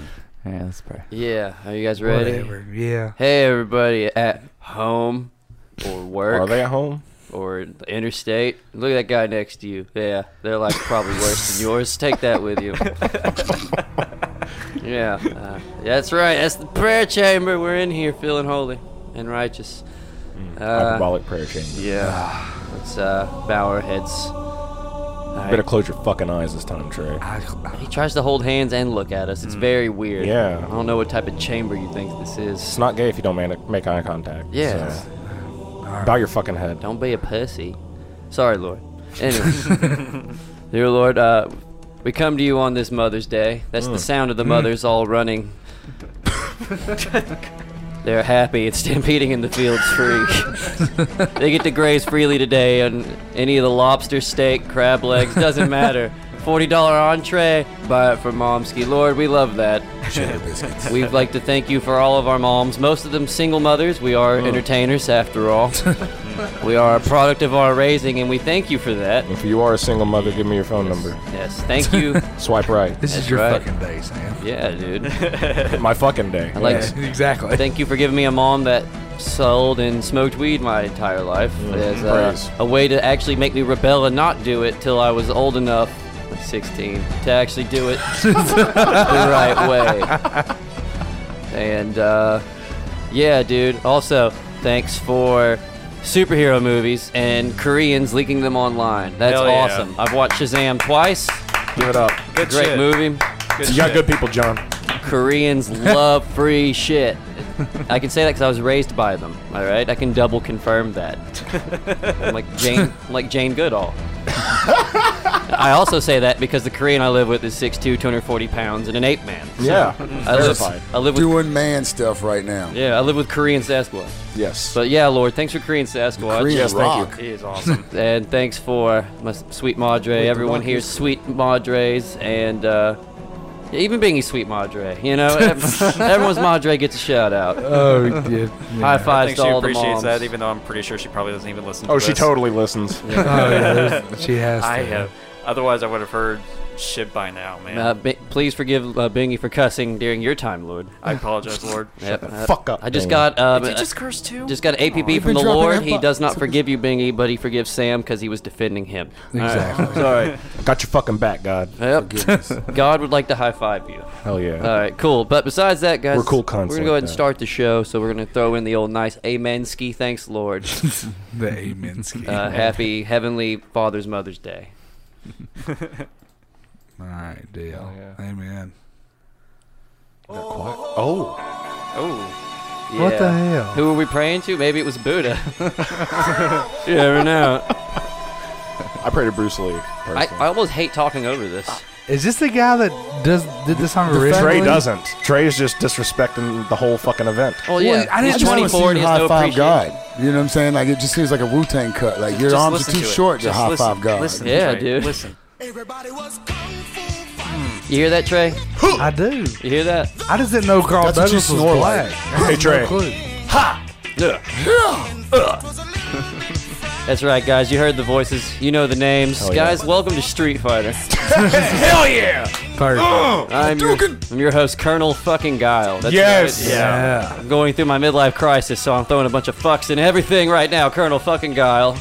All right, let's pray. Yeah, are you guys ready? Whatever. Yeah. Hey, everybody at home or work Are they at home? or the interstate. Look at that guy next to you. Yeah, their life's probably worse than yours. Take that with you. yeah, uh, that's right. That's the prayer chamber. We're in here feeling holy and righteous. Uh, Hmm. Hyperbolic prayer chamber. yeah, let's uh, bow our heads. All right. Better close your fucking eyes this time, Trey. I, He tries to hold hands and look at us. It's Mm. very weird. Yeah. I don't know what type of chamber you think this is. It's not gay if you don't man- make eye contact. Yeah. so. Bow your fucking head. Don't be a pussy. Sorry, Lord. Anyway, dear Lord, uh, we come to you on this Mother's Day. That's the sound of the mothers all running. They're happy and stampeding in the fields free. they get to graze freely today on any of the lobster steak, crab legs, doesn't matter. $40 entree, buy it for Momsky. Lord, we love that. cheddar biscuits. We'd like to thank you for all of our moms, most of them single mothers. We are entertainers, after all. we are a product of our raising, and we thank you for that. If you are a single mother, give me your phone number. Yes, thank you. Swipe right. This That's is your right. fucking day, Sam. yeah, dude. My fucking day. I like- Yeah, exactly. Thank you for giving me a mom that sold and smoked weed my entire life as uh, Praise. a, a way to actually make me rebel and not do it till I was old enough, like 16, to actually do it the right way. And uh, yeah, dude. Also, thanks for superhero movies and Koreans leaking them online. That's Hell yeah. awesome. I've watched Shazam twice. Give it up. Good Great shit. movie. Good You got shit. good people, John. Koreans love free shit. I can say that because I was raised by them. All right, I can double confirm that. I'm like Jane, I'm like Jane Goodall. I also say that because the Korean I live with is 6'2", 240 pounds, and an ape man. Yeah. I live, Verified. I live with Doing man stuff right now. yeah, I live with Korean Sasquatch. Yes. But yeah, Lord, thanks for Korean Sasquatch. Korean Yes, thank you. rock. He is awesome. And thanks for my s- sweet madre. Everyone here's sweet madres, and uh, even being a sweet madre, you know, ev- everyone's madre gets a shout out. Oh, yeah. High I fives think to she all the appreciates moms. that, even though I'm pretty sure she probably doesn't even listen. oh, to she this. totally listens. Oh, yeah. there's- She has. I to. have. Otherwise, I would have heard shit by now, man. Uh, b- please forgive uh, Bingy for cussing during your time, Lord. I apologize, Lord. Yep. uh, fuck up, I just Bingy. got um, Did you uh, just curse too? just got an APB You've been from the dropping Lord. F He bombs. does not forgive you, Bingy, but he forgives Sam because he was defending him. Exactly. Sorry. Got your fucking back, God. Yep. God would like to high five you. Hell yeah. All right, cool. But besides that, guys, We're cool We're cunts gonna like go ahead and that. start the show. So we're gonna throw in the old nice amen ski. Thanks, Lord. The amen scheme. Uh, happy Heavenly Father's Mother's Day. All right, deal. Oh, yeah. Amen. oh. Oh, What the Yeah. hell? Who were we praying to? Maybe it was Buddha. you never know. I pray to Bruce Lee. I, personally. I almost hate talking over this. Is this the guy that does did this on originally? Trey doesn't. Trey is just disrespecting the whole fucking event. Well, Well, yeah, I he's didn't know it 24 and he has high no five appreciation. God. You know what I'm saying? Like it just seems like a Wu Tang cut. Like your just arms listen are too to it. short to Just high listen- five God. Listen, Yeah, Trey, dude. Listen. You hear that, Trey? I do. You hear that? I just didn't know Carl That's what you Douglas was snore black. like. I had Hey, Trey. No clue. That's right, guys. You heard the voices. You know the names. Hell yeah. guys, welcome to Street Fighter. Hell yeah! Perfect. I'm your, I'm your host, Colonel fucking Guile. That's Yes. right. Yeah. yeah. I'm going through my midlife crisis, so I'm throwing a bunch of fucks in everything right now, Colonel fucking Guile.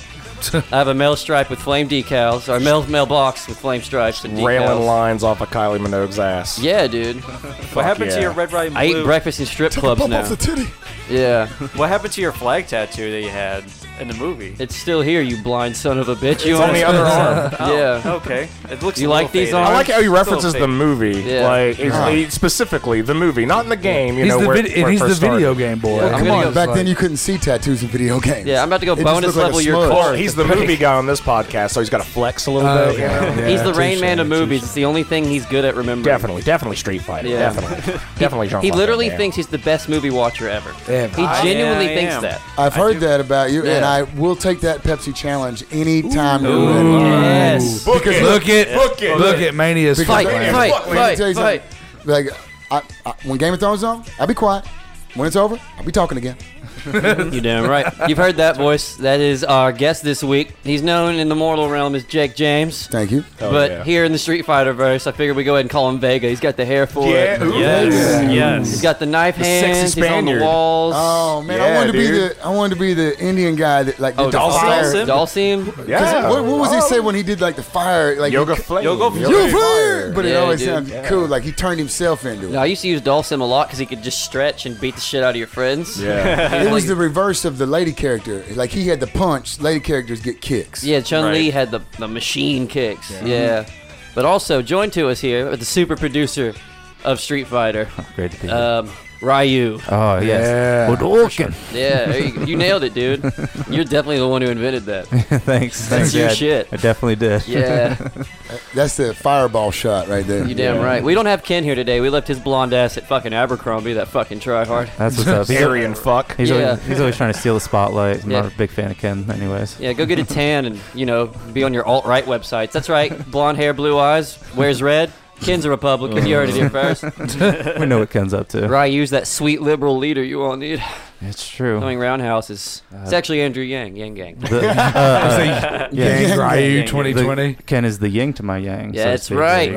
I have a mail stripe with flame decals, or mail mailbox with flame stripes and decals. Railing lines off of Kylie Minogue's ass. Yeah, dude. What happened yeah. to your red, white, and I blue? eat breakfast in strip clubs now. titty. Yeah. What happened to your flag tattoo that you had in the movie? It's still here, you blind son of a bitch. You It's on wanna- the other Oh, arm. Yeah. Okay. It looks. You a like little these faded. on? I like how he It's a little references the faded. movie, Yeah. like it's- he- specifically the movie, not in the game. You He's know, the where, vid- and where it he's the first started. video game boy. Yeah, I'm Come gonna on, go- back then you couldn't see tattoos in video games. Yeah, I'm about to go It just bonus looked like a level your smudge. car. Well, he's the movie guy on this podcast, so he's got to flex a little Oh, bit. you yeah. know? Yeah, he's the Rain touche, Man of movies. touche. It's the only thing he's good at remembering. Definitely, definitely Street Fighter. Yeah. Definitely, definitely. Jean-Claude He literally Van Damme. thinks he's the best movie watcher ever. Yeah. He I- genuinely I thinks am. that. I've heard that about you, and Yeah. I will take that Pepsi challenge anytime you're ready. Yes. Book it. Look it. Book it. Look at Mania's Because- Fight, Let me fight, tell you fight, fight. something. Like, I, I, when Game of Thrones on, I'll be quiet. When it's over, I'll be talking again. You damn right. You've heard that voice. That is our guest this week. He's known in the mortal realm as Jake James. Thank you. Oh, but yeah. here in the Street Fighter verse, I figured we go ahead and call him Vega. He's got the hair for Yeah, it. ooh, Yes, He's yes. got the knife sexy hands. He's on the Spaniard. walls. Oh man, I Yeah, wanted to dude. be the I wanted to be the Indian guy that like Oh, did the Dalsim? fire. Dalsim? Dalsim. yeah. 'Cause What, what was he Oh, say when he did like the fire? Like Yoga flame. Yoga flame. Yoga fire. But it Yeah, always dude. sounded cool. Like he turned himself into it. No, I used to use Dalsim a lot because he could just stretch and beat the shit out of your friends. Yeah. It was the reverse of the lady character. Like he had the punch. Lady characters get kicks. Yeah, Chun Li Right. had the, the machine kicks. Yeah. But also, joined to us here with the super producer of Street Fighter, Great to be Uh, here. um, Ryu. oh, yes. Good looking. Yeah, there you, you nailed it, dude. You're definitely the one who invented that. thanks. Thanks, your yeah, I- shit. I definitely did. Yeah, That's the fireball shot right there. you damn right. We don't have Ken here today. We left his blonde ass at fucking Abercrombie, that fucking tryhard. That's what's up. He's, Aryan fuck. he's, Yeah. always, he's always trying to steal the spotlight. I'm Yeah. not a big fan of Ken, anyways. Yeah, go get a tan and, you know, be on your alt right websites. That's right. Blonde hair, blue eyes, wears red. Ken's a Republican. You heard it here first. we know what Ken's up to. Ryu's that sweet liberal leader you all need. It's Oh. true. Coming Roundhouse is. Uh, It's actually Andrew Yang, Yang Gang. The- uh, Say, yeah. Yang Yang, Ryu Yang. 2020. the- Ken is the yin to my yang. Yeah, so to that's speak. right.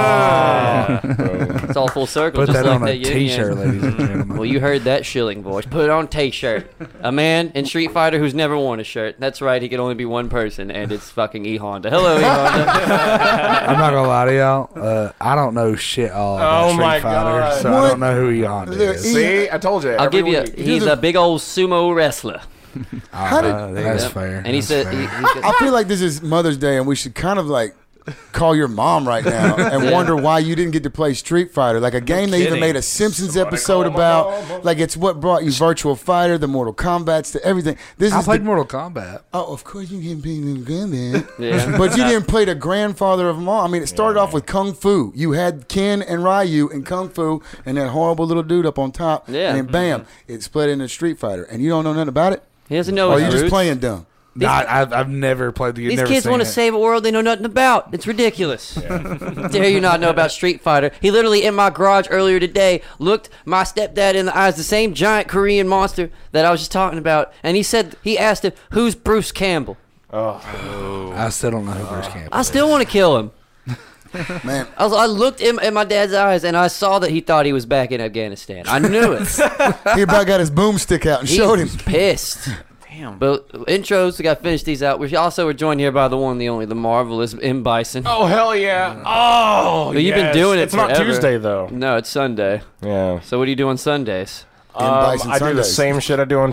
Ah. It's all full circle. Put just that like on a that yin yang. t-shirt, ladies and gentlemen. Well, you heard that shilling voice. Put it on a t-shirt. A man in Street Fighter who's never worn a shirt. That's right. He could only be one person, and it's fucking E Honda. Hello, E Honda. I'm not gonna lie to y'all. Uh, I don't know shit all Oh about Street my Fighter, God. so I What? don't know who Yon Look, is. See, I told you. I'll every give you. week. He's He's a- a big old sumo wrestler. How did, Uh, there you That's go. fair. And he that's said, fair. he, he's I got- feel like this is Mother's Day, and we should kind of like call your mom right now and Yeah. wonder why you didn't get to play Street Fighter, like a game they even kidding. made a Simpsons episode call my about. mama. Like it's what brought you Virtual Fighter, the Mortal Kombat's, to everything. This I is played the, Mortal Kombat. oh, of course you can play the gun then. yeah. But you didn't play the grandfather of them all. I mean, it started off with Kung Fu. You had Ken and Ryu and Kung Fu and that horrible little dude up on top. Yeah. And then bam, it split into Street Fighter. And you don't know nothing about it? He doesn't know. Oh, Or his you just Oh, roots. playing dumb? No, I, I've, I've never played the. These never kids seen want to it. save a world they know nothing about. It's ridiculous. Dare you not know about Street Fighter? He literally in my garage earlier today looked my stepdad in the eyes, the same giant Korean monster that I was just talking about, and he said he asked him, "Who's Bruce Campbell?" I still don't know who Bruce Campbell. I still want to kill him. Man, I, was, I looked in, in my dad's eyes and I saw that he thought he was back in Afghanistan. I knew it. he about got his boomstick out and he showed him. was pissed. Damn. But intros, we got to finish these out. We also were joined here by the one, the only, the marvelous M. Bison. Oh hell yeah! Oh, Well, you've been yes. doing it It's not forever. Tuesday though. No, it's Sunday. Yeah. So what do you do on Sundays? Um, Bison I do the Sundays. same shit I do on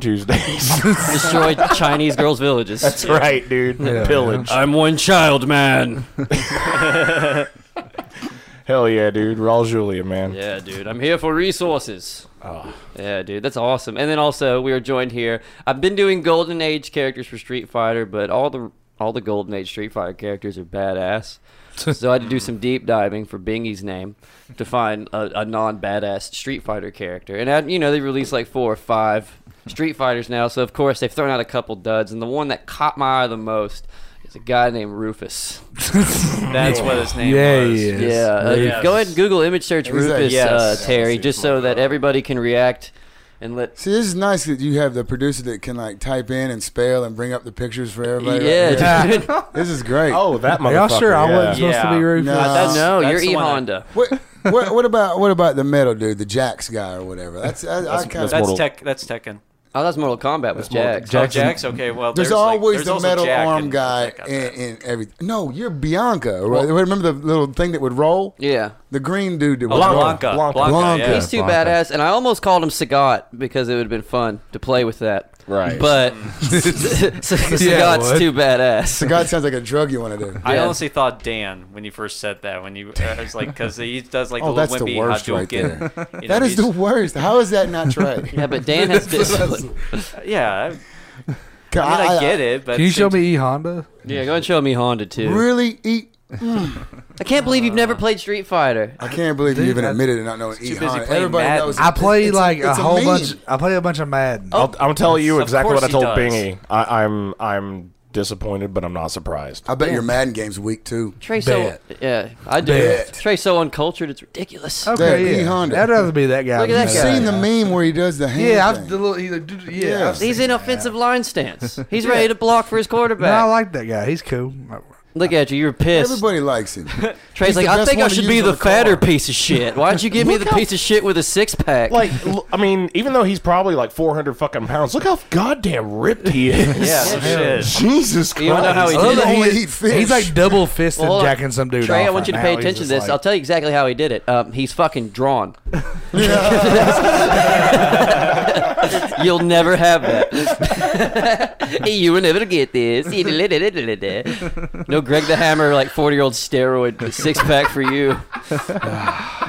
Tuesdays. Destroy Chinese girls' villages. That's right, dude. Pillage. I'm one child man. Hell yeah, dude. Raul Julia, man. Yeah, dude. I'm here for resources. Yeah, dude. That's awesome. And then also we are joined here. I've been doing Golden Age characters for Street Fighter, but all the all the Golden Age Street Fighter characters are badass. so I had to do some deep diving for Bingy's name to find a, a non-badass Street Fighter character. And I, you know, they released like four or five Street Fighters now, so of course they've thrown out a couple duds. And the one that caught my eye the most is a guy named Rufus. That's what his name Yeah, was. he is. Yeah, uh, Yes. go ahead and Google image search It was that- Rufus Yes. uh, Yeah, Terry, just so that everybody can react and let. See, this is nice that you have the producer that can like type in and spell and bring up the pictures for everybody. Yeah, dude. this is great. Oh, that motherfucker. Y'all sure I yeah. wasn't supposed to Yeah. be Rufus? No. That's- no, that's you're the E one I- Honda. What, what, what about what about the metal dude, the Jax guy or whatever? That's I, I kind that's of. more- That's Mortal- Tech. That's Tekken. Oh, that's Mortal Kombat with Jack. Oh, Jack's okay. Well, There's, like- always there's the also metal Jack arm and- guy Jack out there. and, and everything. No, you're Bianca. Right? Remember the little thing that would roll? Yeah. The green dude that would Oh, roll. Blanca. Blanca. Blanca. yeah. He's too Blanca. badass, and I almost called him Sagat because it would have been fun to play with that. Right. But S- S- Yeah, it Sagat's would. too badass. The guy sounds like a drug you want to do. I Yeah. honestly thought Dan when you first said that. When you, I was like, because he does like Oh, the little that's the wimpy worst Hadouken. right there. You know, That is the he's- worst. How is that not right? Yeah, but Dan has discipline. yeah. I, I mean, I, get it, but Can you it's show like- me E Honda? Yeah, go and show me Honda too. Really eat. I can't believe you've never played Street Fighter. I can't believe you even admitted it not knowing E. too busy Honda. playing Everybody Madden. knows. I it's- play it's like a it's whole meme. bunch. I play a bunch of Madden. I'll, I'll tell you Of exactly course what I he told does. Bingy. I, I'm I'm disappointed, but I'm not surprised. I bet your Madden game's weak too. Trey so yeah, I do. Bet. Trey so uncultured, it's ridiculous. That Okay, E yeah. Honda. That doesn't be that guy. Look at from that I've seen guy. the meme where he does the hand. Yeah, I've, thing. the little, he, like, do- do- yeah. Yeah. I've seen He's in offensive line stance. He's ready to block for his No, I quarterback. like that guy. He's cool. Look at you, you're pissed. Everybody likes him. Trey's he's like, the I best think I one to should use be on the the fatter car." piece of shit. Why'd you give me the piece of shit with a six pack? Like, l- I mean, even though he's probably like 400 fucking pounds, look how goddamn ripped he is. yeah. Oh, shit. Jesus You wanna know how Christ. he I did love it? that only he- eat fish. He's like double fisted Hold on. jacking some dude. Trey, I off want you to right pay now. He's attention just to this. like- I'll tell you exactly how he did it. Um, he's fucking drawn. You'll never have that. you will never get this. No, Greg the Hammer, like forty-year-old steroid six pack for you.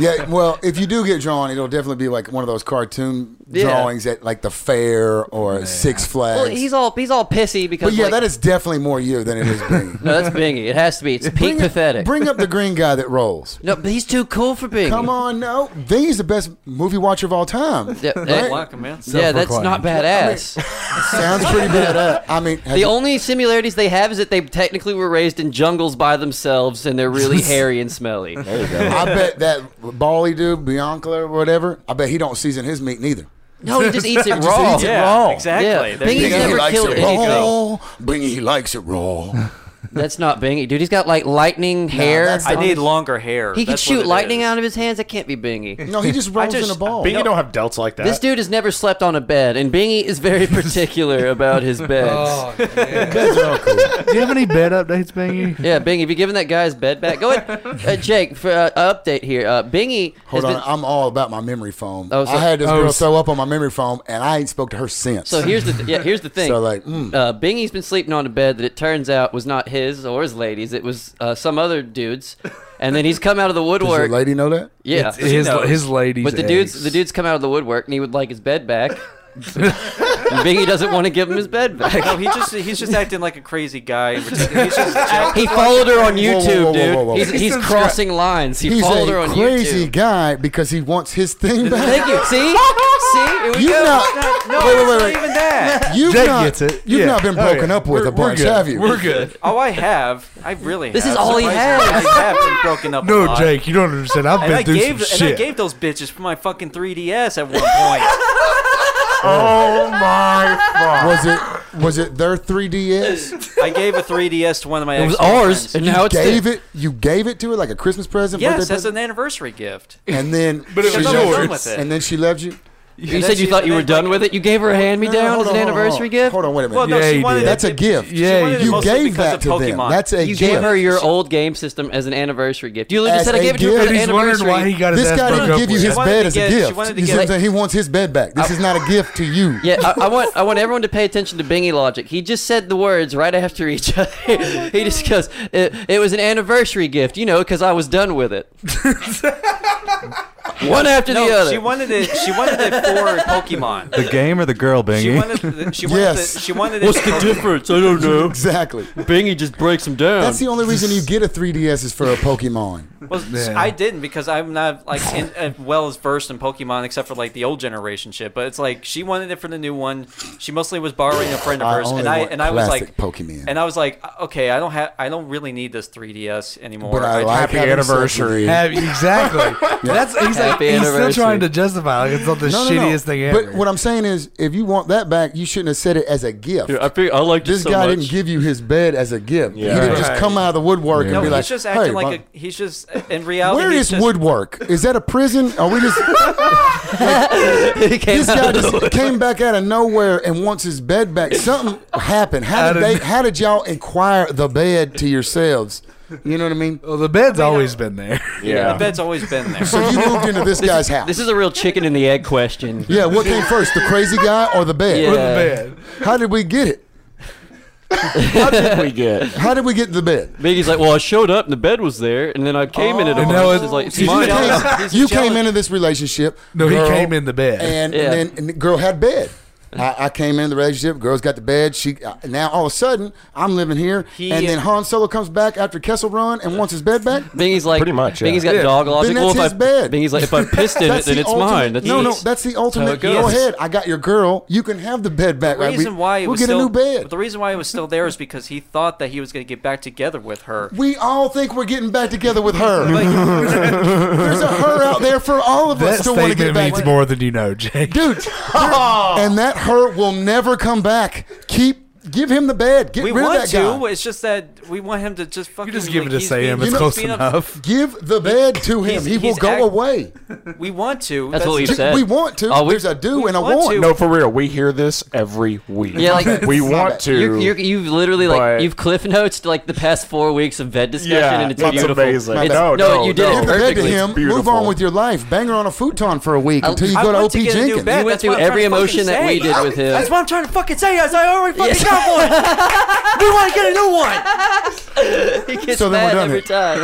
yeah, well, if you do get drawn, it'll definitely be like one of those cartoon Yeah. drawings at like the fair or Six Flags. Well, he's all he's all pissy because. but yeah, like- that is definitely more you than it is me. no, that's Bingy. It has to be. It's peak pathetic. Bring up the green guy that rolls. no, but he's too cool for Bingy. Come on, no. He's the best movie watcher of all time. Yeah, that- Like him, man. eh? yeah, that's not badass. Sounds pretty badass. I mean, has The he- only similarities they have is that they technically were raised in jungles by themselves and they're really hairy and smelly. I bet that Bali dude, Bianca or whatever, I bet he don't season his meat neither. No, he just eats it He raw. eats it Yeah, raw. exactly. Yeah. There Bingy you He's Bingy, go. never he likes killed it raw. Bingy, he likes it raw. That's not Bingy, dude. He's got like lightning hair. that's I not- need longer hair. he can That's what shoot it lightning is. out of his hands. That can't be Bingy. No, he just rolls just- in a ball. But you don't have delts like that. Oh, This dude has never slept on a bed, and Bingy is very particular about his beds. Oh. Do you have any bed updates, Bingy? Yeah, Bingy, if you're giving that guy his bed back, go ahead. Uh, Jake, for uh, update here. Uh, Bingy Hold has on, been. I'm all about my memory foam. Oh, so- I had this oh, girl so- throw up on my memory foam, and I ain't spoke to her since. so here's the th- yeah here's the thing. So, like, mm. uh, Bingy's been sleeping on a bed that it turns out was not his or his lady's. It was uh, some other dude's, and then he's come out of the does your woodwork. lady know that? yeah, his his ladies. but the dude's the dude's come out of the woodwork, and he would like his bed back. And Bingy doesn't want to give him his bed back. No, he just he's just acting like a crazy guy. in particular. He's just jacked. He followed her on whoa, YouTube, whoa, dude. whoa, whoa. He's, He's he's crossing lines. He He's followed her a on crazy YouTube. guy because he wants his thing back. Thank you. See, see, Here we You've go. not, No, wait, wait, it's wait, not wait. even that. You've Jake not, gets it. You've Yeah. not been Oh, yeah. broken up with We're- a bunch, we're good. have you? We're good. Oh, I have. I really. This have. is all he Surprisingly, has. I have been broken up. a No, lot. Jake, you don't understand. I've And been I through gave some and I shit. gave those bitches for my fucking 3ds at one point. oh my fuck. Was it was it their 3DS? I gave a 3ds to one of my. It was ex-girlfriends. ours, and now it's gave theirs. it you gave it to her like a Christmas present? Yes, birthday that's present? an anniversary gift. and then But it she was left yours. you? With it. And then she left you. You then said you she- thought you then were they- done with it. You gave her a hand me Hold down as on, an hold on, anniversary hold on. gift. Hold on, wait a minute. Well, no, Yeah, she he wanted did. it- That's a gift. she Yeah, wanted it you mostly gave because that of to them. Pokemon. That's a You gift. gave her your old game system as an anniversary gift. You literally As just said I a gave it to her for gift? the and he's wondering anniversary. why he got his this ass guy broke didn't up give you with. his wanted bed to as get- a she gift. wanted to you get- see what I'm saying? He wants his bed back. This is not a gift to you. Yeah, I, I want I want everyone to pay attention to Bingy logic. He just said the words right after each Oh other. he just goes, it, "It was an anniversary gift, you know, because I was done with it." One after No, the other. she wanted it. She wanted it for Pokemon. The game or the girl, She Bingy? wanted. The, she wanted. Yes. The, she wanted it. for Pokemon. difference? I don't know. Exactly. Bingy just breaks him down. That's the only reason you get a 3DS is for a Pokemon. Well, s- Yeah. I didn't because I'm not like in, uh, well as versed in Pokemon except for like the old generation shit. But it's like she wanted it for the new one. She mostly was borrowing a friend of I hers, only and I want and I was like classic Pokemon. And I was like, "Uh, okay, I don't have, I don't really need this 3DS anymore. But I just- like Happy having anniversary. sex Have- exactly. That's he's, like, Happy he's still anniversary. trying to justify. Like it's not the with you. No, no, no. shittiest thing ever. But what I'm saying is, if you want that back, you shouldn't have said it as a gift. I liked this guy didn't give you his bed as a gift. Yeah. He didn't just Right. come out of the woodwork No, and be he's like, just acting hey, like my- a, he's just uh, in reality. where he's is just- woodwork? Is that a prison? Are we just he came this out guy of the just came back out of nowhere and wants his bed back? Something happened. How did Out they? of- How did y'all inquire the bed to yourselves? You know what I mean? well, the bed's always been there. The bed's always been there. So you moved into this guy's house. This is a real chicken and the egg question. yeah, what came first, the crazy guy or the bed? Yeah. the bed. How did we get it? What did we get? How did we get the bed? Biggie's like, well, I showed up and the bed was there, and then I came Oh. in at And a and now now it- it's like, it's You mine. came, He's you jealous. came into this relationship. No, he girl, came in the bed. and, Yeah. and then and the girl had bed. I, I came into the relationship. Girls got to bed. She uh, now all of a sudden I'm living here, He- and uh, then Han Solo comes back after Kessel Run and wants his bed back. Bingy's like Pretty much, yeah. Bingy's got dog logic. Then well, that's if I, his bed. Bingy's like, if I pissed in it, That's then the it's ultimate- mine. That's no, no, it. that's the ultimate. goes. Go ahead. I got your girl. You can have the bed back. The right? reason we, why it we'll was get still, a new bed. The reason why it was still there is because he thought that he was going to get back together with her. We all think we're getting back together with her. There's a her out there for all of us That to want to get statement back. means more than you know, Jake. dude. And that her will never come back. Keep give him the bed. Get We rid want of that guy. to. It's just that we want him to just fucking. You just give like, it to he's Sam. being- It's he's close being a- enough. Give the bed to him. he's- he will he's go act- away. we want to. That's what we Dude, said. We want to. Oh, we- There's a do we and a want want. to. No, No, for real. We hear this every week. Yeah, like- we Stop want it. to. You're, you're, you've literally like But- you've cliff notes like the past four weeks of bed discussion, Yeah, and it's it's beautiful. amazing. It's- No, no, you did no. it Give the bed to perfectly. him. Move beautiful. on with your life. Bang her on a futon for a week I- until you I go to want to OP get a new Jenkins. bed. You went That's what through I'm trying every to fucking emotion that say. we did with him. That's what I'm trying to fucking say. As I already fucking Yes. got one. we want to get a new one. He gets So then we're mad done every it. time.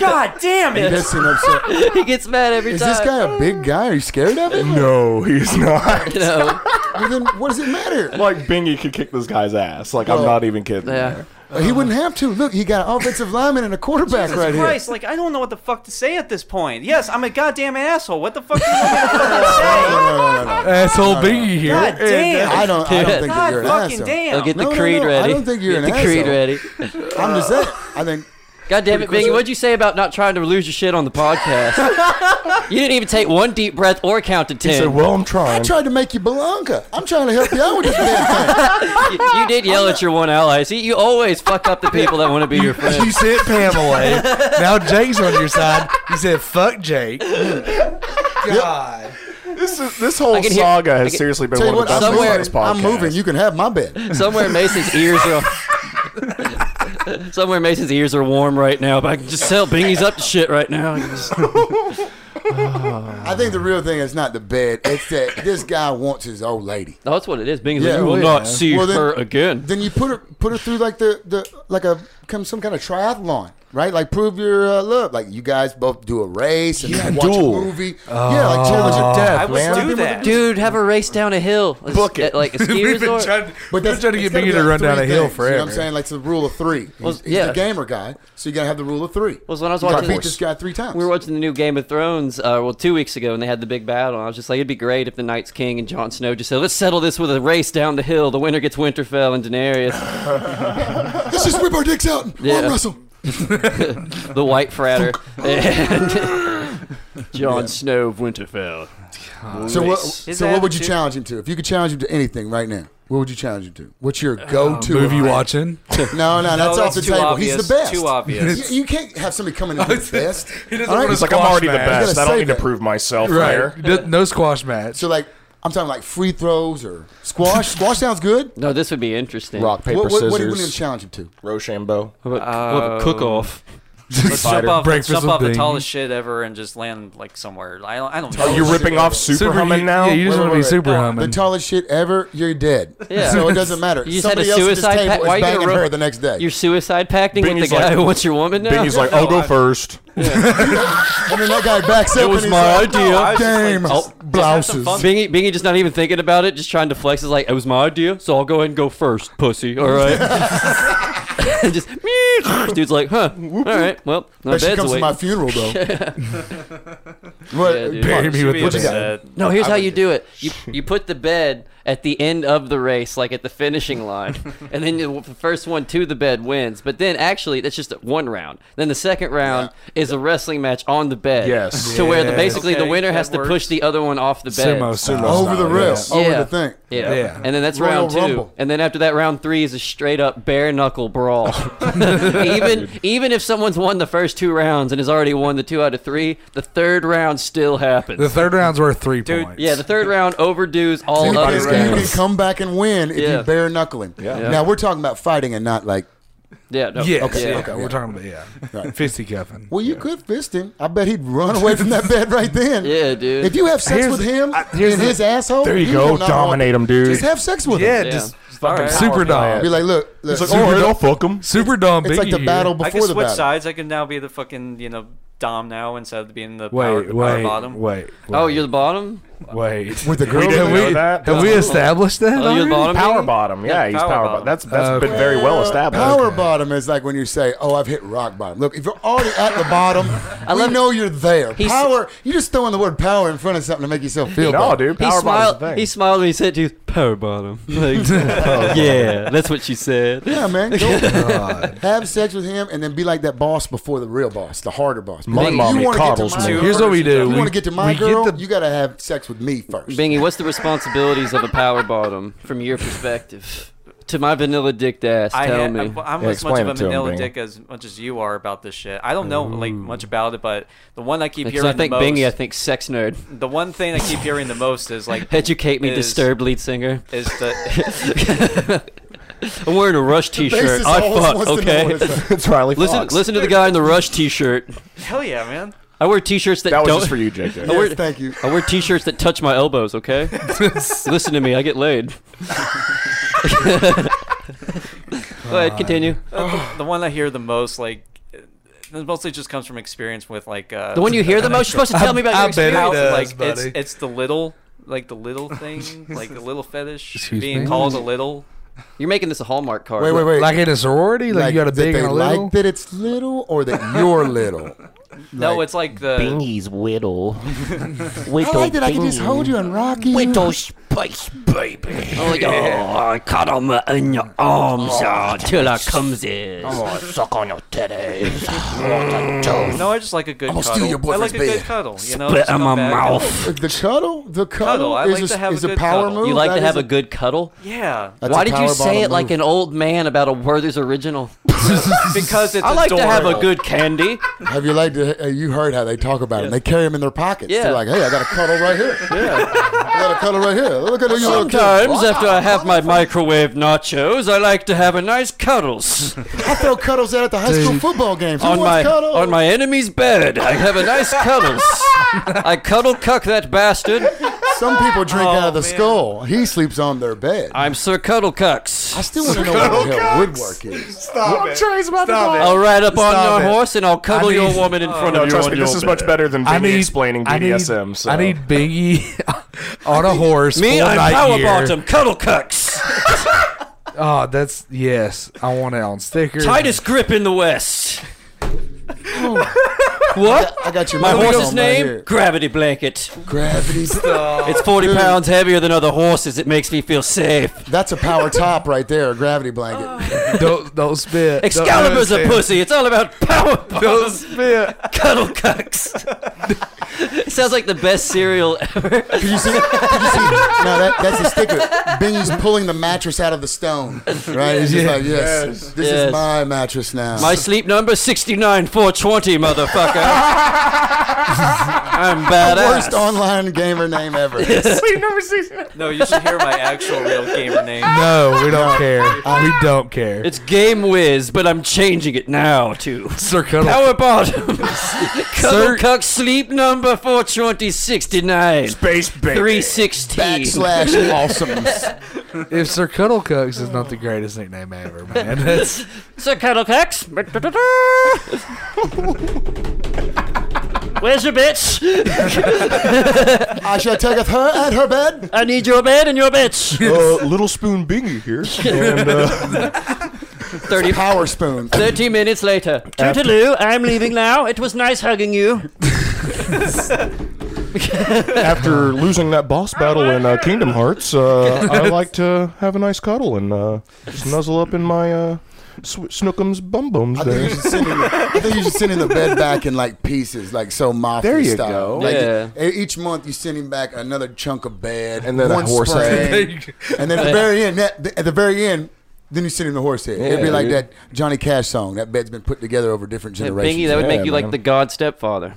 God damn it. That's an upset. he gets mad every Is time. this guy a big guy? Are you scared of him? no, he's not. You know, Well, then what does it matter? like Bingy could kick this guy's ass. Like Well, I'm not even kidding. yeah. He wouldn't have to. Look, he got an offensive lineman and a quarterback Jesus right Christ, like I don't know what the fuck to say at this point. Yes, I'm a goddamn asshole. What the fuck do you want me to fucking say? here. No, no, no, no, no. Asshole Bingy here. God damn. I don't. I don't think that God you're an fucking asshole. damn. They'll get the No, no, no, creed I ready. don't think you're an get the creed asshole. ready. I'm just saying. I think. God damn it, Pretty Bingy! close. What'd you say about not trying to lose your shit on the podcast? you didn't even take one deep breath or count to ten. uh, He said, "Well, I'm I trying." tried to make you Belanca. I'm trying to help you out with this bad thing. you, you did yell at your one ally. See, you always fuck up the people that want to be your You friend. sent Pam away. Now Jake's on your side. You said, fuck Jake. God. this is, this whole I can hear- saga has I can- seriously been Tell one you of what, the best I'm parts Somewhere- of this moving. podcast. I'm moving. You can have my bed. Somewhere Mason's ears are. Somewhere Mason's ears are warm right now, but I can just tell Bingy's up to shit right now. I can just- I think the real thing is not the bed. It's that this guy wants his old lady. Oh, that's what it is. Bingy's Yeah, like, you oh, will yeah. not see Well, then- her again. Then you put her put her through like the the like a come some kind of triathlon, right? Like prove your uh, love. Like you guys both do a race and then watch duel. a movie. yeah, like challenge of death. I would man. do that. Dude, have her race down a hill. Book it. Like a ski We've been resort. trying, But but that's that's trying to get it's gotta Bingy be to like run down three a hill things, forever. You know what I'm saying? Like it's the rule of three. He's, Well, he's yeah. the gamer guy, so you gotta have the rule of three. Was when I was you gotta watching- beat this guy three times. We were watching the new Game of Thrones, uh, well, two weeks ago, and they had the big battle. And I was just like, it'd be great if the Night's King and Jon Snow just said, let's settle this with a race down the hill. The winner gets Winterfell and Daenerys. Let's just whip our dicks out and Yeah. arm wrestle. the White Fratter and Jon Snow of Winterfell. So what? His So what would you attitude- challenge him to? If you could challenge him to anything right now, what would you challenge him to? What's your go-to Movie event? watching. No, no, that's No, off the too table. Obvious. He's the best. Too obvious. You, you can't have somebody coming in with the best. He doesn't All want right? It's like I'm Squash already the match. best. You gotta I don't save need to it. prove myself Right. there. D- No squash match. So like, I'm talking like free throws or squash. squash sounds good. No, this would be interesting. Rock paper what, what, what are you going to scissors. challenge him to? Rochambeau. What about, what about Oh. cook-off? Let's jump Spider. off, let's Breakfast jump with off the Bing. tallest shit ever and just land like somewhere. I don't, I don't know. Are you ripping off Super, Humming you, now? Yeah, you just Wait, want to wait, be wait. super No, The humming. tallest shit ever. You're dead. Yeah. So it doesn't matter. You just had a Somebody else at this suicide pact. table Why is you gonna banging ru- her the next day. You're suicide pacting with Bingy's the guy like- who wants your woman now? Bingy's like, I'll go first. and then that guy backs up. was and he's my like, "Oh, idea. I was just Damn like, just- just have some blouses. fun. Bingy, Bingy just not even thinking about it, just trying to flex. Is like, it was my idea, so I'll go ahead and go first, pussy. All right. And just meep. dude's like, huh? All right. Well, my But she bed's comes to awake. my funeral though. what? Yeah, dude. Bury me with Be you the got? upset. no, here's how you do it. You you put the bed at the end of the race, like at the finishing line, and then you, the first one to the bed wins. But then actually, that's just one round. Then the second round is a wrestling match on the bed. Yes. To where the, Yes. basically the Okay, winner that has to push works. the other one off the bed. Sumo, sumo. over the rail. yes. Over the thing. Yeah. Yeah. And then that's Royal round two. Rumble. And then after that, round three is a straight up bare knuckle brawl. even even if someone's won the first two rounds and has already won the two out of three, the third round still happens. The third round's worth three points. yeah, the third round overdues all You can, other Anybody's you game. can rounds. come back and win if Yeah. you bare knuckling. Yeah. Now we're talking about fighting and not like. Yeah, no. Yes, yeah. okay, okay, we're yeah. talking about yeah, Right. fisty cuffing. Well, you could fist him. I bet he'd run away from that bed right then. Yeah, dude. If you have sex Here's- with him I- in here's the- his asshole, There you go. will not want- Dominate him, dude. Just have sex with Yeah, him. just All right. super Power dog. Be like, look, look. It's like, all right, I'll fuck him. super dumb. it's like the Biggie. battle I before can the switch battle. sides. I can now be the fucking you know dom now instead of being the Wait, power, the power wait, bottom. wait, wait. Oh, you're the bottom? Wait. With the girl. didn't have know we, that? have we established that? Oh, you already? bottom Power digging? bottom. Yeah, Yeah, he's power power bottom. bottom. That's that's been very well established. Uh, Power bottom is like when you say, "Oh, I've hit rock bottom." Look, if you're already at the bottom, I love- we know you're there. He's- Power. You just throwing the word power in front of something to make yourself feel No, better. dude. He Power bottom's smiled. the thing. Oh. He smiled when he said to you, "Power bottom." Like, yeah, that's what she said. Yeah, man. Go have sex with him and then be like that boss before the real boss, the harder boss. My you mommy wanna get to coddles my me. girl- Here's what we do. You We- want to get to my we get girl? the- you got to have sex with me first. Bingy, what's the responsibilities of a power bottom from your perspective? To my vanilla dick ass, I tell had- me. I'm, I'm Yeah, as much explain of it a to him, vanilla Bingy. dick as much as you are about this shit. I don't know like much about it, but the one I keep Because hearing I think the most, Bingy, I think sex nerd. the one thing I keep hearing the most is like Educate me, is- disturbed lead singer. is the I'm wearing a Rush Basis T-shirt. I always fuck. wants to know Okay. what it's like. it's Riley Listen, Fox. listen to the guy in the Rush T-shirt. hell yeah, man. I wear T-shirts that, That was don't. just for you, JJ. I wear, Yes, thank you. I wear T-shirts that touch my elbows. Okay. listen to me. I get laid. Go ahead. Continue. the, the one I hear the most like. It mostly just comes from experience with like uh, The one you hear the most. You're supposed to tell me about I- your I bet it experience. out, does, like it's buddy. it's the little like the little thing, like the little fetish Excuse being me? called a little. You're making this a Hallmark card. Wait, wait, wait. Like in a sorority? Like, you got a that big they and a like little? that it's little or that you're little. No, Like, it's like the Bingy's whittle. I like that I can just hold you and rock you. Whittle space, baby. Oh, I caught him in your Oh, arms Oh, until I comes in. I'm gonna suck on your titties. No, I just like a good gonna cuddle. steal your I like boyfriend's a good bed. cuddle. You know, Spit just in come my back. mouth. The cuddle, the cuddle, I is like a, to have a is a good power cuddle. move. You like That to have is a good cuddle? Yeah, that's a Why did power you say bottom it like move. an old man about a Werther's original? because it's. I like to have a adorable. good candy. Have you like to, uh, you heard how they talk about them? They carry them in their pockets. Yeah. They're like, hey, I got a cuddle right here. Yeah, I got a cuddle right here. Look at you, little kid. Sometimes after I have my microwave nachos, I like to have a nice cuddles I throw cuddles out at the high school football games. Who on wants my cuddles? on my enemy's bed. I have a nice cuddles. I cuddle cuck that bastard. Some people drink out of the man. skull. He sleeps on their bed. I, I'm Sir Cuddle Cucks. still want to know what the hell woodwork is. Stop it. Stop it. I'll ride up Stop on your it. horse and I'll cuddle I your need- woman in front No, of you. trust Oh, on me, your this is bed. much better than I Bingy need explaining I need- BDSM. so. I need Bingy on a horse. Me, full I'm night power gear. bottom cuddle cucks. Oh, that's yes. I want it on stickers. Titus Grip in the West. what? I got your My microphone horse's right name? here. Gravity Blanket. Gravity. It's 40 pounds heavier than other horses. It makes me feel safe. That's a power top right there. A gravity blanket. Don't don't spit. Don't- Excalibur's don't a pussy. It's all about power Don't bombs. spit. Cuddle cucks. It Sounds like the best cereal ever. Did you see? Did you see? No, that, that's a sticker. Bingy's pulling the mattress out of the stone. Right? He's just like, yes, this Yes. is my mattress now. My sleep number 69420, motherfucker. I'm badass. worst online gamer name ever. No, you should hear my actual real gamer name. No, we don't care. We don't care. It's Game Whiz, but I'm changing it now to Sir Cuddle. Power Bottom. Cuddle Cuck Sleep Number 42069. space, baby. 316. Backslash awesomeness. if Sir Cuddle Cucks is not the greatest nickname ever, man, that's Sir Cuddle Cucks. Where's your bitch? I shall take her at her bed. I need your bed and your bitch. Uh, Little Spoon Bingy here. And, uh, 30, Power spoon. 30 minutes later. Toodaloo, I'm leaving now. It was nice hugging you. after losing that boss battle in uh, Kingdom Hearts, uh, I like to have a nice cuddle and uh, just nuzzle up in my uh, sw- Snookums bum bums I think, you there. should send him, I think you should send him the bed back in like pieces, like so mafia There you style. go. Like, Yeah. e- Each month you send him back another chunk of bed, And then a one horse head. spray, and then at the very end, that, at the very end, then you send him the horse head. It'd be Yeah, like dude. that Johnny Cash song. That bed's been put together over different generations. Bingy, that would Yeah, make you man. like the god stepfather.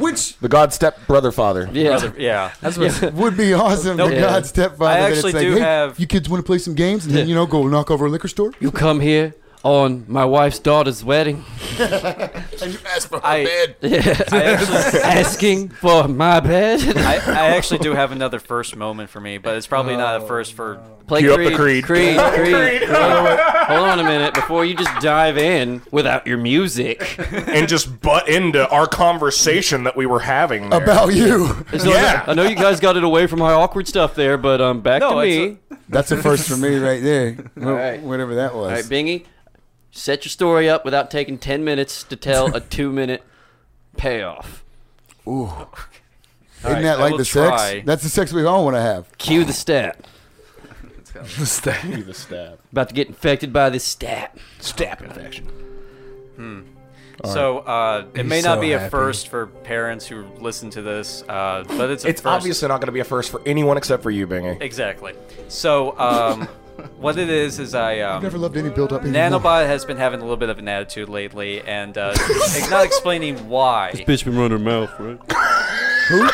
which The God step brother father. Yeah. Yeah, would be awesome. Nope. The Yeah. God stepfather. I that it's actually like, do hey, have- You kids want to play some games, and then you know, go knock over a liquor store. You come here, on my wife's daughter's wedding, And you asked for her I- bed. I actually, asking for my bed. I, I actually do have another first moment for me, but it's probably not a first for. Play Cue up Creed. the Creed. Creed. Creed. Hold on- Hold on a minute before you just dive in without your music. and just butt into our conversation that we were having there. About you. So I know- Yeah. I know you guys got it away from my awkward stuff there, but um, back No, to it's me. That's a first for me right there. right. Whatever that was. All right, Bingy, set your story up without taking 10 minutes to tell a two minute payoff. Isn't that I like will the try. sex? That's the sex we all want to have. Cue the stat. Cue the stab. About to get infected by this stat. Stab infection. So uh, it may He's not so be a happy. first for parents who listen to this, uh, but it's a It's first. obviously not going to be a first for anyone except for you, Bingy. Exactly. So um, what it is is I. Um, Never loved any built up. Nanobot has been having a little bit of an attitude lately, and uh, it's not explaining why. Bitch been running her mouth, right?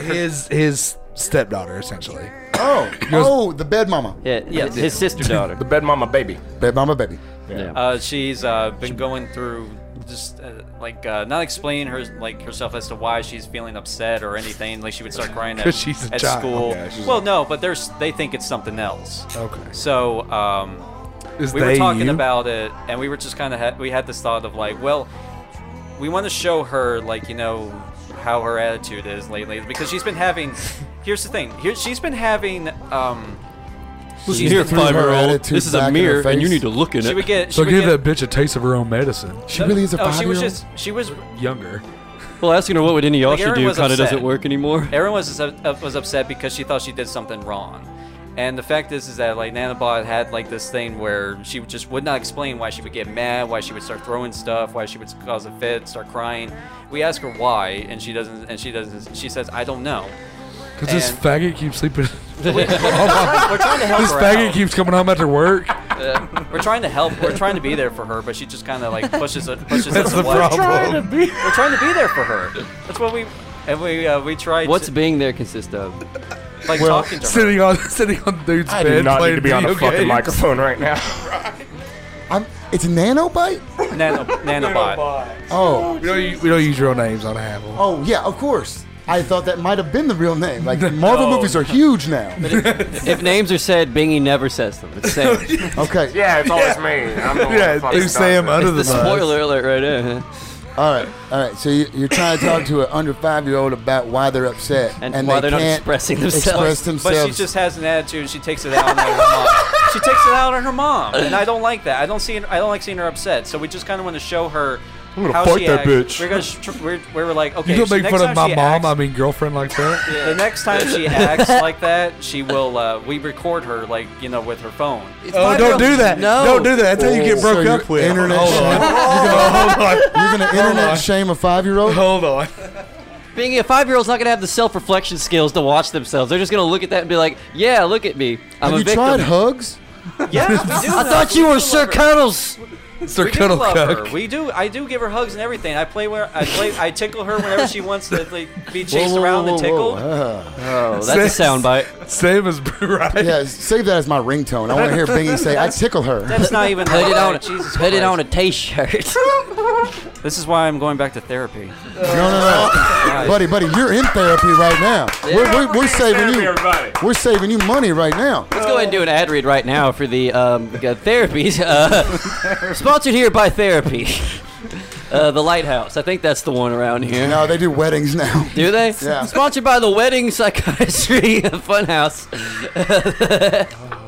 his his stepdaughter essentially. Oh, oh, the bed mama. Yeah, his, his sister daughter. The bed mama baby. Bed mama, baby. Uh, she's uh, been going through just uh, like uh, not explaining her like herself as to why she's feeling upset or anything. Like she would start crying at, 'Cause she's a at child. school. Yeah, she's well, no, but there's they think it's something else. Okay. So um, Is we they were talking you? about it, and we were just kind of ha- we had this thought of like, well, we want to show her like you know how her attitude is lately because she's been having. Here's the thing. Here she's been having. Um, She's here, threw her five year old. attitude This is a back in her mirror, and you face. need to look in she it. would get. She So would give get- that bitch a taste of her own medicine. She really is a Oh, five she year was old. just. She was Younger. Well, asking her what would any Yasha Aaron do was kind of upset. doesn't work anymore. Erin was ups- up- was upset because she thought she did something wrong. And the fact is, is that like Nanobot had like this thing where she just would not explain why she would get mad, why she would start throwing stuff, why she would cause a fit, start crying. We ask her why, and she doesn't. And she doesn't. She says, "I don't know." Because this And- faggot keeps sleeping. We're trying to help this her faggot out. keeps coming home after work. We're trying to help. We're trying to be there for her, but she just kind of like pushes it. Pushes That's us the away. problem. We're trying to be there for her. That's what we. And we uh, we tried. What's to, being there consist of? like talking to her. sitting on sitting on dude's I bed do not need playing to be on a video fucking games. microphone right now. I'm, it's nanobite. Nano, nanobot. Oh, We don't, u- we don't use real names on Apple. oh yeah, of course. I thought that might have been the real name. Like Marvel movies are huge now. If names are said, Bingy never says them. It's Sam. it's Okay, yeah, it's always me. I'm the Oh, one Yeah, that fucking do Sam does it. under the the spoiler alert right there. huh? all right, all right. So you, you're trying to talk to an under five year old about why they're upset And why they they're not can't expressing Express themselves. themselves. But she just has an attitude. and She takes it out on her mom. She takes it out on her mom, and I don't like that. I don't see. I don't like seeing her upset. So we just kind of want to show her. I'm gonna how fight she that acts. bitch. We're gonna. Sh- tr- we're, we were like, okay. You so gonna make next fun time of my she mom? I acts- mean, girlfriend like that? the next time she acts like that, she will. Uh, we record her, like you know, with her phone. Oh, don't do that! No, don't do that. That's how you get So broke you're up with. internet hold on, hold on, You're gonna internet shame a five year old? hold on. Bingy, a five year old's not going to have the self reflection skills to watch themselves. They're just going to look at that and be like, yeah, look at me. Have I'm a you victim. tried hugs? Yeah, we do I that. thought We you do were love Sir her. Cuddles. Sir We do Cuddle love her. Cuck. We do. I do give her hugs and everything. I play where I play. I tickle her whenever she wants to like, be chased around and tickled. Oh, that's a soundbite. Same as right. Yeah, save that as my ringtone. I want to hear Bingy say, "I tickle her." That's not even. Put it on. Jesus put it Christ. on a T-shirt. This is why I'm going back to therapy. No, no, no, buddy, buddy, you're in therapy right now. We're, we're, we're saving you. We're saving you money right now. Let's go ahead and do an ad read right now for the um, uh, therapies. Uh, sponsored here by therapy. Uh, the Lighthouse. I think that's the one around here. No, they do weddings now. Do they? Yeah. Sponsored by the Wedding Psychiatry Funhouse.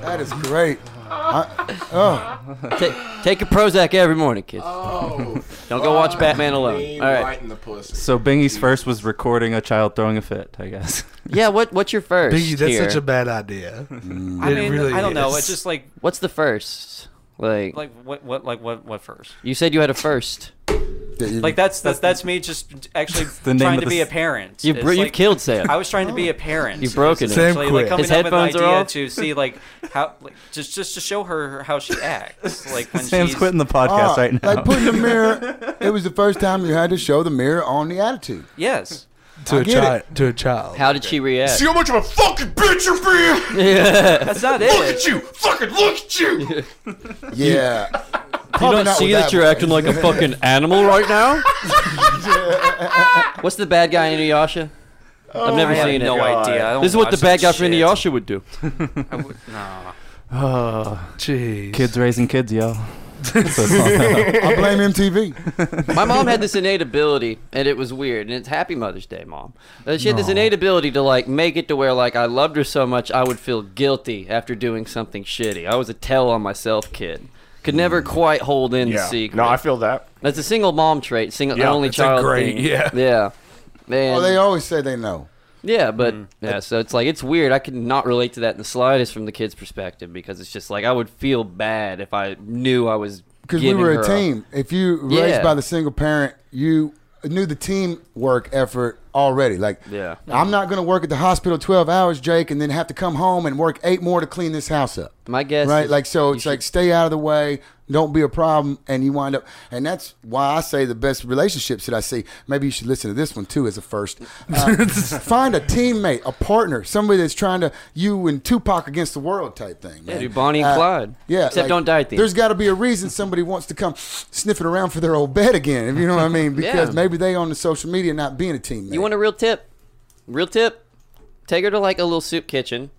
That is great. oh. Ta- take your Prozac every morning, kids. Don't go watch Batman Oh, alone. All right. So Bingy's first was recording a child throwing a fit, I guess. Yeah. What What's your first? Biggie, that's here? such a bad idea. I It mean, really I don't know. is. It's just like, What's the first? Like, like what, what, like what, what first? you said you had a first. Like that's that's that's me just actually the name trying of to the be a s- parent. You It's bro- you like- killed Sam. I was trying to be a parent. You've broken It's it. Sam essentially, like quit. coming His up with an headphones are idea off? to see like how, like, just just to show her how she acts. Like when Sam's she's, quitting the podcast Ah, right now. Like putting the mirror. It was the first time you had to show the mirror on the attitude. Yes. to I a get child. To a child. How did she react? See how much of a fucking bitch you're being? That's not it. Look at you! Fucking look at you! Yeah. You Probably don't not see with that, you're one. acting like a fucking animal right now? What's the bad guy in Inuyasha? I've never I have seen no it. idea. I don't This is what watch the bad that guy from shit. Inuyasha would do. I would- no. Jeez. Kids raising kids, yo. That's what it's all about. I blame MTV. My mom had this innate ability, and it was weird. And it's Happy Mother's Day, mom. Uh, she had this innate ability to like make it to where like I loved her so much, I would feel guilty after doing something shitty. I was a tell on myself kid. Could never quite hold in the secret. No, I feel that. That's a single mom trait, single Yeah, only it's a child. great- thing. yeah. yeah. Man, Well, they always say they know. Yeah, but yeah, so it's like it's weird. I could not relate to that in the slightest from the kid's perspective because it's just like I would feel bad if I knew I was Because we giving were her a team. If you raised Yeah. by the single parent, you knew the team work effort already. Like, Yeah. I'm not going to work at the hospital 12 hours, Jake, and then have to come home and work eight more to clean this house up. My guess right? is Like, so you it's should- like stay out of the way, don't be a problem, and you wind up. And that's why I say the best relationships that I see. Maybe you should listen to this one too as a first. Uh, find a teammate, a partner, somebody that's trying to you and Tupac against the world type thing. Yeah, man. do Bonnie and Uh, Clyde. Yeah, Except like, don't die at the end. There's got to be a reason somebody wants to come sniffing around for their old bed again. If you know what I mean, because Yeah. maybe they on the social media not being a teammate. You want a real tip? Real tip? Take her to like a little soup kitchen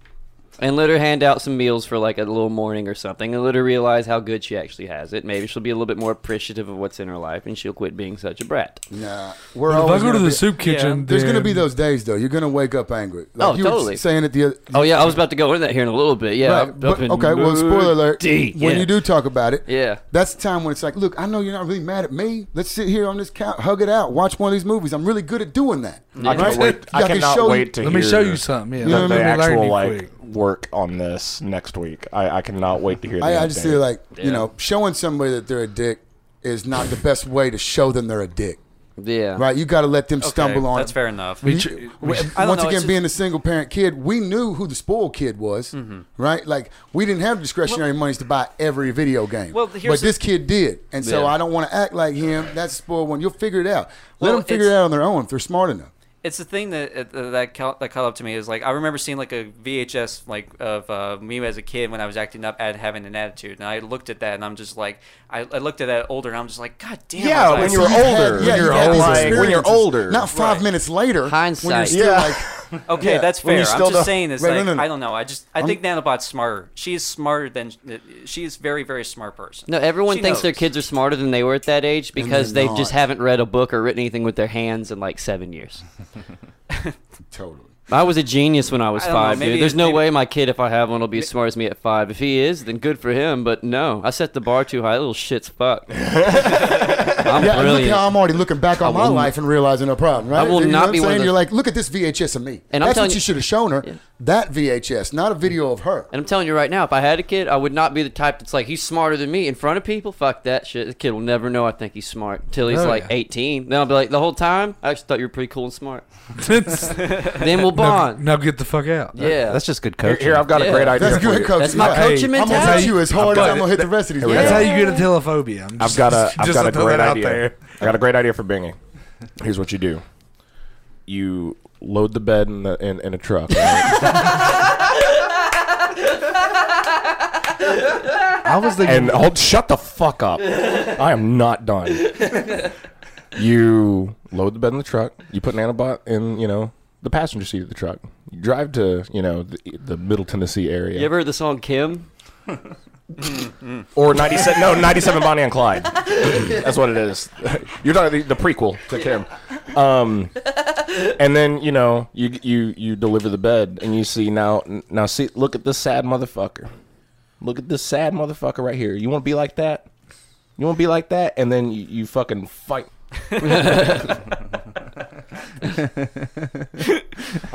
and let her hand out some meals for like a little morning or something and let her realize how good she actually has it. Maybe she'll be a little bit more appreciative of what's in her life and she'll quit being such a brat. nah, we're If I always go to gonna the be- soup kitchen, There's going to then- be those days though. You're going to wake up angry. Like Oh, you were totally. saying it the other. Oh, yeah, I was about to go into that here in a little bit. Yeah. Right, I'm up but- in- okay. Well, spoiler alert. Deep, When yeah. you do talk about it, Yeah. that's the time when it's like, look, I know you're not really mad at me. Let's sit here on this couch, hug it out, watch one of these movies. I'm really good at doing that. I Right? can't wait. I, I can cannot show you- wait to Let hear me show you something. Yeah. You know what the, I the mean? Learn actual you like quick. work on this next week. I, I cannot wait to hear. The I, I just update. feel like Yeah. you know, showing somebody that they're a dick is not the best way to show them they're a dick. Yeah. Right? You got to let them stumble Okay, on. That's it. fair enough. We tr- we- I don't Once know, again, it's being a single parent kid, we knew who the spoiled kid was, Mm-hmm. right? Like we didn't have the discretionary monies to buy every video game. Well, here's but the- this kid did, and so Yeah. I don't want to act like him. That's a spoiled one. You'll figure it out. Let Well, them figure it it's- out on their own if they're smart enough. it's the thing that uh, that caught, that caught up to me is like I remember seeing like a VHS like of uh, me as a kid when I was acting up at having an attitude, and I looked at that and I'm just like I, I looked at that older and I'm just like God damn. I Yeah, was when like- you were You had- older. yeah, when you you're had older. these Like, when you're experiences. older. not five Right. minute later. when you're Hindsight. still Yeah. like, Okay, Yeah, that's when you fair. I'm still just don't- saying this. Right, no, like, no, no. I don't know. I just I think Nanobot's smarter. She is smarter than she is very very smart person. No, everyone She thinks their knows. kids are smarter than they were at that age because they're they just not. haven't read a book or written anything with their hands in like seven years. totally. I was a genius when I was I don't know, five, maybe- dude. There's no maybe- way my kid, if I have one, will be as smart as me at five. If he is, then good for him. But no, I set the bar too high. Little shit's fuck. I'm Yeah, and look brilliant. how I'm already looking back on my will- life and realizing no problem, right? I will you know not what I'm be one of saying? those- You're like, look at this VHS of me. And I'm that's telling what you- you should have shown her. That VHS, not a video of her. and I'm telling you right now, if I had a kid, I would not be the type that's like he's smarter than me in front of people. Fuck that shit. The kid will never know I think he's smart until he's Oh, like yeah. 18. Then I'll be like, the whole time I just thought you were pretty cool and smart. Then we'll bond. now get the fuck out. yeah, That's just good Here, coaching. here, I've got Yeah. a great idea. That's for good you. coaching. That's my Yeah. coaching I'm gonna hit mentality. you as hard I've as got I'm gonna hit the rest of these. guys. That's how you get a telephobia. I'm I've just- got a. I've just got a to throw great that out idea. there. I got a great idea for Bingy. Here's what you do. You load the bed in the in, in a truck. right? I was thinking. and hold, shut the fuck up. I am not done. You load the bed in the truck. You put Nanobot in, you know, the passenger seat of the truck. You drive to, you know, the, the Middle Tennessee area. you ever heard the song Kim? or 97 no 97 bonnie and clyde that's what it is you're talking the, the prequel to kim um, and then you know you you you deliver the bed and you see now now see look at this sad motherfucker look at this sad motherfucker right here you want to be like that you want to be like that and then you, you fucking fight I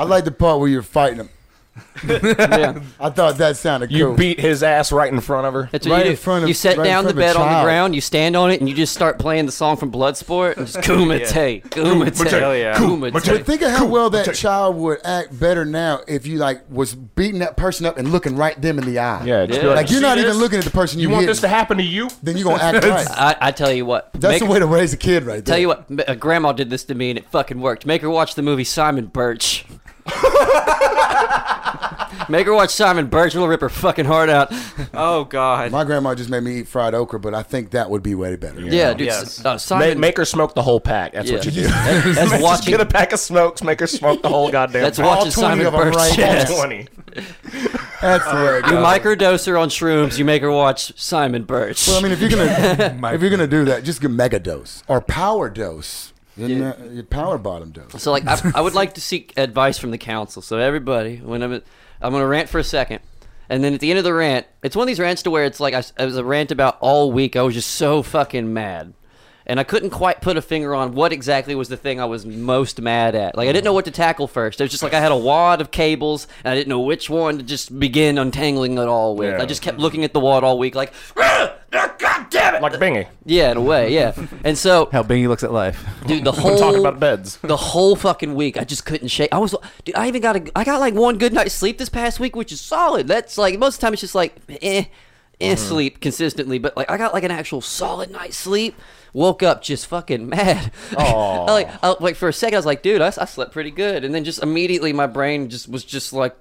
like the part where you're fighting them. Yeah. I thought that sounded You cool. beat his ass right in front of her. That's Right what you in do. front of- you set right in down the front of a bed on the child. ground, you stand on it, and you just start playing the song from Bloodsport. And just kumite, kumite, Hell yeah. but kumite. think of how well that child would act better now if you like was beating that person up and looking right them in the eye. Yeah, just be Yeah. Like like, you're "See not even this? looking at the person You you, want hit, this to happen to you? then you're gonna act right. I, I tell you what, That's make- the way to raise a kid, right there. tell you what, m- uh, Grandma did this to me, and it fucking worked. Make her watch the movie Simon Birch. Make her watch Simon Birch. It'll rip her fucking heart out. Oh God. My grandma just made me eat fried okra, but I think that would be way better. Yeah, dude. Yes. uh, Make, Simon. make her smoke the whole pack. That's what Yeah. you do. That's that's Just watching. get a pack of smokes. Make her smoke the whole goddamn. That's pack. watching 20 Simon of 'em Birch. right All Yes. Twenty. That's the way. it You goes. microdose her on shrooms. You make her watch Simon Birch. Well, I mean, if you're gonna if you're gonna do that, just get mega dose or power dose. Isn't that- your power bottom dose. So like I, I would like to seek advice from the council. So everybody, when I'm I'm gonna rant for a second, and then at the end of the rant, it's one of these rants to where it's like I, s- it was a rant about all week. I was just so fucking mad, and I couldn't quite put a finger on what exactly was the thing I was most mad at. Like I didn't know what to tackle first. It was just like I had a wad of cables, and I didn't know which one to just begin untangling it all with. Yeah. I just kept looking at the wad all week, like "Ah, Like Bingy. yeah, in a way, yeah. And so, How Bingy looks at life. dude, the We're whole talking about beds. the whole fucking week. I just couldn't shake. I was, dude. I even got a, I got like one good night's sleep this past week, which is solid. That's like most of the time it's just like eh, eh, Mm. sleep consistently. But like I got like an actual solid night's sleep. Woke up just fucking mad. I, like, I, like for a second, I was like, dude, I, I slept pretty good, and then just immediately my brain just was just like,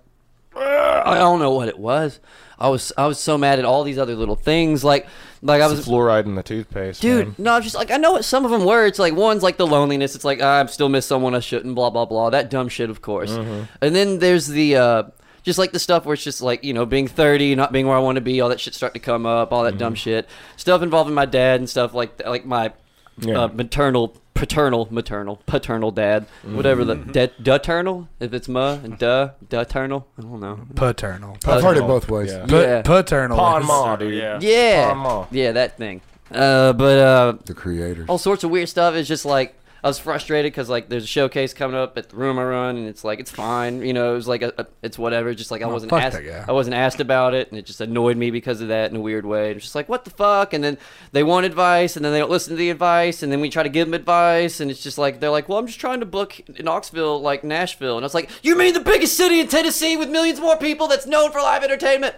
I don't know what it was. I was I was so mad at all these other little things. Like like I was Fluoride in the toothpaste. Dude, man. no, I'm just like I know what some of them were. It's like one's like the loneliness. It's like I still miss someone I shouldn't. Blah blah blah. That dumb shit, of course. And then there's the uh, just like the stuff where it's just like you know being 30, not being where I want to be. All that shit start to come up. All that dumb shit. Stuff involving my dad and stuff like like my Yeah. uh, maternal, paternal, maternal, paternal dad, whatever the da- duternal if it's ma and duh duternal. I don't know. Paternal. I've heard it both ways. Yeah. Pa- Yeah. Paternal. Paw and is- maw, dude. Yeah. Yeah, Mama. yeah, that thing. Uh, but uh, The creator. all sorts of weird stuff. It's just like I was frustrated because like there's a showcase coming up at the room I run, and it's like it's fine, you know. It was like a, a- it's whatever. Just like I wasn't fuck asked, that guy. I wasn't asked about it, and it just annoyed me because of that in a weird way. It was just like what the fuck, and then they want advice, and then they don't listen to the advice, and then we try to give them advice, and it's just like they're like, well, I'm just trying to book Knoxville, like Nashville, and I was like, you mean the biggest city in Tennessee with millions more people that's known for live entertainment?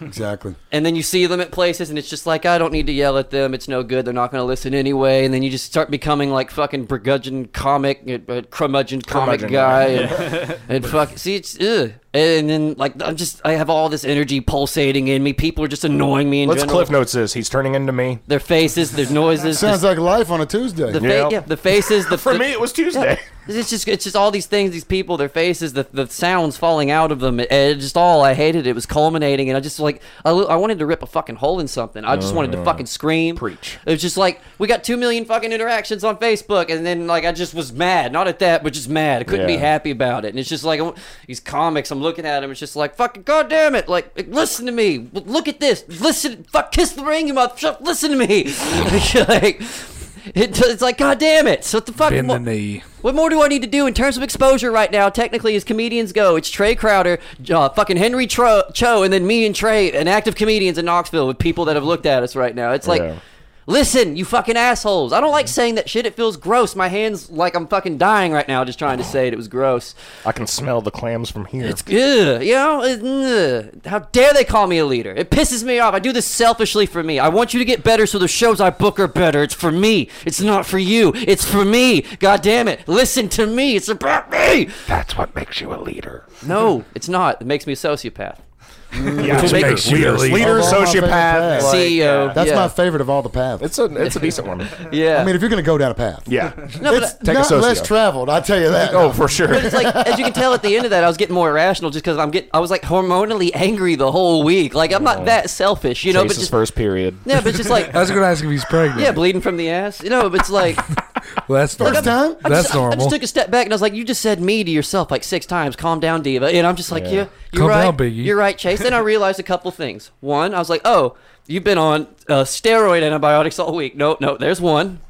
Exactly. and then you see them at places and it's just like i don't need to yell at them it's no good they're not going to listen anyway and then you just start becoming like fucking burgudgeon comic uh, uh, curmudgeon comic Curmudgeon, guy and, and fuck see it's ugh. and then like i'm just i have all this energy pulsating in me people are just annoying me in Let's general cliff notes this. He's turning into me. their faces their noises Sounds just- like life on a Tuesday. the, fa- Yeah. yeah, the faces the For the- me, it was Tuesday. it's just it's just all these things, these people, their faces, the the sounds falling out of them. It, it just all I hated. It was culminating, and I just like I, I wanted to rip a fucking hole in something. I just wanted to fucking scream. Uh-huh. Preach. It was just like we got two million fucking interactions on Facebook, and then like I just was mad, not at that, but just mad. I couldn't be Yeah. happy about it. And it's just like I want- these comics. I'm looking at them. It's just like fucking goddamn it. Like listen to me. Look at this. Listen. Fuck. Kiss the ring. You motherfucker. Listen to me. like. It, it's like, God damn it! So what the fuck? Bend the what- knee. what more do I need to do in terms of exposure right now? Technically, as comedians go, it's Trey Crowder, uh, fucking Henry Tro- Cho, and then me and Trey, an active comedians in Knoxville with people that have looked at us right now. It's like, Yeah. listen, you fucking assholes. I don't like saying that shit. It feels gross. My hands like I'm fucking dying right now just trying to say it. It was gross. I can smell the clams from here. It's ugh, you know. it's, ugh. How dare they call me a leader? It pisses me off. I do this selfishly for me. I want you to get better, so the shows I book are better. It's for me. It's not for you. It's for me. God damn it! Listen to me. It's about me. That's what makes you a leader. No, it's not. It makes me a sociopath. Yeah, It makes you leaders, leaders, Of all my favorite sociopath. paths. like- CEO. That's yeah. my favorite of all the paths. It's a it's a decent one. yeah. I mean, if you're gonna go down a path, Yeah. no, but it's I- Take a not socio. less traveled. I tell you that. Oh, for sure. it's like as you can tell at the end of that, I was getting more irrational just because I'm getting. I was like hormonally angry the whole week. Like I'm not that selfish, you know. But Chase's just, first period. yeah, but just like I was going to ask if he's pregnant. yeah, bleeding from the ass, you know. But it's like. Well, that's First normal. time? I That's just, I normal. just took a step back and I was like, "You just said me to yourself like six times. Calm down, diva." And I'm just like, "Yeah, you're Calm right. down, Biggie." You're right, Chase." Then I realized a couple things. One, I was like, "Oh, you've been on uh, steroid antibiotics all week." No, no, there's one.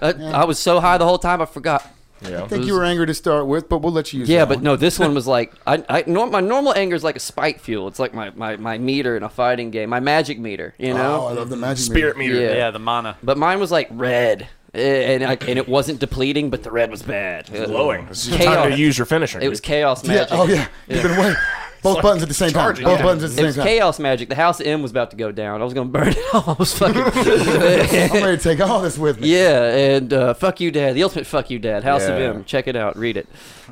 Uh, I was so high the whole time I forgot. Yeah. I think you were angry to start with, but we'll let you use Yeah, that but one. no, this one was like I, I norm, my normal anger is like a spike fuel. It's like my, my, my meter in a fighting game, my magic meter, you know. Oh, I love the magic Spirit meter. meter. Yeah. Yeah, the mana. But mine was like red, Eh, and I, and it wasn't depleting, but the red was bad. It was Glowing. It's just Chaos. time to use your finisher. It was chaos Yeah. magic. Oh yeah. You've been waiting. Both buttons at the same time. charging. Both Yeah. buttons at the It same was time. chaos magic. The house M was about to go down. I was gonna burn it all. I was fucking. I'm ready to take all this with me. Yeah, and uh, fuck you, dad. The ultimate fuck you, dad. House of Yeah. M. Check it out. Read it.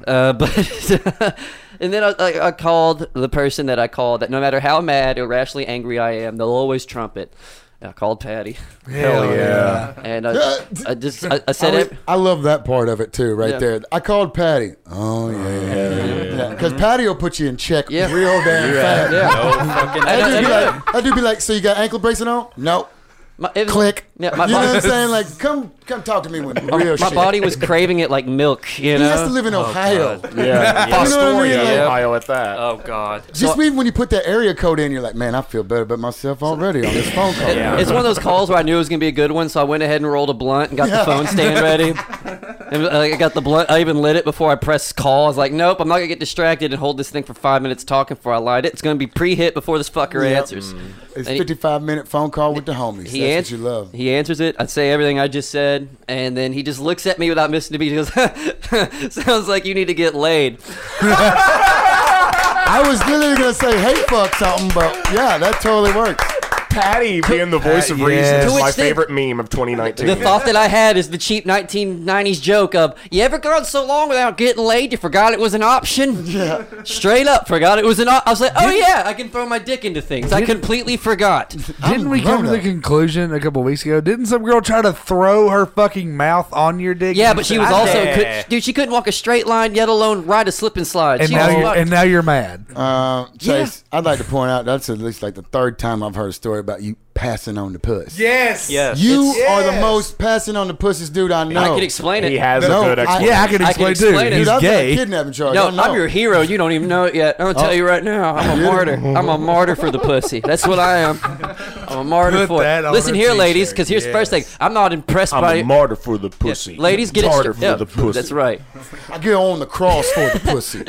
Uh, but and then I, I, I called the person that I called. That no matter how mad or rationally angry I am, they'll always trumpet. I called Patty, Hell yeah. and I, I just I, I I, said always- it. I love that part of it too, right Yeah. there. I called Patty. Oh yeah, because Patty will put you in check Yeah. real damn fast. Yeah. No fucking. I- I do I- be like, I do be like, so you got ankle bracing on? Nope. My, it was- Click. Yeah, my, you know my- what I'm saying? Like, come, come talk to me with real my shit. body was craving it like milk. You He has to know. live in Ohio. You know yeah. what I mean? Astoria, Like- Ohio at that. Oh god. Just even when you put that area code in, you're like, man, I feel better about myself already on this phone call. It- It's one of those calls where I knew it was gonna be a good one, so I went ahead and rolled a blunt and got the phone stand ready. And uh, I got the blunt. I even lit it before I pressed call. I was like, nope, I'm not gonna get distracted and hold this thing for five minutes talking before I light it. It's gonna be pre-hit before this fucker Yep. answers. It's And he- 55 minute phone call with the homies. He That's ans- what you love. He answers it. I say everything I just said, and then he just looks at me without missing a beat. He goes, "Sounds like you need to get laid." I was literally gonna say, hey, fuck something, but yeah, that totally works. Patty being the voice of Yeah. reason To is which my they- favorite meme of 2019. The thought that I had is the cheap 1990s joke of, you ever gone so long without getting laid you forgot it was an option? Yeah. Straight up forgot it was an option. I was like, oh yeah, I can throw my dick into things. I completely forgot. I'm Didn't we come grown to the up. conclusion a couple weeks ago? Didn't some girl try to throw her fucking mouth on your dick? Yeah, and but you she was said, also, "Yeah." could, dude, she couldn't walk a straight line, yet alone ride a slip and slide. And she now, was you're, fucked. and now you're mad. Um, Chase, I'd like to point out that's at least like the third time I've heard a story about you passing on the puss. Yes. Yes. You It's- are the Yes. most passing on the pussiest dude I know. I could explain it. he has No, a good I- explanation. Yeah, I can I explain, can explain too. it. Dude, He's I've got a gay. kidnapping charge. No, I know. I'm your hero. You don't even know it yet. I'm gonna Oh. tell you right now. I'm a martyr. I'm a martyr for the pussy. That's what I am. I'm a martyr Put for that it. on Listen a here, ladies, t-shirt. because here's the first thing. Yes. I'm not impressed I'm by a martyr for the pussy. Ladies, get martyr it for straight. Yeah, the pussy. That's right. I get on the cross for the pussy.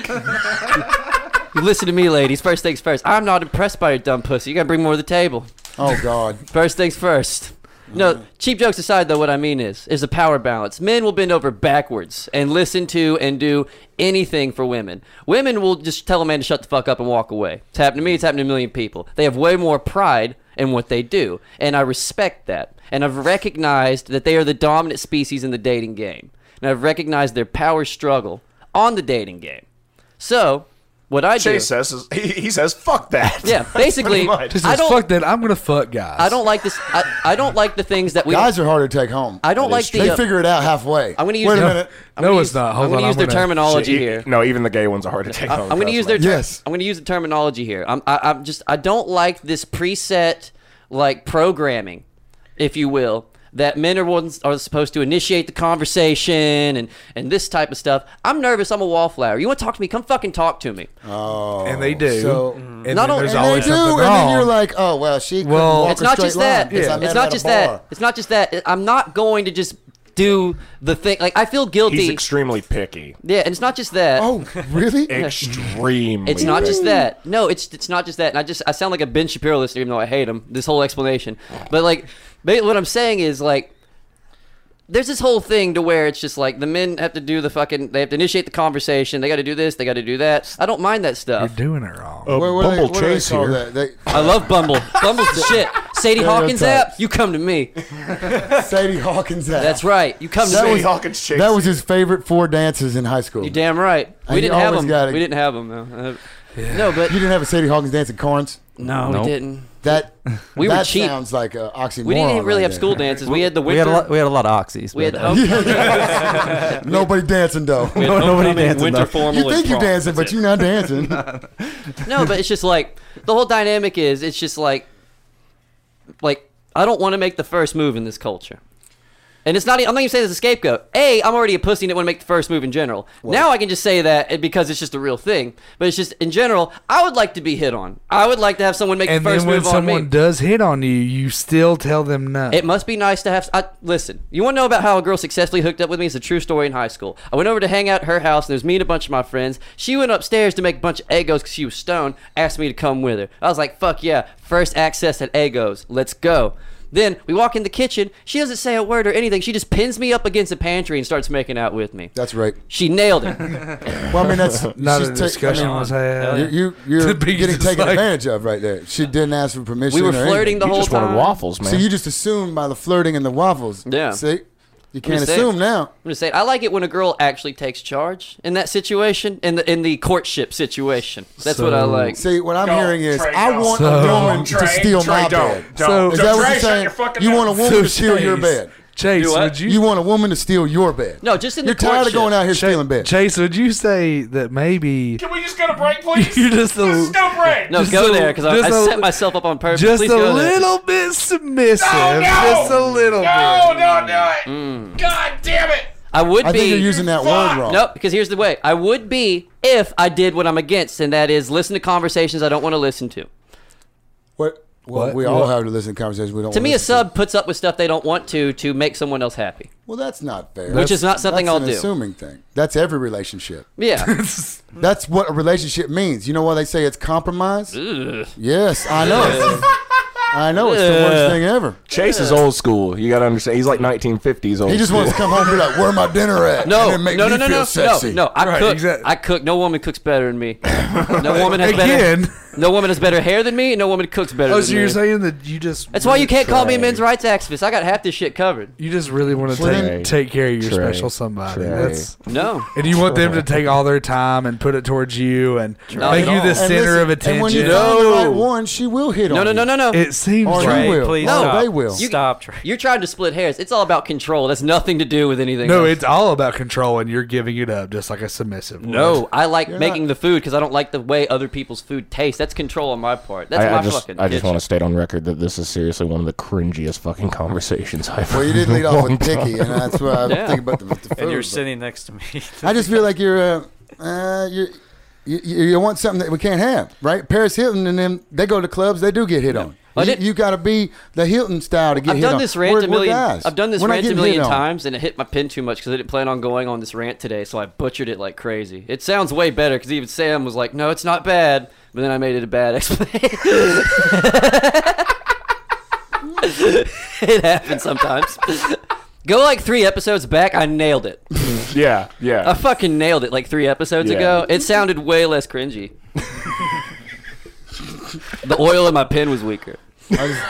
You listen to me, ladies. First things first. I'm not impressed by your dumb pussy. You gotta bring more to the table. Oh God. First things first. Uh-huh. No, cheap jokes aside, though, what I mean is, is the power balance. Men will bend over backwards and listen to and do anything for women. Women will just tell a man to shut the fuck up and walk away. It's happened to me. It's happened to a million people. They have way more pride in what they do, and I respect that. And I've recognized that they are the dominant species in the dating game, and I've recognized their power struggle on the dating game. So, what I do, Chase says is, he, he says fuck that. yeah, basically, Pretty much. Just I says, don't- fuck that. I'm going to fuck guys. I don't like this. I, I don't like the things that we Guys are harder to take home. I don't That is like the, They uh, figure it out halfway. I'm gonna use Wait a the- minute. I'm No, gonna it's use- not. Hold I'm gonna on, use I'm their gonna- terminology Shit, you- here. Uh, No, even the gay ones are hard to take home. I'm going to trust use their. me. ter- Yes. I'm going to use the terminology here. I'm. I, I'm just. I don't like this preset like programming, if you will. That men are ones are supposed to initiate the conversation and and this type of stuff. I'm nervous. I'm a wallflower. You want to talk to me? Come fucking talk to me. And they do. Oh, So- and Not then only- there's And always they do, something and wrong. then you're like, oh well, she couldn't Well- walk it's a not straight just that. line 'cause I It's, met it's her at not a just bar. that. It's not just that. I'm not going to just do the thing. Like I feel guilty. He's extremely picky. yeah, and it's not just that. Oh really? Extremely. It's not picky. just that. No, it's it's not just that. And I just I sound like a Ben Shapiro listener, even though I hate him. This whole explanation, but like, ba- what I'm saying is like, there's this whole thing to where it's just like the men have to do the fucking, they have to initiate the conversation. They got to do this. They got to do that. I don't mind that stuff. You're doing it wrong. What- what do they- Bumble what do they Chase call here. that? They- I love Bumble. Bumble's the shit. Sadie Hawkins app, you come to me. Sadie Hawkins. app. That's right. You come to That me. was- Sadie Hawkins Chase. That was his favorite four dances in high school. you damn right. And you We didn't have always them. gotta- We didn't have them. though. Uh, No, but You didn't have a Sadie Hawkins dance at Corns. no, Nope. we didn't. That We were that cheap. sounds like an oxymoron. We didn't even right really have there. school dances. We had the winter. We had a lot. We had a lot of oxys. we had but, the, uh, Nobody dancing though. We had No, nobody homecoming, dancing, winter though. formal. You think and you're prom. dancing, but That's you're not dancing. it. no, but it's just like the whole dynamic is. It's just like, like I don't want to make the first move in this culture. And it's not. e, I'm not even saying this as a scapegoat. A, I'm already a pussy and didn't want to make the first move in general. now I can just say that because it's just a real thing. But it's just in general, I would like to be hit on. I would like to have someone make And the first then when move on me. someone does hit on you, you still tell them no. It must be nice to have. I, listen, you want to know about how a girl successfully hooked up with me? It's a true story in high school. I went over to hang out at her house, and there's me and a bunch of my friends. She went upstairs to make a bunch of egos because she was stoned. Asked me to come with her. I was like, "Fuck yeah!" First access at egos. Let's go. Then we walk in the kitchen. She doesn't say a word or anything. She just pins me up against the pantry and starts making out with me. That's right. She nailed it. Well, I mean, that's Not she's a ta- I discussion mean, was had. you, you, you're The biggest getting taken like- advantage of right there. She didn't ask for permission. we were or anything. flirting the you whole just time. wanted waffles, man. So you just assumed by the flirting and the waffles. Yeah. See, you can't saying. assume now. I'm just saying, I like it when a girl actually takes charge in that situation, in the in the courtship situation. That's what I So- like. See, what I'm Don't hearing is trade I us. want So- a woman Don't, Trey. to steal Trey, my don't. bed. So- Don't. Is So, that what Trey, you're shut saying? your fucking you mouth. want a woman So, to steal your bed. Chase, Do what? would you, You want a woman to steal your bed. No, just in the You're tired of courtship. going out here stealing Chase, beds. Chase, would you say that maybe Can we just go to break, please? You're just a- Let's go break. No, Just go a- there because I, just I a- set myself up on purpose. just Please a go there. little bit submissive? Oh, No, no. Just a little no, bit. don't do it. God damn it. I would I be. think you're using that word wrong. Nope, because here's the way. I would be if I did what I'm against, and that is listen to conversations I don't want to listen to. What? Well, What? we all What? have to listen to conversations we don't. To wanna me, a listen sub puts up with stuff they don't want to to make someone else happy. Well, that's not fair. Which is not something that's I'll an do. Assuming thing. That's every relationship. Yeah. That's what a relationship means. You know why they say it's compromise? Yes, I know. I know it's the worst thing ever. Chase is old school. You gotta understand. He's like 1950s old. He just school. wants to come home and be like, "Where my dinner at?" and No, then no, make me no, no, no, feel no, sexy. no. I Right, cook. exactly. I cook. No woman cooks better than me. No woman has Again. better. No woman has better hair than me. No woman cooks better. Oh, than so you're me. saying that you just That's why you can't call me a Trey. men's rights activist. I got half this shit covered. you just really want to Trey. take, take care of your Trey. special somebody. Trey. That's No. and you want them to take all their time and put it towards you and Not make at you all. the And And center listen, of attention. And when you find the right one, she will hit No, on no, you. no, no, no. it seems Or like you Trey, will. please or stop. they will. Stop, Trey. You're trying to split hairs. It's all about control. That's nothing to do with anything. no, else. it's all about control, and you're giving it up just like a submissive. would. No, I like making the food because I don't like the way other people's food tastes. That's control on my part. That's I, my I just, fucking. I just itch. want to state on record that this is seriously one of the cringiest fucking conversations I've. well, you did lead off with picky, and that's why I Yeah. think about the, the food. And you're but- sitting next to me. I just feel like you're, uh, uh, you're, you, you you want something that we can't have, right? Paris Hilton and them, they go to clubs, they do get hit on. I You, did- you got to be the Hilton style to get I've hit done on. this rant We're- a we're 1000000 guys. I've done this We're not rant a getting million hit on. times, and it hit my pen too much because I didn't plan on going on this rant today, so I butchered it like crazy. It sounds way better because even Sam was like, "No, it's not bad," but then I made it a bad explanation. it happens sometimes. Go like three episodes back. I nailed it. yeah, I yeah. fucking nailed it like three episodes Yeah. ago. It sounded way less cringy. the oil in my pen was weaker. I, just-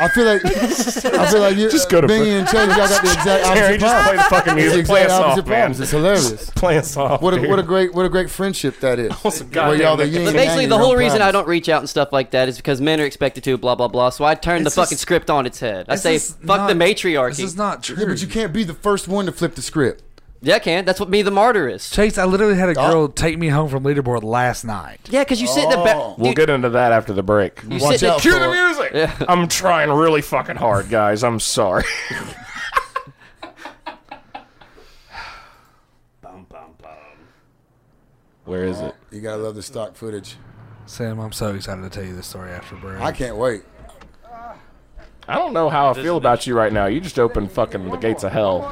I feel like I feel like you Just go to Bingy br- and Chase. Y'all got the exact opposite Terry, just play problems. the It's fucking the music. Play exact us opposite off, man. problems. It's hilarious. Play us off. What a, dude. what a great what a great friendship that is. Where y'all the yin But and yang basically, in the your whole own reason I problems. don't reach out and stuff like that is because men are expected to, blah, blah, blah. So I turned It's the fucking just- script on its head. I This say, is fuck not- the This matriarchy. is not true. Yeah, but you can't be the first one to flip the script. yeah, I can. That's what me, the martyr, is. Chase, I literally had a girl take me home from leaderboard last night. Yeah, because you sit in the back. Oh. We'll dude, get into that after the break. you Watch sit out In Cue for the it. music. I'm trying really fucking hard, guys. I'm sorry. Where is it? You gotta love the stock footage. Sam, I'm so excited to tell you this story after break. I can't wait. I don't know how I feel about you right now. You just opened fucking the gates of hell.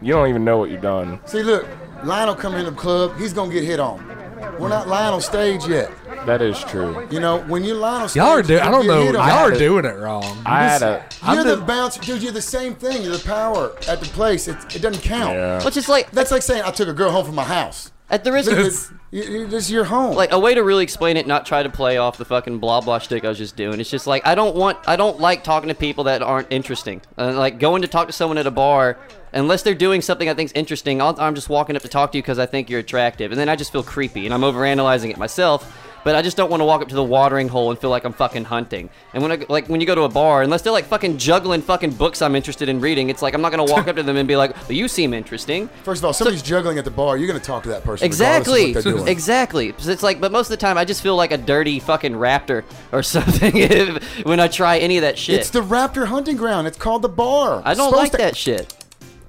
You don't even know what you've done. See, look, Lionel coming in the club, he's gonna get hit on. We're not lying on stage yet. That is true. You know, when you're lying on stage, Y'all are doing. I you don't get know. hit Y'all on. are doing it wrong. I had a. You're the, bouncer, dude. You're the same thing. You're the power at the place. It, it doesn't count. Yeah. Which is like, That's like saying I took a girl home from my house. at the risk Look, of. it's, you- you- this is your home. like a way to really explain it, not try to play off the fucking blah blah shtick I was just doing. It's just like I don't want, I don't like talking to people that aren't interesting. Uh, like going to talk to someone at a bar, unless they're doing something I think's interesting. I'll, I'm just walking up to talk to you because I think you're attractive, and then I just feel creepy, and I'm overanalyzing it myself. but I just don't want to walk up to the watering hole and feel like I'm fucking hunting. And when I like when you go to a bar, unless they're like fucking juggling fucking books I'm interested in reading, it's like I'm not gonna walk up to them and be like, well, "You seem interesting." First of all, somebody's juggling at the bar. You're going to talk to that person. regardless of Exactly. What they're doing. Exactly. So It's like, but most of the time, I just feel like a dirty fucking raptor or something if, when I try any of that shit. It's the raptor hunting ground. It's called the bar. I don't Supposed like to- that shit.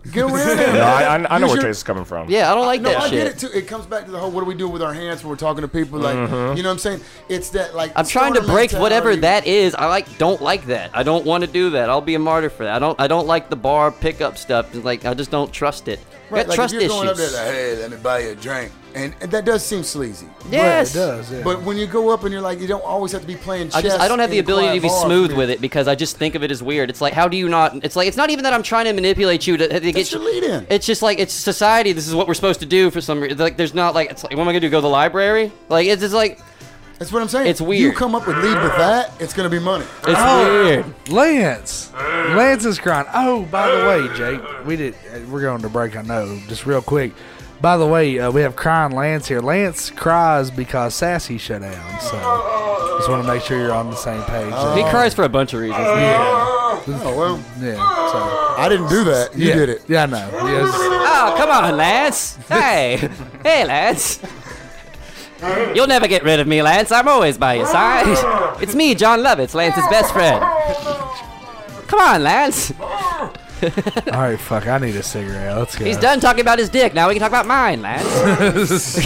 Get around it. No, I, I, I know Use where your- Chase is coming from. Yeah, I don't like No, that I shit. get it too. It comes back to the whole what do we do with our hands when we're talking to people? Like, Mm-hmm. you know what I'm saying? It's that, like, I'm trying to stoner break whatever mentality. that is. I like don't like that. I don't want to do that. I'll be a martyr for that. I don't I don't like the bar pickup stuff. It's like I just don't trust it. I Right, got like, trust if you're going up there, issues. like, hey, let me buy you a drink. And, and that does seem sleazy. yes. does. Yeah. But when you go up and you're like, you don't always have to be playing chess. I just I don't have the in a ability to quiet be bar. smooth with it because I just think of it as weird. It's like how do you not? It's like it's not even that I'm trying to manipulate you to, to get That's your lead in. It's just like it's society. This is what we're supposed to do for some reason. Like there's not like it's like what am I gonna do? Go to the library? Like it's just like That's what I'm saying. It's You weird. come up with lead with that, it's going to be money. it's Ah. weird. Lance, Lance is crying. Oh, by the way, Jake, we did. uh, We're going to break. I know. Just real quick. By the way, uh, we have crying Lance here. Lance cries because Sassy shut down. So just want to make sure you're on the same page. He cries for a bunch of reasons. Ah. Oh, well, yeah. So, I didn't do that. You yeah. did it. Yeah, I know. Yes. Oh, come on, Lance. Hey. hey, Lance. You'll never get rid of me, Lance. I'm always by your Ah. side. It's me, John Lovitz, Lance's best friend. Come on, Lance. All right, fuck. I need a cigarette. Let's go. He's done talking about his dick. Now we can talk about mine, Lance.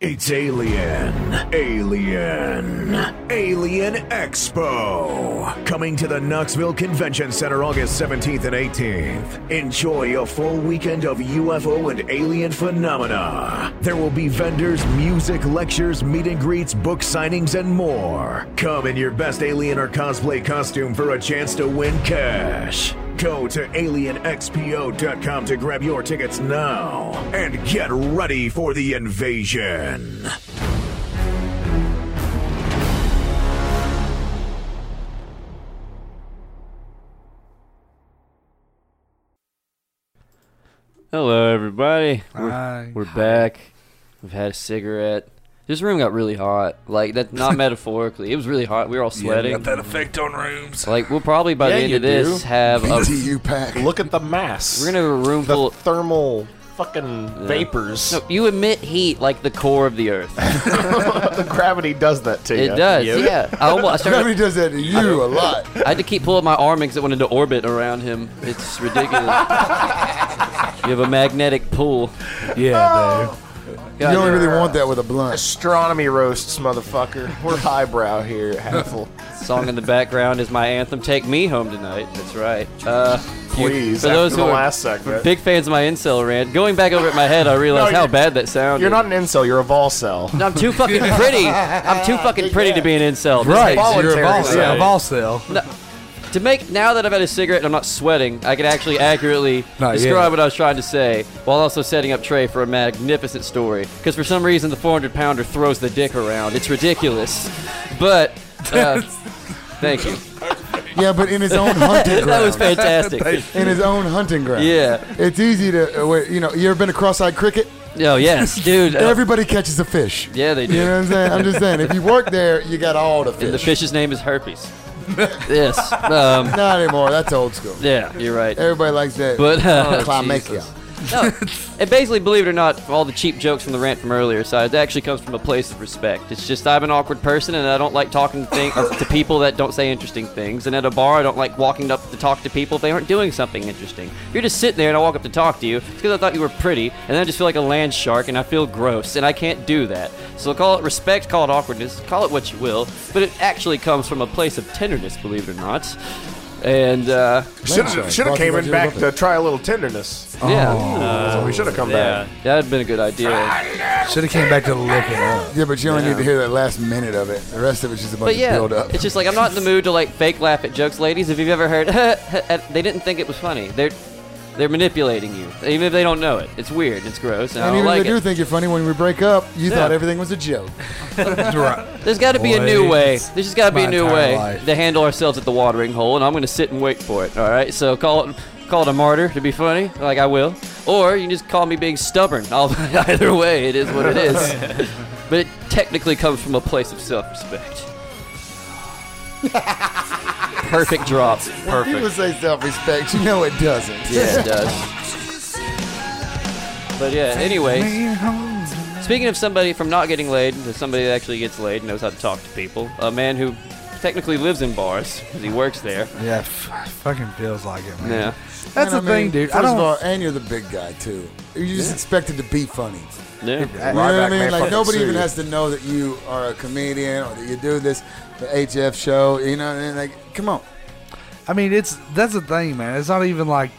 It's Alien, Alien, Alien Expo. Coming to the Knoxville Convention Center August 17th and 18th. Enjoy a full weekend of UFO and alien phenomena. There will be vendors, music, lectures, meet and greets, book signings, and more. Come in your best alien or cosplay costume for a chance to win cash. Go to alienxpo.com to grab your tickets now and get ready for the invasion. Hello, everybody. We're, Hi. we're back. We've had a cigarette. This room got really hot. Like, that's not metaphorically. It was really hot. We were all sweating. That effect on rooms. like, we'll probably by the Yeah, end you of this do. have a. BTU pack. Look at the mass. We're gonna have a room the full. thermal fucking vapors. No, you emit heat like the core of the earth. the gravity does that to It you. does, yeah. I, almost, I, started, Gravity does that to you a lot. I had to keep pulling my arm because it went into orbit around him. It's ridiculous. you have a magnetic pull. Yeah, dude. You don't really want that with a blunt. Astronomy roasts, motherfucker. We're highbrow here at Halfle. Song in the background is my anthem, Take Me Home Tonight. That's right. Uh, you- Please, for after those who the are last segment. big fans of my incel rant, going back over it in my head, I realized No, how you're- bad that sounded. You're not an incel, you're a vol cell. I'm too fucking pretty. I'm too fucking pretty to be an incel. This Right. takes- You're voluntary, a ball cell. right. A ball cell. To make now that I've had a cigarette and I'm not sweating, I can actually accurately Not describe yet. what I was trying to say while also setting up Trey for a magnificent story. Because for some reason the 400 pounder throws the dick around. It's ridiculous, but uh, thank you. Yeah, but in his own hunting That was ground. fantastic. In his own hunting ground. Yeah. It's easy to, uh, wait, you know, you ever been to cross-eyed cricket? Oh yes, dude. uh, Everybody catches a fish. yeah, they You know do. what I'm saying? I'm just saying, if you work there, you got all the And the fish. fish's name is herpes. yes. Um, Not anymore. That's old school. yeah, you're right. Everybody likes that. Oh, But uh, Chlamydia. Jesus. No, and basically, believe it or not, all the cheap jokes from the rant from earlier side it actually comes from a place of respect. It's just I'm an awkward person, and I don't like talking to things or to people that don't say interesting things. And at a bar, I don't like walking up to talk to people if they aren't doing something interesting. If you're just sitting there, and I walk up to talk to you, it's because I thought you were pretty, and then I just feel like a land shark, and I feel gross, and I can't do that. So call it respect, call it awkwardness, call it what you will, but it actually comes from a place of tenderness, believe it or not. And uh, Should have came in back to try a little tenderness. Yeah. That's what we should have come yeah, back. that had been a good idea. Should have came back to look it up. Yeah, but you only need to hear that last minute of it. The rest of it's just a bunch But yeah, of build up. it's just like I'm not in the mood to like fake laugh at jokes, ladies. If you've ever heard, at- they didn't think it was funny. They're they're manipulating you, even if they don't know it. It's weird. It's gross. and And, I even don't if like they do it. think you're funny when we break up, you Yeah. thought everything was a joke. There's got to be a new way. Boys, There's just got to be my a new entire way life. to handle ourselves at the watering hole, and I'm gonna sit and wait for it. All right. So call it call it a martyr to be funny, like I will, or you can just call me being stubborn. I'll, either way, it is what it is. but it technically comes from a place of self-respect. Perfect drop. Perfect. People say self-respect. You know it doesn't. Yeah, it does. But yeah, anyways. Speaking of somebody from not getting laid to somebody that actually gets laid and knows how to talk to people, a man who technically lives in bars because he works there. Yeah, f- fucking feels like it, Yeah. man. That's the And I mean, thing, dude. First I don't. of all, and you're the big guy too. You're just expected to be funny. Yeah. You know what I Ryback mean? made Like fucking nobody even serious. has to know that you are a comedian or that you do this, the HF show. You know, and like, come on. I mean, it's that's the thing, man. It's not even like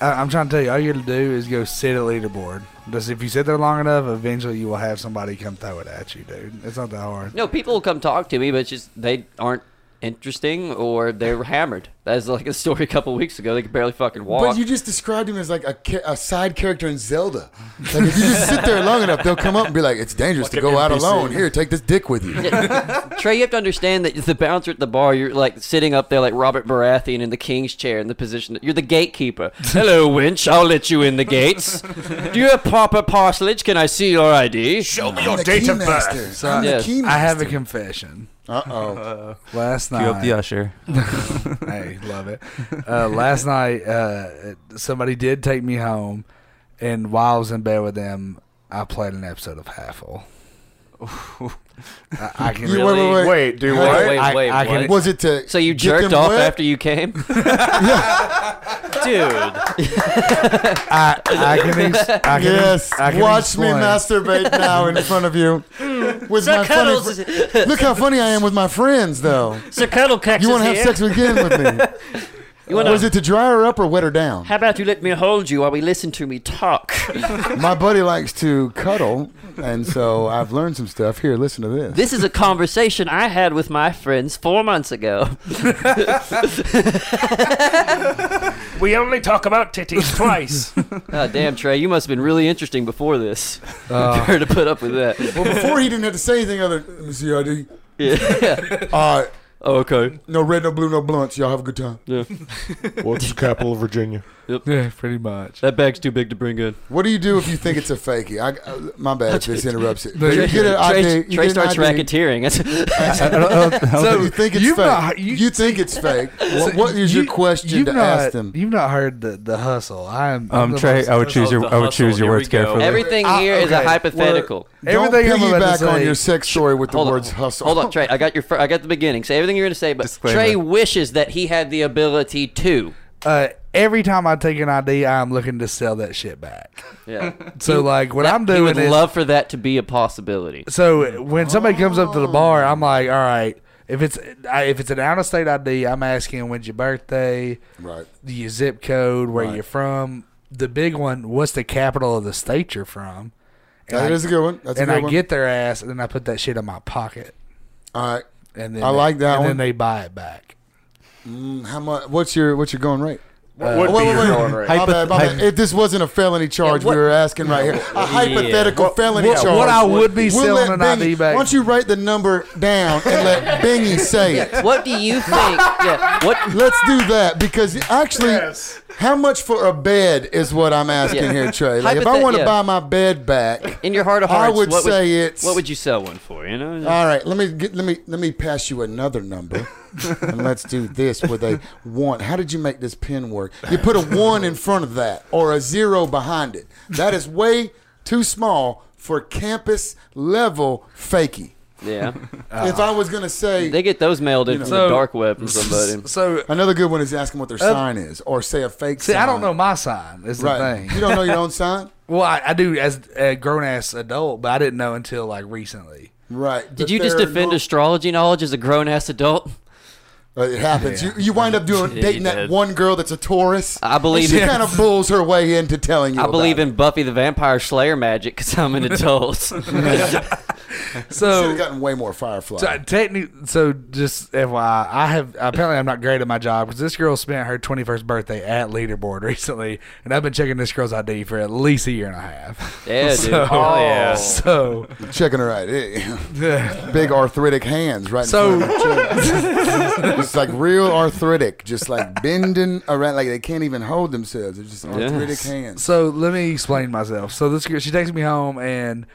I, I'm trying to tell you. All you got to do is go sit at leaderboard. Just if you sit there long enough, eventually you will have somebody come throw it at you, dude. It's not that hard. No, people will come talk to me, but it's just they aren't interesting or they're hammered. That's like a story a couple weeks ago. They could barely fucking walk. But you just described him as like a, ca- a side character in Zelda. Like if you just sit there long enough, they'll come up and be like, "It's dangerous to go out alone. Here, take this dick with you." Trey, you have to understand that the bouncer at the bar, you're like sitting up there like Robert Baratheon in the king's chair in the position. That, you're the gatekeeper. Hello, wench. I'll let you in the gates. Do you have proper parcelage? Can I see your ID? Show me I'm your the date of keymaster. birth. I'm the Yes. keymaster. I have a confession. Uh oh. Last night, Cue up the usher. hey, love it. Uh, last night, uh, somebody did take me home, and while I was in bed with them, I played an episode of Halfle. I, I can. You- wait, wait, wait. Wait, do Wait, what? wait, I- wait, I what? can- Was it to So you get jerked them off wet? after you came? Dude. I, I can. Ex- I can Yes. I can Watch explain. me masturbate now in front of you. With my funny cuddles fr- Look how funny I am with my friends, though. Sir Cuddle You want to have sex again with me? You wanna, Was it to dry her up or wet her down? how about you let me hold you while we listen to me talk? My buddy likes to cuddle, and so I've learned some stuff. Here, listen to this. this is a conversation I had with my friends four months ago. We only talk about titties twice. Oh, damn, Trey, you must have been really interesting before this. Uh, Care to put up with that. Well, before he didn't have to say anything other. Let me see your ID. Yeah. All right. Oh, okay. uh, No red, no blue, no blunts. Y'all have a good time. What's the capital of Virginia? Yeah, pretty much. That bag's too big to bring in. What do you do if you think it's a fakie? I, uh, my bad if this interrupts it. But Trey, you get an ID. Trey, you Trey get an starts ID. racketeering. That's- So you think it's you've fake? not- you, you- think it's fake? What, what is your You- question you've to not, ask them? You've not heard the, the hustle. I am. I'm Um, the Trey, most- I would choose your I would choose your Here we words go. carefully. Everything Ah, I- here is okay, a hypothetical. Don't Everything I'm about to piggyback on say- your sex story with the Hold words on. hustle. Hold on, Trey. I got your. Fir- I got the beginning. Say everything you're gonna say, but Disclaimer. Trey wishes that he had the ability to. Uh, every time I take an ID, I'm looking to sell that shit back. Yeah. So like what I'm he doing would is love for that to be a possibility. so when somebody comes up to the bar, I'm Oh. like, all right, if it's I, if it's an out of state ID, I'm asking when's your birthday, Right. your zip code, where you're from. The big one, what's the capital of the state you're from? And That I, is a good one. That's and a good I one. get their ass, and then I put that shit in my pocket, All right. and then I they- like that and one. Then they buy it back. How much? What's your what's your going rate? Uh, Would wait, be wait, your wait. going rate? My bad, my bad. If this wasn't a felony charge, we were asking right here. A hypothetical felony What, charge. what I would be We'll selling let an Bingy- ID back. Why don't you write the number down and let Bingy say it? What do you think? Yeah. What Let's do that because actually, Yes. How much for a bed is what I'm asking Yeah. here, Trey? Like, if I Hypothet- want to yeah. buy my bed back, In your heart of I hearts, would what say it's- What would you sell one for? You know, all right, let me get, let me let me pass you another number, and let's do this with a one. How did you make this pen work? You put a one in front of that or a zero behind it. That is way too small for campus level fakie. yeah. Ah. if I was gonna say They get those mailed in from So- the dark web from somebody. So Another good one is asking what their sign is, or say a fake see, sign. I don't know my sign. Is the Right? thing. You don't know your own sign, Well, I, I do as a grown ass adult, but I didn't know until like recently. right? Did you just They're defend not- astrology knowledge as a grown ass adult? Uh, It happens. You, you wind up doing Yeah, dating you that did. one girl that's a Taurus. I believe and she in- kind of bulls her way into telling you. I believe about in Buffy the Vampire Slayer magic because I'm an adult. It. Should So have gotten way more Firefly. So technically, so just FYI, I have apparently I'm not great at my job because this girl spent her 21st birthday at Leaderboard recently, and I've been checking this girl's ID for at least a year and a half. Yeah, dude. So, Oh, yeah. So, Checking her out. Big arthritic hands right So- in front of her. It's like real arthritic, just like bending around. Like they can't even hold themselves. They're just arthritic hands. so let me explain myself. So this girl, she takes me home and.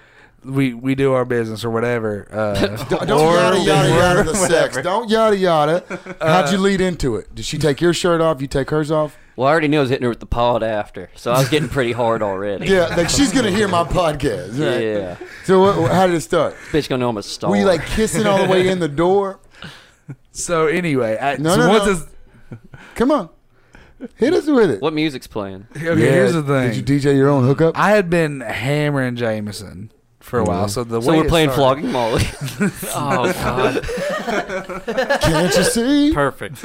We, we do our business or whatever. Uh, Don't yada yada yada the sex. Don't yada yada. How'd you Uh, lead into it? Did she take your shirt off? You take hers off? well, I already knew I was hitting her with the pod after, so I was getting pretty hard already. Yeah, like she's gonna hear my podcast. Right? Yeah. So what, how did it start? Bitch gonna know I'm a star. Were you like kissing all the way in the door? so anyway, I, No, so no, once no. it's- Come on, hit us with it. what music's playing? okay, here's the thing. Did you DJ your own hookup? I had been hammering Jameson for a while, so the So way we're it playing started- Flogging Molly. oh god. Can't you see? Perfect.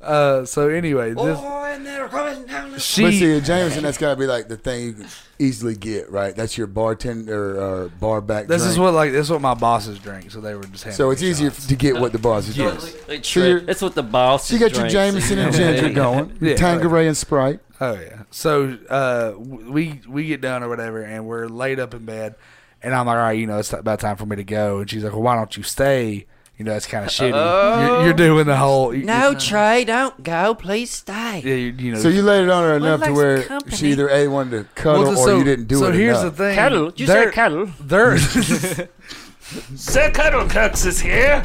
Uh, so anyway, this But see, she at Jameson, that's got to be like the thing you can easily get, right? That's your bartender or bar back. this drink. is what like this is what my bosses drink, so they were just hammering So it's me easier shots. to get what the boss is doing. Like, So you're- That's what the boss. So you got your Jameson and ginger going, Yeah. Tangeray and Sprite. Oh yeah. So uh, w- we we get done or whatever, and we're laid up in bed, and I'm like, all right, you know, it's about time for me to go, and she's like, well, why don't you stay? You know, it's kind of shitty. You're, you're doing the whole you- No, Trey, don't go. Please stay. you, you, you know. So you laid it on her enough to likes where company? she either a wanted to cuddle Well, or you didn't do so it. here's enough. the thing. Cattle. You they're, said cattle. they're Sir Cuddle Cucks is here.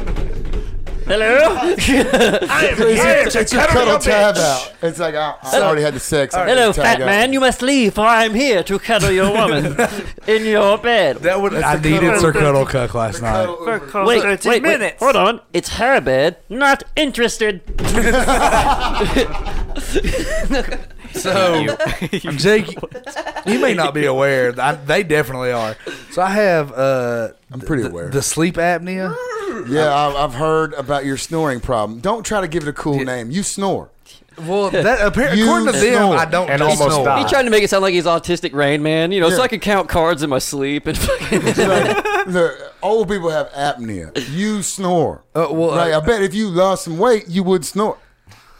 Hello. I am here It's, to it's your cuddle cuddle your tab bitch. out. It's like I, I already had the sex. I Hello, already fat tab out. man. You must leave, for I am here to cuddle your woman in your bed. that would I the needed cuddle- Sir Cuddle Cuck last night. For a call Wait, 30 wait, wait, minutes. Hold on. It's her bed. Not interested. So Jake, you may not be aware. I, they definitely are. So I have. Uh, I'm pretty the- aware. The sleep apnea. Yeah, I, I've heard about your snoring problem. Don't try to give it a cool name. You snore. Well, that apparently, You according to them, snore I don't and just almost snore. die. He tried to make it sound like he's autistic Rain Man, you know, so Yeah. I could count cards in my sleep and fucking. Like, the old people have apnea. You snore. Uh, well, like, uh, I bet if you lost some weight, you would snore.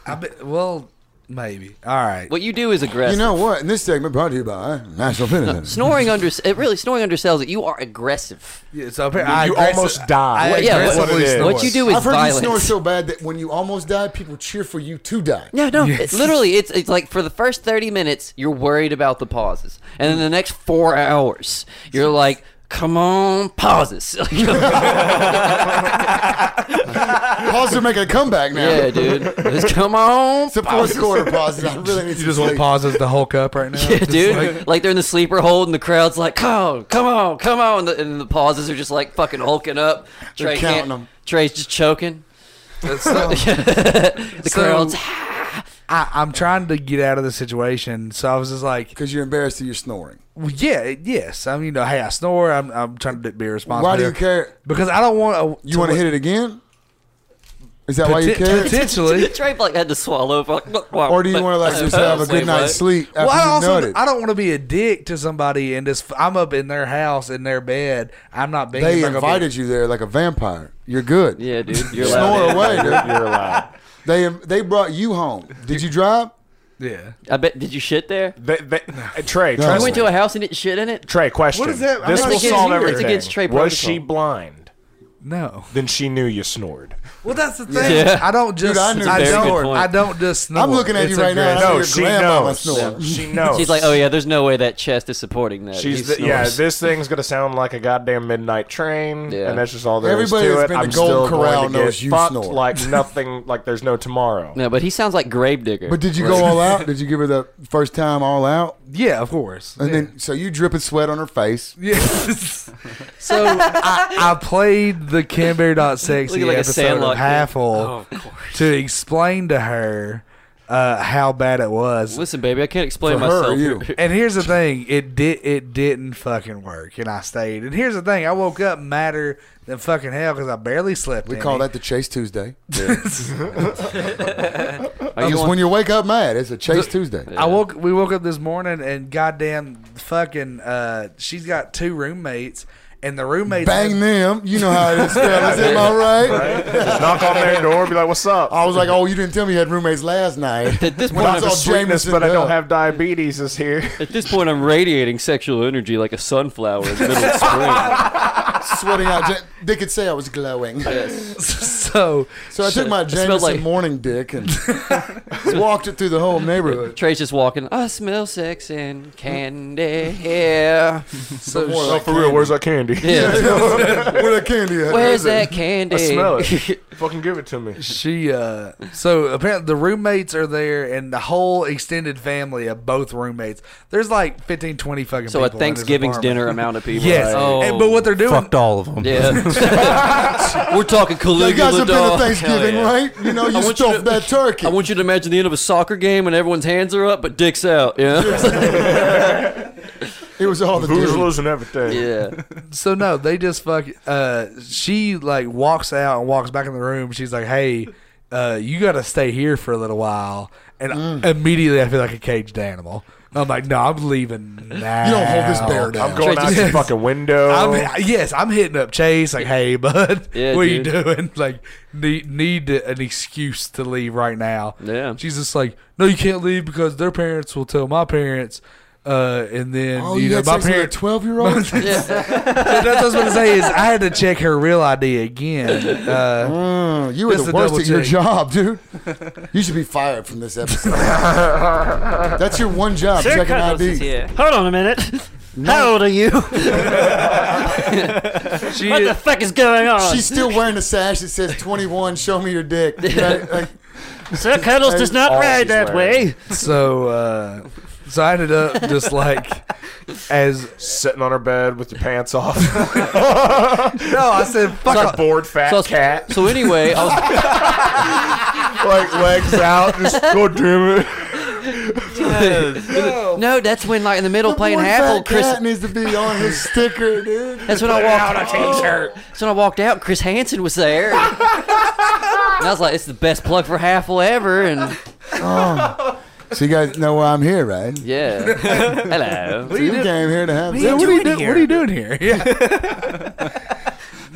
I be, well, maybe. All right. what you do is aggressive. You know what? In this segment brought to you by National Fitness. snoring under it really snoring undersells it. You are aggressive. Yeah, so apparently, I you aggressive- almost die. I Well, yeah, aggressively what- what it is. snore. what you do is I've heard violence. you snore so bad that when you almost die, people cheer for you to die. No, no. It's literally, it's it's like for the first thirty minutes, you're worried about the pauses, and then the next four hours, you're like, "Come on, pauses." Pauses are making a comeback now. yeah, dude. Just come on. It's the fourth quarter pauses. I really need You some just want sleep. pauses the Hulk up right now, Yeah, Just dude. like- Like, they're in the sleeper hold, and the crowd's like, "Come on, come on, come on," and the, and the pauses are just like fucking hulking up. They're Trey counting can't- them. Trey's just choking. the So- crowd's. I, I'm trying to get out of the situation, so I was just like, Because you're embarrassed that you're snoring. well, "Yeah, yes." I mean, you know, hey, I snore. I'm, I'm trying to be responsible. Why do here. you care? Because I don't want You want to hit it again? Is that why you Potent- care? potentially. Trey like had to swallow. Like, Or do you want to like just have a good night's sleep after Well, I you also nutted? I don't want to be a dick to somebody and just I'm up in their house in their bed. I'm not being. They I'm not gonna be- invited you there like a vampire. You're good. Yeah, dude. You're Snore loud. away, dude. You're allowed. They they brought you home. Did you drive? Yeah. I bet. Did you shit there? They, they, Trey, You trust You went me. to a house and didn't shit in it? Trey, question. What is that? I'm This not will against solve you. It's everything. against Trey Was she protocol. blind? No. Then she knew you snored. Well, that's the thing. I don't just. Dude, I I, knew that. Very good don't. point. I don't just. Snore. I'm looking at It's you right now. aggressive. I No, know your she grandmama knows. snore. She knows. She's like, oh yeah, there's no way that chest is supporting that. She's He the- yeah. snores. This thing's gonna sound like a goddamn midnight train, Yeah. and that's just all there is Everybody to that's it. been to I'm Golden still Corral going to knows get you fucked snore. like nothing, like there's no tomorrow. No, but he sounds like Gravedigger. But did you go all out? Did you give her the first time all out? Yeah, of course. And then, so you dripping sweat on her face. Yes. so I, I played the Canberry.sexy Looking like a episode Sandlot of kid. Half Hole to explain to her uh, how bad it was. Listen, baby, I can't explain For her or myself. you? And here's the thing, it did it didn't fucking work, and I stayed. And here's the thing, I woke up madder than fucking hell because I barely slept. We any. call that the Chase Tuesday. Are you Because on- when you wake up mad, it's a Chase Tuesday. I woke. We woke up this morning, and goddamn, fucking, uh, she's got two roommates, and the roommates Bang them. You know how it is, fellas. Am I right? Just knock on their door, be like, "What's up?" I was like, oh, you didn't tell me you had roommates last night. At this When point, I I'm saw a Sweetness, Jameson but I Dub. don't have diabetes. Is here. At this point, I'm radiating sexual energy like a sunflower in the middle of spring. sweating out. Ja- They could say I was glowing. So So I took my It smelled Jameson like- morning dick and walked it through the whole neighborhood. Trey's just walking. I smell sex and candy. Yeah, So Oh, for real, where's that candy? yeah. Where that candy at? Where's that candy? I smell it. Fucking give it to me. she, uh, so apparently the roommates are there, and the whole extended family of both roommates. There's like 15, 20 fucking. So a people in this Thanksgiving's apartment. dinner amount of people. Yes, Oh. And- but what they're doing, Fucked all of them. Yeah. We're talking Caligula. You guys have been to dog. Hell Thanksgiving, yeah. right? You know, you want you stuffed to- that turkey. I want you to imagine the end of a soccer game when everyone's hands are up but dicks out. Yeah. it was all the dudes. Boozlers and everything. yeah. So no, they just fuck. Uh, she like walks out and walks back in the room. She's like, "Hey, uh, you got to stay here for a little while." And Mm. immediately, I feel like a caged animal. I'm like, "No, I'm leaving now." You don't hold this bear down. I'm going out your fucking window. I'm, yes, I'm hitting up Chase. Like, hey, bud, Yeah, what dude. are you doing? Like, need need an excuse to leave right now. Yeah. she's just like, no, you can't leave because their parents will tell my parents, uh, and then Oh, you you know had my sex with a parents 12 year old? that's what I was going to say is I had to check her real ID again. Uh, You were Just the a worst double at your check. job, dude. You should be fired from this episode. That's your one job, checking IDs. Yeah. Hold on a minute. How old are you? she, what the fuck is going on? She's still wearing a sash that says 21, show me your dick. Right? Like, Sir Cuddles does not Oh, All ride she's that wearing. way. so uh, so I ended up just like as Sitting on her bed with your pants off. no, I said fuck. like a off. bored fat So, cat. so anyway, I was, like legs out. Just God damn it. no, that's when like in the middle playing one half fat hole, Chris. cat needs to be on his sticker, dude. That's when I walked out a t-shirt. That's when I walked out. and Chris Hansen was there. and I was like, it's the best plug for Halfle ever. And So you guys know why I'm here, right? yeah, hello. So you came here to have Yeah, sex. what, are you do, what are you doing here?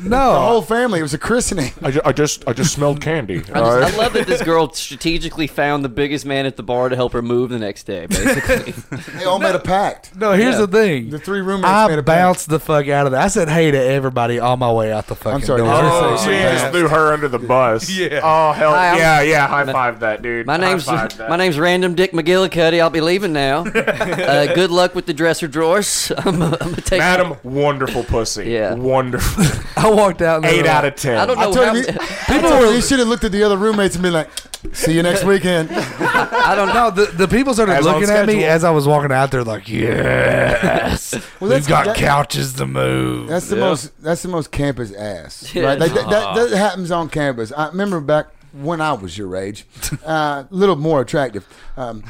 Yeah. The no, whole family. It was a christening. I, ju- I just I just smelled candy. I, all just, right? I love that this girl strategically found the biggest man at the bar to help her move the next day. Basically, They all made a pact. no. Here's Yeah. the thing. The three roommates made I a pact. bounced the fuck out of that. I said hey to everybody on my way out the fucking sorry, door. did you Oh, so you just threw her under the bus. Yeah. Oh hell Hi, I'm- yeah yeah. High five that dude. my name's High five that. my name's Random Dick McGillicuddy. I'll be leaving now. Uh, good luck with the dresser drawers. I'm, I'm gonna take. Madam, wonderful pussy. Yeah. Wonderful. I walked out. and they Eight were out like, of ten. I don't I know how. told you, people were. You should have looked at the other roommates and been like, "See you next weekend." I don't know. The, the people started As on looking at me schedule. as I was walking out there, like, yes, that's- we've got that- couches to move. That's the most. That's the most campus ass, right? Like, that, that, that happens on campus. I remember back when I was your age, a little more attractive. Um,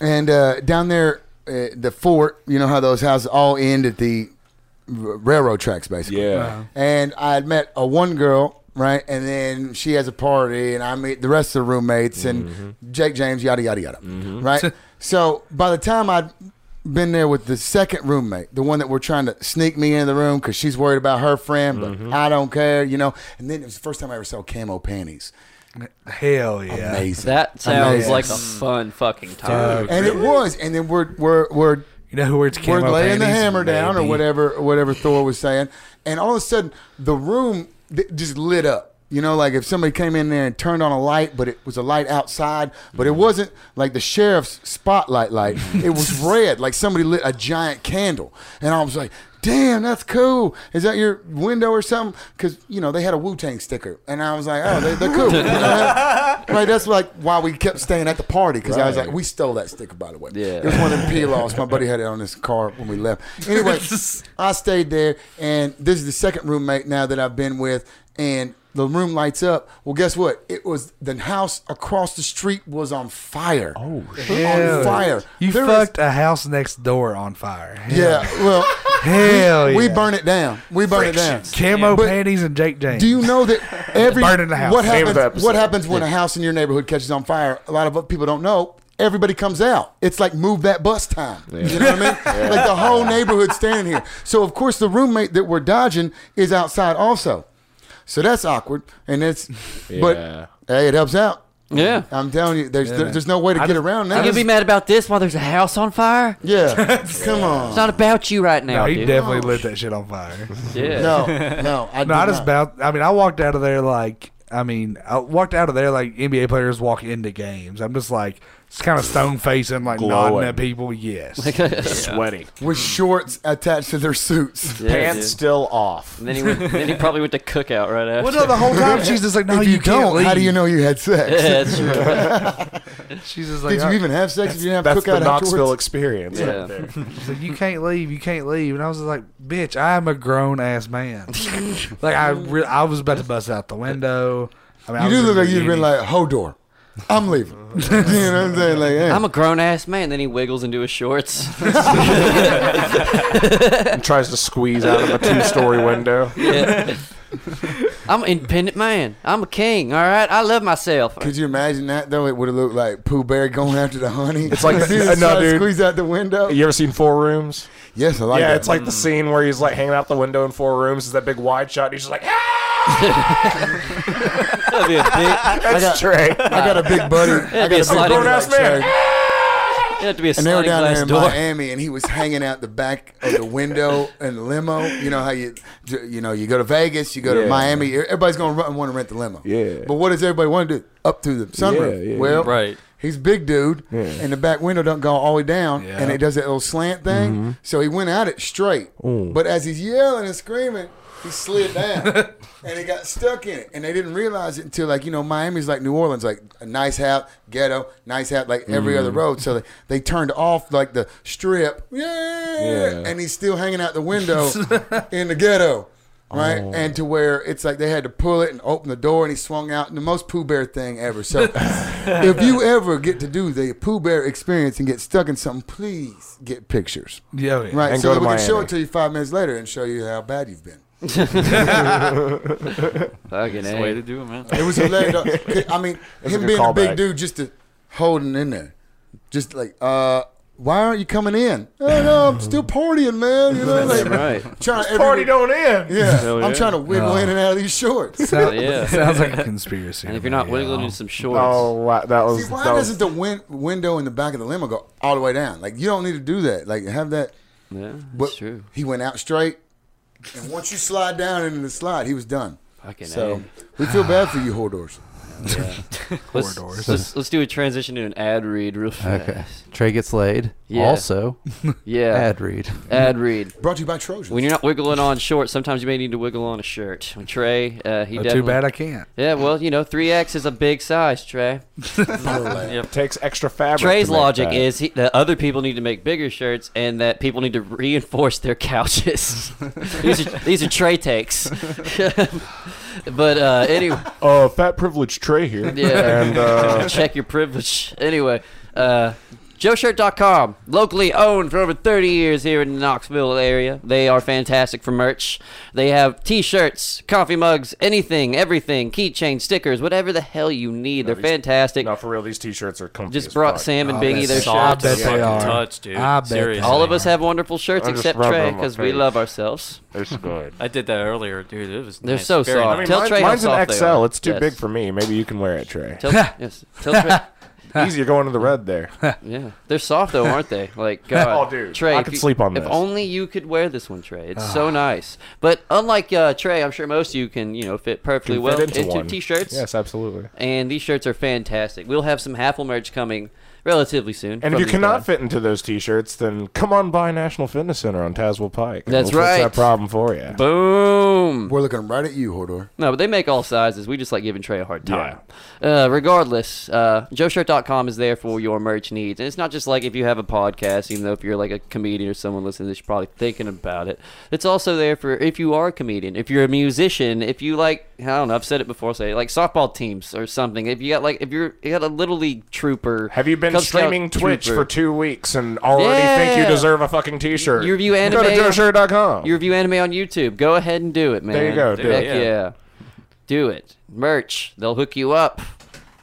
and uh, down there, uh, the fort. You know how those houses all end at the r- railroad tracks, basically. Yeah. And I had met a one girl, right? And then she has a party, and I meet the rest of the roommates and Jake James, yada yada yada, right? so by the time I'd been there with the second roommate, the one that were trying to sneak me into the room because she's worried about her friend, but I don't care, you know. And then it was the first time I ever saw camo panties. Hell yeah. Amazing. That sounds Amazing. like a fun fucking time. and it was, and then we're we're we're Uh, You know who wears We're camo laying the panties? hammer down or Maybe. whatever whatever Thor was saying, and all of a sudden the room th- just lit up. You know, like if somebody came in there and turned on a light, but it was a light outside, but it wasn't like the sheriff's spotlight light. It was red, like somebody lit a giant candle. And I was like, damn, that's cool. Is that your window or something? Because, you know, they had a Wu Tang sticker. And I was like, oh, they, they're cool. You know? right? That's like why we kept staying at the party because I was Right. like, we stole that sticker, by the way. Yeah. It was one of them peel-offs. My buddy had it on his car when we left. Anyway, I stayed there, and this is the second roommate now that I've been with, and the room lights up. Well, guess what? It was the house across the street was on fire. Oh, on Hell. fire! You There is- fucked a house next door on fire. yeah. Well, Hell we, yeah. we burn it down. We burn it down. Camo But- panties and Jake James. Do you know that every Burning the house. what Name of the happens? episode. What happens when a house in your neighborhood catches on fire? A lot of people don't know. Everybody comes out. It's like move that bus time. You know what I mean? Like the whole neighborhood standing here. So of course the roommate that we're dodging is outside also. So that's awkward, and it's Yeah. but hey, it helps out. Yeah. I'm telling you, there's there's no way to get around You that. gonna be mad about this while there's a house on fire? yeah, come on. It's not about you right now, No, he dude. definitely lit that shit on fire. yeah. No, no, I, no, Oh, did I just not. about. I mean, I walked out of there like. I mean, I walked out of there like NBA players walk into games. I'm just like, just kind of stone facing, like Glowing. nodding at people. Yes. Sweaty. with shorts attached to their suits. Yeah, Pants dude. still off. And then he went, then he probably went to cookout right after. well, no, the whole time she's just like, no, if you, you, can't don't, how do you know you had sex? yeah, that's true. She's just like, Did you "Oh." even have sex? Did you have That's the cookout Knoxville afterwards? experience. Yeah. right there. She's like, you can't leave, you can't leave. And I was just like, bitch, I am a grown ass man. like I, re- I was about to bust out the window. I mean, I You was do in look a like you've been bikini. like Hodor. I'm leaving. you know what I'm saying? Like, hey. I'm a grown ass man. Then he wiggles into his shorts. And tries to squeeze out of a two-story window. Yeah. I'm an independent man. I'm a king. All right, I love myself. could you imagine that though? It would have looked like Pooh Bear going after the honey. It's like- he no, just tried to dude. squeeze out the window. You ever seen Four Rooms? Yes, I like yeah, that. it's like the scene where he's like hanging out the window in Four Rooms. Is that big wide shot? And he's just like, "Ah!" That'd be a big. that's Trey. I got a big buddy. I be a got a big sliding buddy glass like man. Trey. It'd have to be a And they were sliding down there glass in door. Miami, and he was hanging out the back of the window in the limo. You know how you, you know, you go to Vegas, you go to Yeah. Miami. Everybody's gonna run, want to rent the limo. Yeah. But what does everybody want to do? Up through the sunroof. Yeah, yeah, well, Right. He's a big dude, and the back window don't go all the way down, and it does that little slant thing. So he went at it straight, but as he's yelling and screaming, he slid down, and he got stuck in it. And they didn't realize it until like you know Miami's like New Orleans, like a nice hat, ghetto, nice hat, like every other road. So they, they turned off like the strip, yeah, Yeah. and he's still hanging out the window in the ghetto. Right, Oh. and to where it's like they had to pull it and open the door, and he swung out. And the most Pooh Bear thing ever. So if you ever get to do the Pooh Bear experience and get stuck in something, please get pictures. Yeah, oh, yeah. Right, And so go that to we can show Miami. it to you five minutes later and show you how bad you've been. Fucking That's the way A. to do it, man. It was hilarious. I mean, a him good being a big callback. dude, just to holding in there, just like, uh, why aren't you coming in? Oh no, I'm still partying, man. You know, like, Right. trying to Party every- don't end. Yeah, Hell I'm yeah. trying to wiggle in and out of these shorts. See, Hell yeah. Sounds like a conspiracy. And if to you're not me, wiggling y'all. into some shorts, Oh, wow, that was why that doesn't was the win- window in the back of the limo go all the way down? Like, you don't need to do that. Like, have that. yeah, that's But true. He went out straight, and once you slide down into the slide, he was done. Fucking So we feel bad for you, Hordors. A. Let's, let's let's do a transition to an ad read real fast. Okay. Trey gets laid. Yeah. Also, Yeah. ad read. Ad read. Brought to you by Trojan. When you're not wiggling on shorts, sometimes you may need to wiggle on a shirt. When Trey, uh, he Oh, definitely. too bad I can't. Yeah, well, you know, 3X is a big size, Trey. takes extra fabric. Trey's to make logic that. is he, that other people need to make bigger shirts and that people need to reinforce their couches. these are these are Trey takes. but uh, anyway, uh, fat privileged Trey here. Yeah. and uh, check your privilege. Anyway, uh, JoeShirt.com, locally owned for over 30 years here in the Knoxville area. They are fantastic for merch. They have t-shirts, coffee mugs, anything, everything, keychain, stickers, whatever the hell you need. They're fantastic. no, for real, these T-shirts are comfy. Just as brought fuck. Sam and Oh, Biggie that's their soft. shirts. bet they fucking are. touch, dude. I bet they Seriously. All of us have wonderful shirts I just except rubbed it Trey on my because we face. love ourselves. It's good. I did that earlier, dude. It was They're nice. so Very soft. nice. Tell Mine- Trey how mine's an soft they XL. are. It's too Yes. big for me. Maybe you can wear it, Trey. Tell, yes. Tell Trey, Easier going to the red there. yeah, they're soft though, aren't they? Like, God. Oh, dude. Trey, I if could you- sleep on If this. Ah. only you could wear this one, Trey. It's so nice. But unlike uh, Trey, I'm sure most of you can, you know, fit perfectly Can well fit into one. t-shirts. Yes, absolutely. And these shirts are fantastic. We'll have some Halfle merch coming relatively soon. And from if you these cannot guys. fit into those T-shirts, then come on by National Fitness Center on Tazewell Pike. and That's we'll Fix right. that problem for you. boom. We're looking right at you, Hodor. No, but they make all sizes. We just like giving Trey a hard time. Uh, regardless, uh, joeshirt.com is there for your merch needs. And it's not just like if you have a podcast, even though if you're like a comedian or someone listening to this, you're probably thinking about it. It's also there for if you are a comedian, if you're a musician, if you like, I don't know, I've said it before, say like softball teams or something. If you got like, if you're you got a little league trooper. Have you been Cub Scout streaming Twitch trooper, for two weeks and already think Yeah. you deserve a fucking T-shirt? You review anime. Go to joeshirt.com. You review anime on YouTube. Go ahead and do it, man. There you go, do Heck it. yeah. Do it. Merch. They'll hook you up.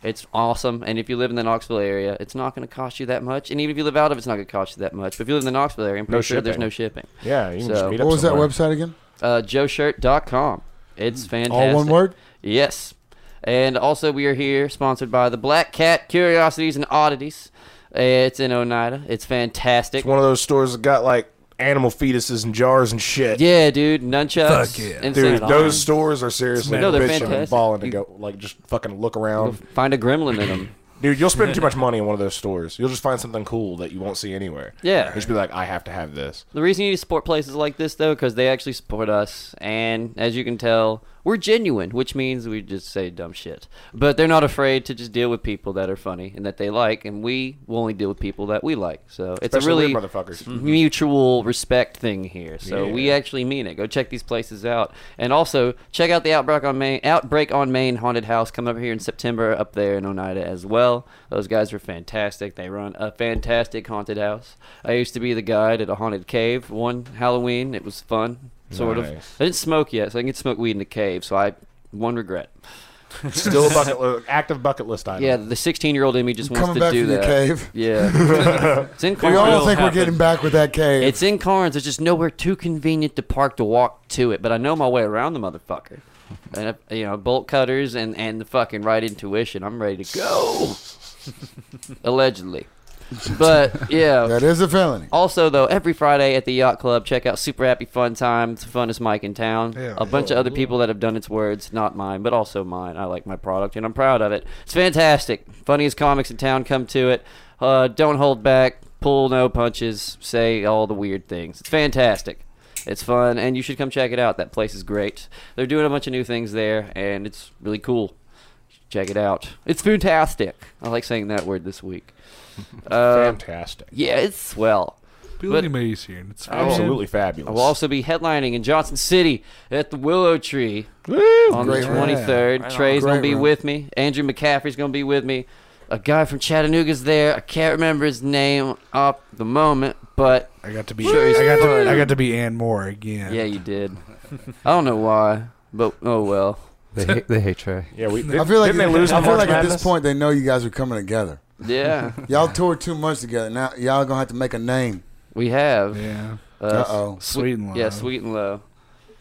It's awesome. And if you live in the Knoxville area, it's not going to cost you that much. And even if you live out of it, it's not going to cost you that much. But if you live in the Knoxville area, I'm pretty No sure there's shipping. no shipping. yeah, you can just So- meet up What was that somewhere. website again? Uh, joeshirt.com. It's fantastic. All one word? Yes. And also, we are here sponsored by the Black Cat Curiosities and Oddities. It's in Oneida. It's fantastic. It's one of those stores that got like animal fetuses and jars and shit. Yeah, dude. Nunchucks. Fuck yeah. and Dude, sandals. those stores are seriously No, they're bitching and fantastic. balling to You- go like just fucking look around. Find a gremlin in them. Dude, you'll spend too much money in one of those stores. You'll just find something cool that you won't see anywhere. Yeah. You just be like, I have to have this. The reason you need to support places like this, though, because they actually support us, and as you can tell, we're genuine, which means we just say dumb shit. But they're not afraid to just deal with people that are funny and that they like, and we will only deal with people that we like. So it's a Especially weird really motherfuckers. Mm. Mm-hmm. mutual respect thing here. So we actually mean it. Go check these places out, and also check out the outbreak on Main outbreak on Main haunted house. Come up here in September, up there in Oneida as well. Those guys are fantastic. They run a fantastic haunted house. I used to be the guide at a haunted cave one Halloween. It was fun, sort Nice. of. I didn't smoke yet, so I can smoke weed in the cave. So I one regret. Still a bucket li- active bucket list item. Yeah, the 16 year old in me just wants Coming to back do from your that. cave. Yeah, it's in We Carmel. all think we're getting back with that cave. It's in Carnes. It's just nowhere too convenient to park to walk to it. But I know my way around the motherfucker. And uh, you know, bolt cutters and and the fucking right intuition. I'm ready to go. Allegedly, but yeah. that is a felony. Also, though, every Friday at the Yacht Club, check out Super Happy Fun Time. It's the funnest mic in town. a bunch of other people that have done its words, not mine, but also mine. I like my product, and I'm proud of it. It's fantastic. Funniest comics in town come to it. Uh, don't hold back. Pull no punches. Say all the weird things. It's fantastic. It's fun, and you should come check it out. That place is great. They're doing a bunch of new things there, and it's really cool. Check it out. It's fantastic. I like saying that word this week. Uh, Fantastic. Oh, yeah, it's swell. Billy Mays here. and It's Absolutely I fabulous. will also be headlining in Johnson City at the Willow Tree on Great the room. 23rd. Right on. Trey's going Great to be room. with me. Andrew McCaffrey's going to be with me. A guy from Chattanooga's there. I can't remember his name up the moment, but I got to be. Sure, he's I got fine. to. I got to be Ann Moore again. yeah, you did. I don't know why, but oh well. They hate, they hate Trey. yeah, we, did, I feel like, didn't they lose I in feel March like at this Madness? point they know you guys are coming together. Yeah, Y'all toured two months together. Now y'all gonna have to make a name. we have. Yeah. Uh Uh, oh. Sweet and low. yeah, sweet and low.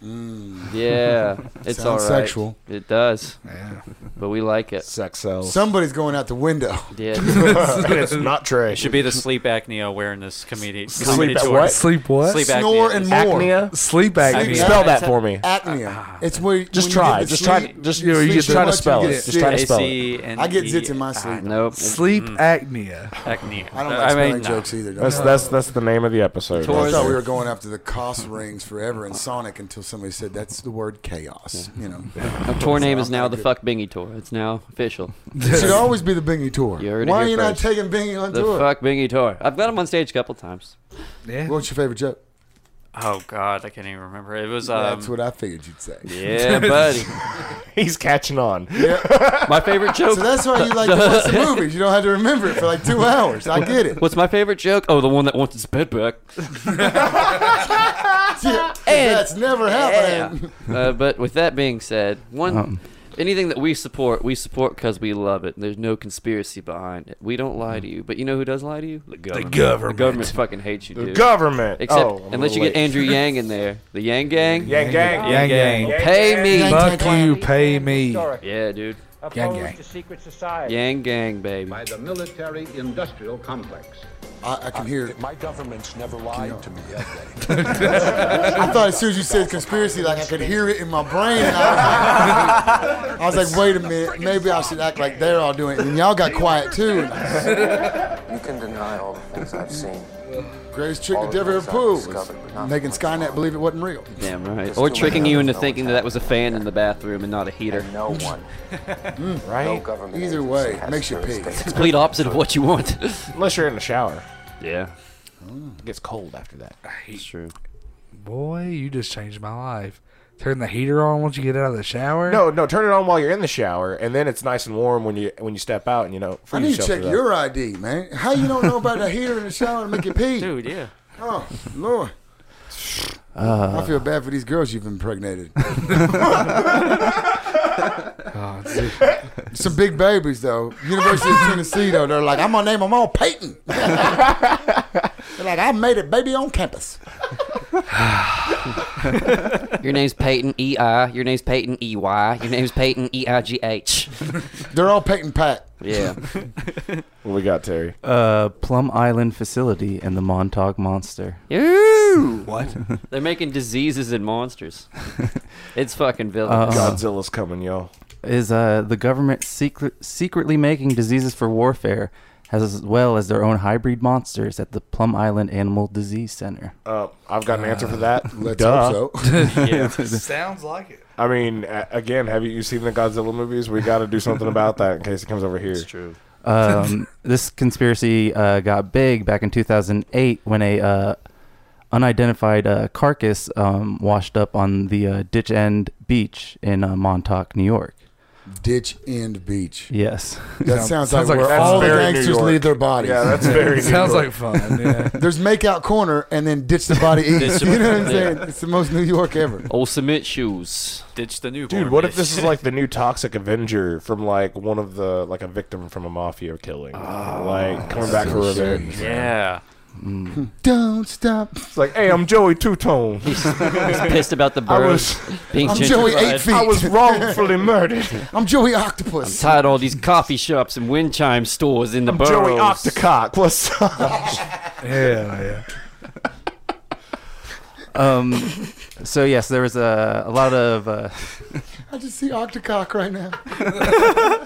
Mm. Yeah, it's all right. Sounds sexual. It does, Yeah. but we like it. sex sells. Somebody's going out the window. Yeah, it's not Trey. It should be the sleep apnea awareness committee. Sleep comedy at tour. what? Sleep what? Sleep apnea. Snore and more. Acnea. Sleep Sleep apnea. apnea. Spell that for me. Apnea. It's where Just when You try. get the Just try. sleep- Just You know, you sleep get too try to much, you spell it. get Just try to spell it. ACNE. I get zits in my sleep. nope. Sleep apnea. Acnea. I don't Uh, like spelling mean, nah. jokes either. Though. That's that's that's the name of the episode. I Tours- thought we were going after the cost rings forever in Sonic until somebody said that's the word chaos. You know, My tour name is now the Fuck Bingy Tour. It's now official. it should always be the Bingy tour. You heard it Why are here you first. not taking Bingy on The tour? Fuck Bingy Tour. I've got him on stage a couple times. Yeah. What's your favorite joke? Oh God, I can't even remember. It was that's um, what I figured you'd say. Yeah, buddy. He's catching on. My favorite joke. So that's why you like to watch the movies. You don't have to remember it for like two hours. I get it. What's my favorite joke? Oh, the one that wants its bed back. Yeah, that's never happening. Uh, but with that being said, one anything that we support, we support because we love it. There's no conspiracy behind it. We don't lie to you. But you know who does lie to you? The government. The government, fucking hates you, The dude. government. Except Oh, I'm unless a you little get Andrew Yang in there, the Yang Gang. late. Yang gang. Yang gang. Pay me. Fuck you. Pay me. Yeah, dude. opposed gang. to secret society. Gang, gang, baby. By the military-industrial complex. I, I can hear it. My government's never lied to me. I thought as soon as you said conspiracy, like I could hear it in my brain. And I, was like, I was like, wait a minute, maybe I should act like they're all doing it. And y'all got quiet too. You can deny all the things I've seen. Greatest trick All the the devil ever things I've pulled was discovered, but not making Skynet believe it wasn't real. Damn right. Or tricking you into thinking that that was a fan in the bathroom and not a heater. No one. right? Either way, makes you pig. It's complete opposite of what you want. Unless you're in the shower. Yeah. It gets cold after that. It's true. Boy, you just changed my life. Turn the heater on once you get out of the shower. No, no, turn it on while you're in the shower, and then it's nice and warm when you when you step out and you know. I free need to yourself check of that. your ID, man. How you don't know about the heater in the shower and make you pee? Dude, yeah. Oh, Lord. I feel bad for these girls you've impregnated. Ah, Some big babies though. University of Tennessee though, they're like, I'm gonna name them all Peyton. they're like, I made it baby on campus. Your name's Peyton E I. Your name's Peyton E Y. Your name's Peyton E I G H. They're all Peyton Pat. Yeah. What we got, Terry? Uh-huh. Uh, Plum Island facility and the Montauk Monster. Ew. What? They're making diseases and monsters. It's fucking villainous. Uh, Godzilla's coming, yo. Is uh, the government secret, secretly making diseases for warfare, as well as their own hybrid monsters at the Plum Island Animal Disease Center? Uh, I've got an answer for that. let's Duh. hope Sounds like it. I mean, a- again, have you seen the Godzilla movies? We got to do something about that in case it comes over here. It's true. Um, this conspiracy uh, got big back in 2008 when a uh, unidentified uh, carcass um, washed up on the uh, Ditch End Beach in uh, Montauk, New York. Ditch End Beach. Yes. That sounds, Sounds like, like where fun. all the That's very New gangsters York. leave their bodies. Yeah, that's very New Sounds York. like fun, yeah. There's makeout corner and then ditch the body. Ditch east. the- you know what I'm yeah. saying? It's the most New York ever. Old cement shoes. Ditch the new Dude, what if this is like the new Toxic Avenger from like one of the like a victim from a mafia killing, like coming back for so revenge? Yeah. Don't stop. It's like, hey, I'm Joey Two Tone. He's, pissed about the I birds was, being I'm Joey Eight gentrified. Feet. I was wrongfully murdered. I'm Joey I'm Octopus. tired of all these coffee shops and wind chime stores in the I'm boroughs. Joey Octocock. What's up? Yeah, Um, so, yes, there was a, a lot of. Uh, I just see Octocock right now.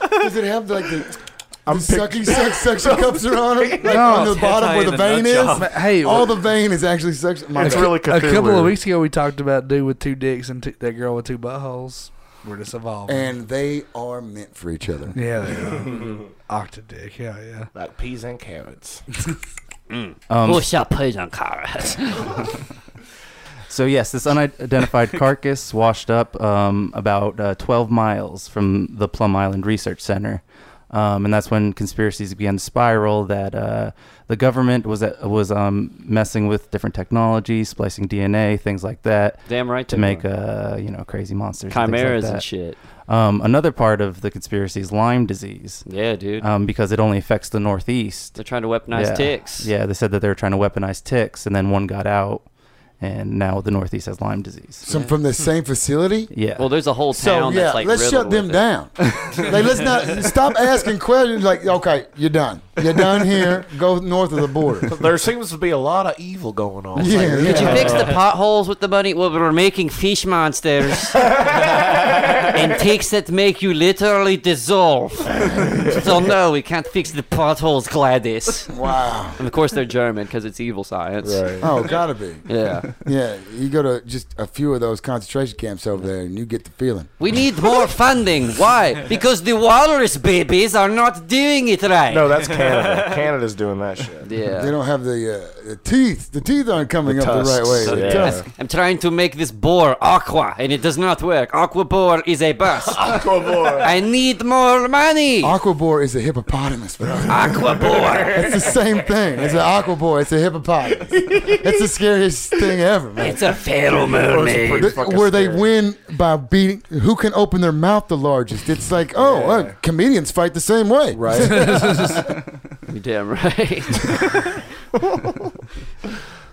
Does it have like the, I'm the sucky suck, suction cups are on it? Like No. on the It's bottom where hentai the in a vein nutshell. is? Hey, all what- the vein is actually suction. My It's bad. really a couple Cthulhu. of weeks ago, we talked about dude with two dicks and two, that girl with two buttholes. We're just evolving. And they are meant for each other. yeah, they are. Octodick. Yeah, yeah. like peas and carrots. um, 我下配上卡了。 So yes, this unidentified carcass washed up um, about uh, 12 miles from the Plum Island Research Center, um, and that's when conspiracies began to spiral. That uh, the government was at, was um, messing with different technology, splicing DNA, things like that. Damn right to they make were. uh, you know crazy monsters, and things like Chimeras and that. shit. Um, another part of the conspiracy is Lyme disease. Yeah, dude. Um, because it only affects the Northeast. They're trying to weaponize yeah. ticks. Yeah, they said that they were trying to weaponize ticks, and then one got out, and now the Northeast has Lyme disease. Some from the same facility? Yeah. Well, there's a whole town that's like let's riddled shut them with it. down. like, let's not stop asking questions. Like, okay, you're done. You're done here. Go north of the border. There seems to be a lot of evil going on. Yeah, yeah. Did you fix the potholes with the money? Well, we're making fish monsters and takes that make you literally dissolve. so no, we can't fix the potholes, Gladys. Wow. And of course they're German because it's evil science. Right. Oh, gotta be. Yeah. Yeah, you go to just a few of those concentration camps over there, and you get the feeling. We need more funding. Why? Because the walrus babies are not doing it right. No, that's Canada. Canada's doing that shit. They Yeah. don't have the, uh, the teeth. The teeth aren't coming The up the right way. tusks, The yeah. tusks. I'm trying to make this boar aqua, and it does not work. Aqua boar is a bust. I need more money. Aquabore is a hippopotamus, bro. Aqua boar. It's the same thing. It's an aquabore. It's a hippopotamus. it's the scariest thing ever, man. It's a pheromone. Pretty Th- fucking where they scary. win by beating who can open their mouth the largest. It's like, oh, uh, comedians fight the same way, right? You damn right.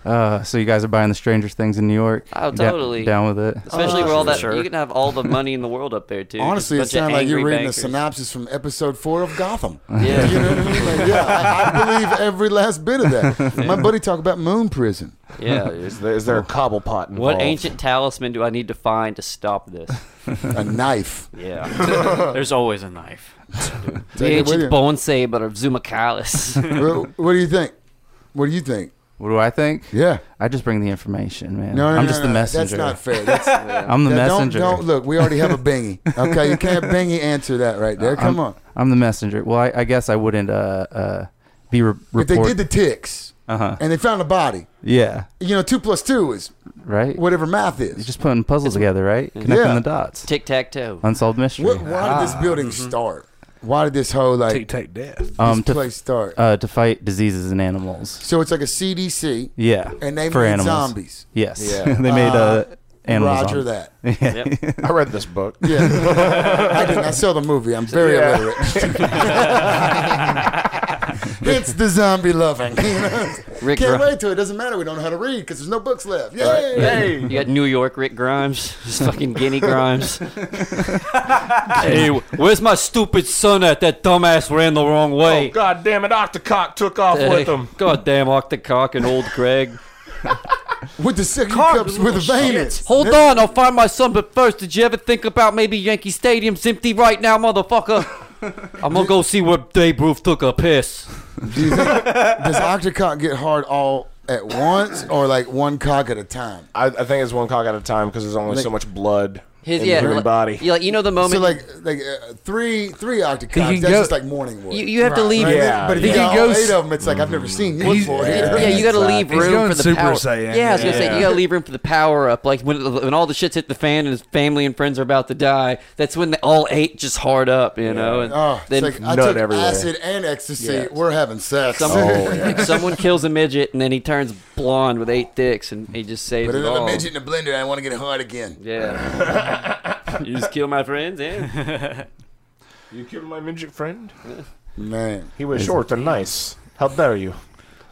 Uh, so you guys are buying the Stranger Things in New York? Oh, Da- totally. down with it. Especially where all that sure. you can have all the money in the world up there too. Honestly, it Just a bunch sounds of like you're angry reading bankers. a synopsis from episode four of Gotham. Yeah. you know what I mean? Like, yeah, I, I believe every last bit of that. My buddy talked about Moon Prison. Yeah, is there, is there a cobble pot involved? What ancient talisman do I need to find to stop this? a knife. Yeah. There's always a knife. the Take it with you. ancient bone saber of Zumacalis. Well, what do you think? What do you think? What do I think? Yeah. I just bring the information, man. No, no, I'm no, just no, the no, messenger. That's not fair. That's, I'm the Yeah, don't- messenger. Don't, look. We already have a bingy. Okay, you can't bingy answer that right there. Come Uh, I'm, on. I'm the messenger. Well, I, I guess I wouldn't uh, uh, be re- If they report- did the ticks Uh-huh. and they found a body, yeah, you know, two plus two is right. whatever math You're is. just putting puzzles together, right? Connecting Yeah. the dots. Tic tac toe. Unsolved mystery. What, why did this building start? Why did this whole like Tic take death? Um, this Mm-hmm. to- place start. Uh, to fight diseases in animals. So it's like a CDC. Yeah. And they for made animals. zombies. Yes. they made uh, animal Roger zombies. that. Yeah. I read this book. Yeah. I didn't. I saw the movie. I'm very Yeah. illiterate. it's the zombie loving. Rick Can't Grimes. wait till it doesn't matter. We don't know how to read because there's no books left. Yay! You got- you got New York Rick Grimes, just fucking Guinea Grimes. hey, where's my stupid son at? That dumbass ran the wrong Oh, way. God damn it. Octocock took off Hey, with him. Goddamn Octocock and old Greg. With the second cups with a vein. in it. Hold on, I'll find my son. But first, did you ever think about maybe Yankee Stadium's empty right now, motherfucker? I'm gonna go see where Dave Roof took a piss. Do you think, does Octocock get hard all at once or like one cock at a time? I, I think it's one cock at a time because there's only Like- so much blood His in yeah, the human like- body. Yeah, like, you know the moment. So like like uh, three three octococks. That's go- just like morning wood. You- you have to Right. leave- But if- Yeah. But if He you can got go all s- eight of them, it's like I've never seen you before. yeah, you got to leave He's room going for the Super power. Saiyan. Yeah, I was gonna say you Yeah. got to leave room for the power up. Like when when all the shits hit the fan and his family and friends are about to die, that's when they all eight just hard up, you know. And Oh, then it's like I took acid and ecstasy. Yeah. We're having sex. Oh. Some- someone kills a midget and then he turns blonde with eight dicks and he just saves Put it another all. midget in a blender. I want to get it hard again. Yeah. you just kill my friends, yeah. You killed my midget friend? Man, he was short and nice. How dare you?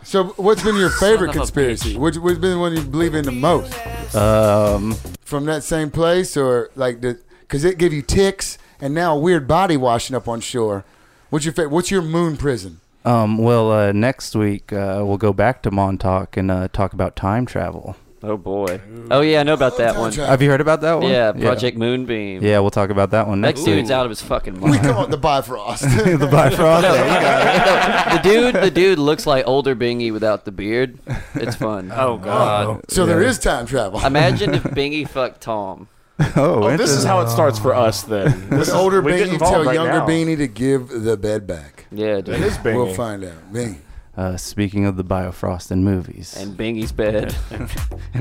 So, what's been your favorite Son of a conspiracy? Which what's been the one you believe in the most? Um, From that same place, or like the because it gave you ticks and now a weird body washing up on shore. What's your favorite? What's your moon prison? Um, well, uh, next week uh, we'll go back to Montauk and uh, talk about time travel. Oh boy. Oh yeah, I know about that one. Have you heard about that one? Yeah, Project Moonbeam. Yeah, we'll talk about that one That next dude's week. out of his fucking We mind. come on the Bifrost. the Bifrost. No, no, the dude, the dude looks like older Bingy without the beard. It's fun. Uh, Oh, God. Oh, so there is time travel. Imagine if Bingy fucked Tom. Oh, Oh, this is interesting. how it starts for us then. This Would is- older we get Beanie involved tell right younger now. Beanie to give the bed back? Yeah, dude. It is Beanie. We'll find out. Beanie. Uh, speaking of the Biofrost and movies And Bingy's bed. and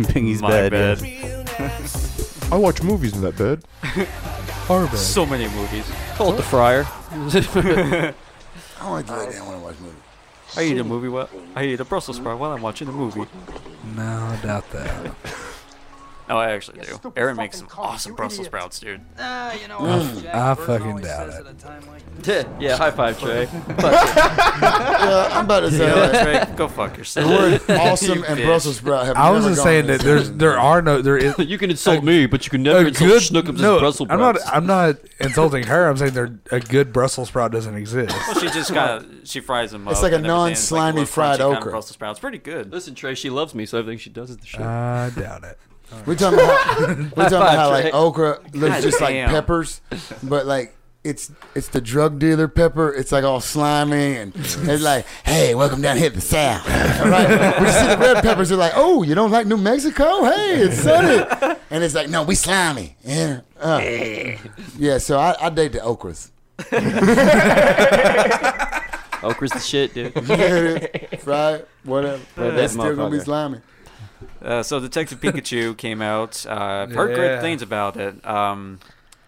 Pingy's My bed. bed. yes. I watch movies in that bed. So many movies. Hold the fryer. I want to lay down when I watch movies. I eat a movie while I eat a Brussels sprout while I'm watching a movie. No, I doubt that. No, Oh, I actually do. Aaron makes some awesome Brussels sprouts, dude. I fucking doubt it. yeah, high five, Trey. yeah, I'm about to say Yeah, that. Trey, go fuck The yourself. word awesome You and bitch. Brussels sprout have I was never just gone saying in that the there's same. there are no there is you can insult me, but you can never a insult good Schnookums no, as Brussels I'm not sprouts. I'm not insulting her. I'm saying there a good Brussels sprout doesn't exist. Well, she just kind of she fries them up. It's like a and everything. It's like non-slimy little fried crunchy kind of okra. Brussels sprouts, pretty good. Listen, Trey, she loves me, so everything she does is the shit. I doubt it. We're talking about how, we're talking about how like Trey. okra looks God just like damn. peppers, but like it's it's the drug dealer pepper. It's like all slimy and it's like, hey, welcome down here to the south. All right, we just see the red peppers. They're like, oh, you don't like New Mexico? Hey, it's sunny, and it's like, no, we slimy. Yeah, uh. yeah. So I, I date the okras. Okra's the shit, dude. Fried, whatever. that That's still gonna be motherfucker. slimy. Uh, so Detective Pikachu came out. Uh, I've heard great Yeah. things about it. Um,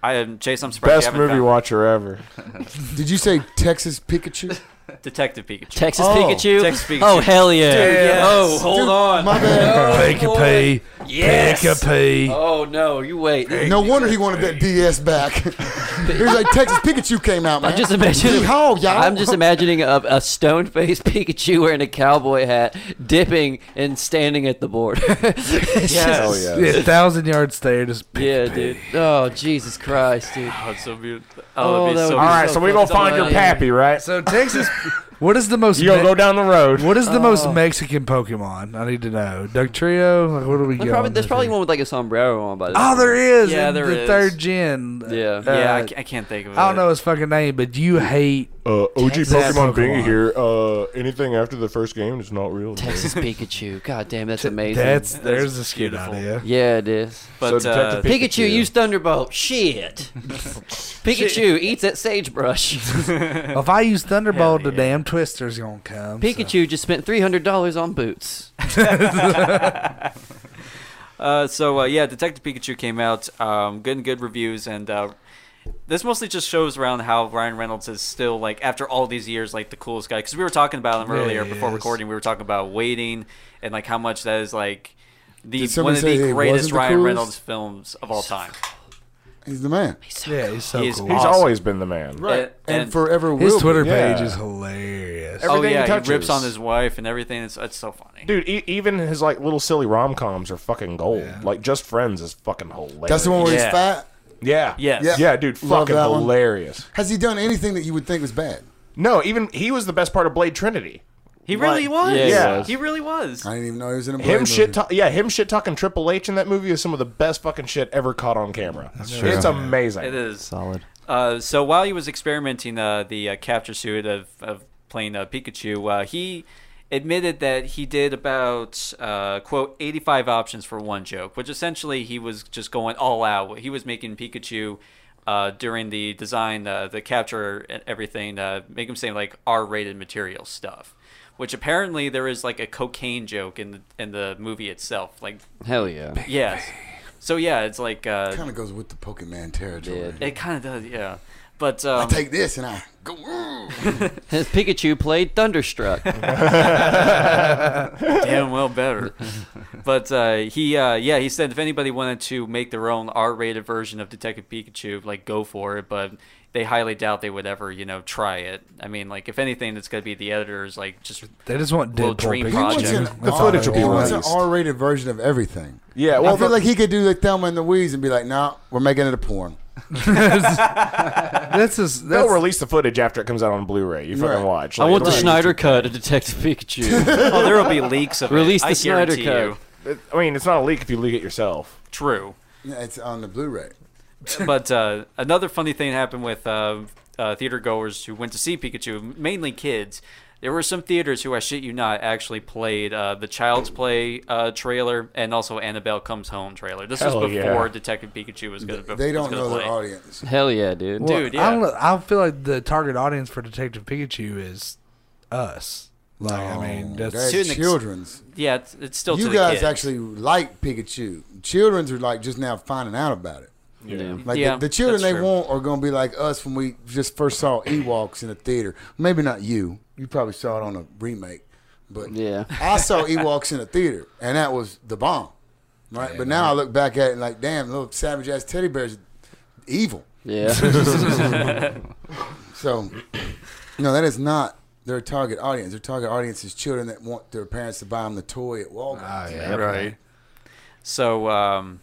I Chase, I'm surprised you Best haven't movie found- watcher ever. Did you say Texas Pikachu? Detective Pikachu. Texas Pikachu? Texas Pikachu. Oh, hell yeah. Dude, yes. Oh, hold Dude, on. my bad. Oh, Pikachu. Boy. Yes. Pikachu. Oh, no. You wait. No wonder he wanted that DS back. Here's like Texas Pikachu came out, man. I'm just imagining. Yeehaw, y'all. I'm just imagining a, a stone-faced Pikachu wearing a cowboy hat, dipping and standing at the border. It's Oh, just- Yeah, thousand yard stare. Just Yeah, dude. Oh, Jesus Christ, dude. Oh, it's so beautiful. Oh, that would be All right, so, we're gonna fucking find your funny. pappy, right? So Texas, what is the most? You gonna go down the road? What is the most Oh. Mexican Pokemon? I need to know. Dugtrio. Like, what do we There's get? probably, on there's this? probably one with like a sombrero on by the Oh, there is. Yeah, in there the is. third gen. Yeah. Yeah, I uh, ca- I can't think of it. I don't know his fucking name, but you hate Uh, OG Texas Pokemon, Pokemon. Bingy here. Uh, anything after the first game is not real. Texas Pikachu. God damn, that's amazing. That's there's a skewed idea. Yeah, it is. But, So Detective uh, Pikachu- Pikachu, use Thunderbolt. Shit. Pikachu eats that sagebrush. If I use Thunderbolt, the damn Twister's gonna come. Pikachu just spent three hundred dollars on boots. Uh, so uh, yeah, Detective Pikachu came out, um, getting good reviews, and uh, this mostly just shows around how Ryan Reynolds is still like after all these years, like the coolest guy. Because we were talking about him Yeah, earlier he before is. recording. We were talking about waiting and like how much that is like the Did one somebody of say the he greatest wasn't the Ryan coolest? Reynolds films of all time. He's the man. So. Yeah, he's so He is cool. He's Awesome. always been the man. Right. And- And, and forever will His be. Twitter Yeah. page is hilarious. Oh Everything he yeah, he, touches. rips on his wife and everything. It's, it's so funny. Dude, e- even his like little silly rom coms are fucking gold. Like just friends is fucking hilarious. That's the one where Yeah. he's fat. Yeah. Yes. Yeah, Yeah. dude, Love fucking that one. hilarious. Has he done anything that you would think was bad? No, even he was the best part of Blade Trinity. He really was. Yeah, he was. he really was. I didn't even know he was in a Blade Him movie. shit, ta- yeah, him shit talking Triple H in that movie is some of the best fucking shit ever caught on camera. It's amazing. It is. Solid. Uh, so while he was experimenting uh, the uh, capture suit of, of playing uh, Pikachu, uh, he admitted that he did about uh, quote 85 options for one joke, which essentially he was just going all out. He was making Pikachu. Uh, during the design, uh, the capture, and everything, uh, make him say like R-rated material stuff, which apparently there is like a cocaine joke in the in the movie itself. Like, Hell yeah. yes, so yeah, it's like uh, Kind of goes with the Pokemon territory. it kind of does, yeah. But I um, take this and I go. "Ooh." His Pikachu played Thunderstruck. damn well better. but uh, he, uh, yeah, he said if anybody wanted to make their own R-rated version of Detective Pikachu, like go for it. But they highly doubt they would ever, you know, try it. I mean, like if anything, it's gonna be the editors, like just They just want Little Deadpool dream Pikachu. project. What's Yeah. an The R- footage will be he wants an released. R-rated version of everything. Yeah, Well, well, I feel the- like he could do like Thelma and Louise and be like, "Nah, we're making it a porn." That's just that's they'll release the footage after it comes out on Blu-ray. You fucking Right. watch. I Like, want the it'll be- Schneider cut of Detective Pikachu. oh, there will be leaks of it. Release the I Snyder guarantee Cut. you. I mean, it's not a leak if you leak it yourself. True. Yeah, it's on the Blu-ray. but uh, another funny thing happened with uh, uh, theater goers who went to see Pikachu, mainly kids. There were some theaters who, I shit you not, actually played uh, the Child's Play uh, trailer and also Annabelle Comes Home trailer. This Hell was yeah. before Detective Pikachu was going to. They don't was know gonna their play. audience. Hell yeah, dude. Well, Dude, I yeah. don't know. I feel like the target audience for Detective Pikachu is us. Like, I mean, that's, Oh, That's To an ex- children's. Yeah, it's, it's still. to You the guys kids. actually like Pikachu. Children's are like just now finding out about it. Yeah. Like Yeah, the, the children that's they true. want are gonna be like us when we just first saw Ewoks in the theater. Maybe not you. You probably saw it on a remake, but Yeah. I saw Ewoks in the theater, and that was the bomb, right? but now I look back at it and like, damn, little savage ass teddy bears, evil. Yeah. So, no, that is not their target audience. Their target audience is children that want their parents to buy them the toy at Walgreens. right. So um,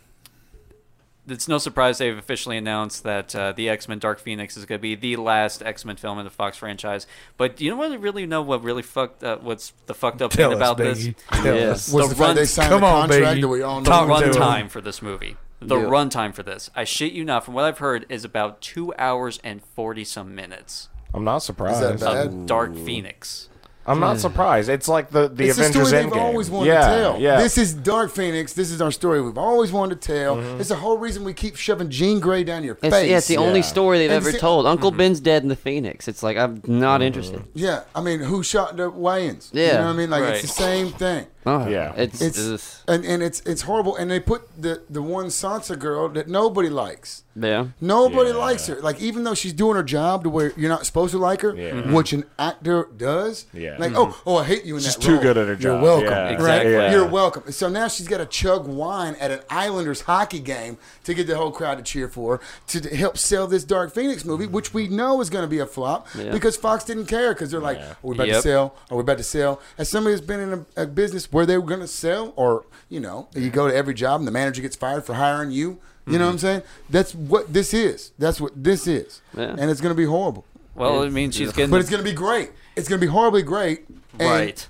it's no surprise they've officially announced that uh, the X Men Dark Phoenix is going to be the last X Men film in the Fox franchise. But you know what? I Really know what really fucked up? What's the fucked up tell thing us, about this? Biggie. Tell Yeah. us. Was the, The fact run- they signed come the on, contract baby. that we all know? The Talk to runtime for this movie. The Yeah. runtime for this. I shit you not. From what I've heard, is about two hours and forty some minutes I'm not surprised. Is that bad? of Dark Phoenix. I'm not surprised. It's like the the it's Avengers a story Endgame. they've always wanted yeah, to tell. yeah. This is Dark Phoenix. This is our story we've always wanted to tell. It's the whole reason we keep shoving Jean Grey down your It's, face. yeah, it's the only Yeah. story they've And ever see- told. Uncle Ben's dead in the Phoenix. It's like I'm not interested. Yeah, I mean, who shot the Wayans? Yeah, you know what I mean. Like right. it's the same thing. Oh, yeah. It's, it's it's- and, and it's it's horrible. And they put the the one Sansa girl that nobody likes. yeah. Nobody likes her. Like even though she's doing her job to where you're not supposed to like her, Yeah. which an actor does. Yeah. Like Mhm. oh oh I hate you in She's that. too role. good at her You're job. welcome. Yeah. Right. Exactly. Yeah. You're welcome. So now she's got to chug wine at an Islanders hockey game to get the whole crowd to cheer for her to to help sell this Dark Phoenix movie, which we know is going to be a flop Yeah. because Fox didn't care because they're like are we about to Yep. sell? Are we about to sell? As somebody that's been in a, a business where they were going to sell, or you know, you go to every job and the manager gets fired for hiring you. You Mm-hmm. know what I'm saying? That's what this is. That's what this is. Yeah. And it's going to be horrible. Well, I mean, she's getting- But it's going to be great. It's going to be horribly great. And, Right.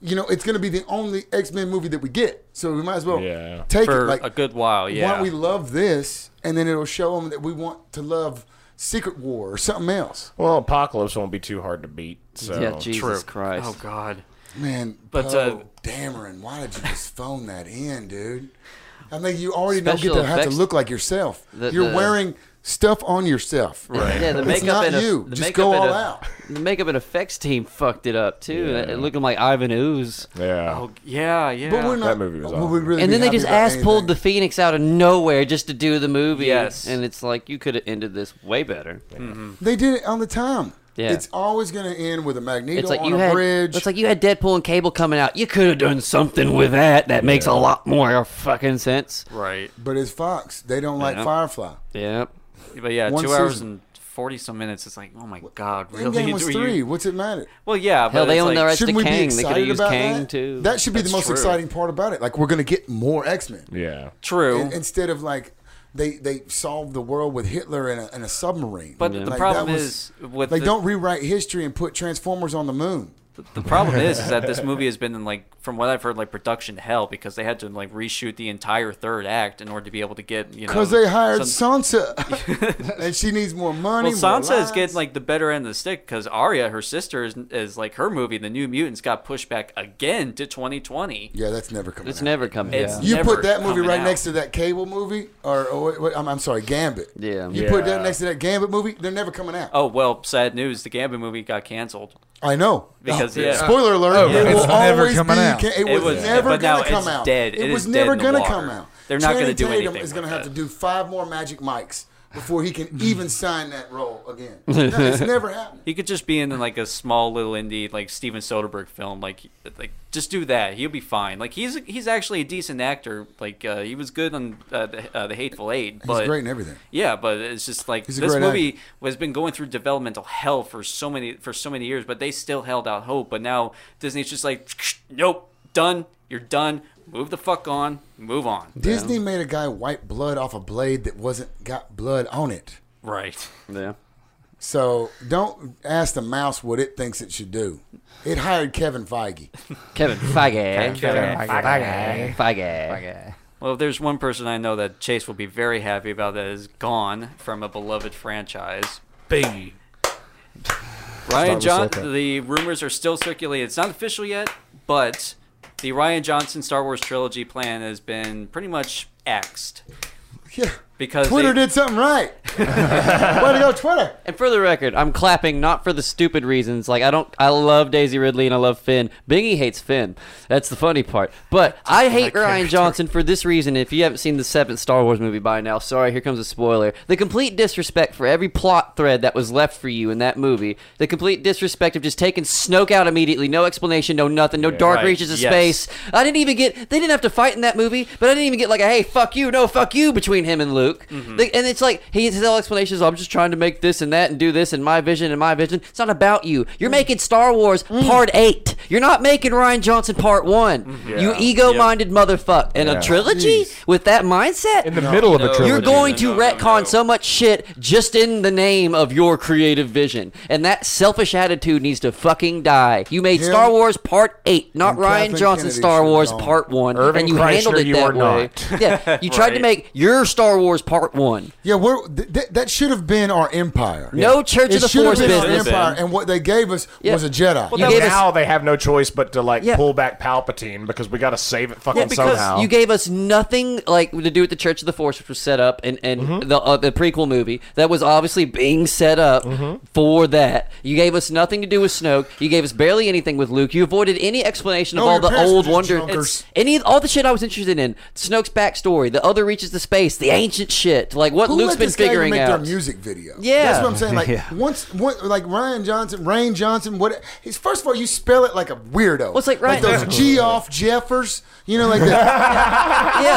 You know, it's going to be the only X Men movie that we get. So we might as well Yeah. take For it. Like, a good while, Why yeah. don't we love this? And then it'll show them that we want to love Secret War or something else. Well, Apocalypse won't be too hard to beat. So Yeah, Jesus True. Christ. Oh God. Man, But, but uh, Poe, Dameron, why did you just phone that in, dude? I think you already don't get Special to have to effects- look like yourself. The- You're the- wearing stuff on yourself. Yeah, the it's makeup not and eff- you. the just makeup go and all eff- out. The makeup and effects team fucked it up too. It- looking like Ivan Ooze. Yeah. Oh, yeah, yeah. But we're That not- movie was but awesome. we and then they just ass pulled the Phoenix out of nowhere just to do the movie. Yes. And it's like you could have ended this way better. Hmm. They did it on the time. Yeah. It's always going to end with a magneto It's like on you a had bridge. it's like you had Deadpool and Cable coming out. You could have done something with that. That makes a lot more fucking sense. Right. But it's Fox. They don't like Yeah. Firefly. Yep. But yeah, One two hours season. and forty some minutes. It's like, oh my God, Endgame really? was Were you- three. What's it matter? Well, yeah, Hell, but they it's own like, the rights to Shouldn't we be Kang. They could have excited used about Kang that? too. That should be That's the most true. exciting part about it. Like we're going to get more X Men. Yeah. True. In- instead of like they they solved the world with Hitler and a, and a submarine. But Like, the that problem was- is with like the- don't rewrite history and put Transformers on the moon. The problem is, is that this movie has been in like, from what I've heard, like production hell because they had to like reshoot the entire third act in order to be able to get you know. Because they hired some- Sansa, and she needs more money. Well, more Sansa is lines. getting like the better end of the stick because Arya, her sister, is, is like her movie, The New Mutants, got pushed back again to 2020. Yeah, that's never coming. It's never coming. It's You never put that movie coming right out. next to that Cable movie, or, or wait, wait, I'm, I'm sorry, Gambit. Yeah. You put Yeah. that next to that Gambit movie, they're never coming out. Oh well, sad news. The Gambit movie got canceled. I know. Because Oh, yeah. Spoiler alert. Oh, it yeah. will It's always never coming be, out. Can, it, It was, was- never but now going to come it's out. dead. It, It was is dead never in the gonna water. come out. They're not Channing gonna do Tatum anything is with to that. have to do five more magic mics before he can even sign that role again. No, it's never happened. He could just be in like a small little indie like Steven Soderbergh film. Like, like just do that. He'll be fine. Like he's he's actually a decent actor. Like uh, he was good on uh, the, uh, the Hateful Eight. But, great in everything. Yeah, but it's just like He's a this great movie has been going through developmental hell for so many for so many years, but they still held out hope. But now Disney's just like, nope, done. You're done. Move the fuck on. Move on. Disney made a guy wipe blood off a blade that wasn't got blood on it. Right. Yeah. So don't ask the mouse what it thinks it should do. It hired Kevin Feige. Kevin Feige. Kevin Feige. Feige. Feige. Well, if there's one person I know that Chase will be very happy about that is gone from a beloved franchise. Biggie. Ryan John. Start with The rumors are still circulating. It's not official yet, but the Ryan Johnson Star Wars trilogy plan has been pretty much axed. Yeah. Because Twitter they- did something right. Way to go, Twitter. And for the record, I'm clapping not for the stupid reasons. Like I don't, I love Daisy Ridley and I love Finn. Bingy hates Finn. That's the funny part. But I hate Ryan Johnson for this reason. If you haven't seen the seventh Star Wars movie by now, sorry, here comes a spoiler. The complete disrespect for every plot thread that was left for you in that movie. The complete disrespect of just taking Snoke out immediately, no explanation, no nothing, no dark right. reaches of Yes. space. I didn't even get. They didn't have to fight in that movie, but I didn't even get like a hey, fuck you, no, fuck you between him and Luke. They- and it's like he, his whole explanation is, I'm just trying to make this and that and do this and my vision and my vision. It's not about you. You're making Star Wars Part Eight. You're not making Ryan Johnson Part One. Yeah. You ego-minded motherfucker. And Yeah. a trilogy with that mindset in the No. middle of a You're trilogy. going to retcon so much shit just in the name of your creative vision, and that selfish attitude needs to fucking die. You made Him Star Wars Part Eight, not and Ryan Kathleen Johnson Kennedy Star should have Wars gone. Part One, Irving and you Kreischer, handled it you that are way. not. Yeah, you tried to Right. make your Star Wars Force Part One. Yeah, we're, th- th- that should have been our empire. No Church It of the should have Force been our business. empire, and what they gave us Yeah. was a Jedi. Well, You gave us- now they have no choice but to like Yeah. pull back Palpatine because we got to save it fucking Yeah, because somehow. you gave us nothing like to do with the Church of the Force, which was set up, and and Mm-hmm. the uh, the prequel movie that was obviously being set up Mm-hmm. for that. You gave us nothing to do with Snoke. You gave us barely anything with Luke. You avoided any explanation No, of all your the parents old were just wonder, junkers. any all the shit I was interested in. Snoke's backstory, the other reaches the space, the ancient shit, like what Who Luke's let been this guy even figuring make out. Their music video. Yeah. that's what I'm saying. Like Yeah. once, one, like Ryan Johnson, Rain Johnson. What? He's first of all, you spell it like a weirdo. Well, it's like Ryan- those G off Jeffers. You know, like that. Yeah.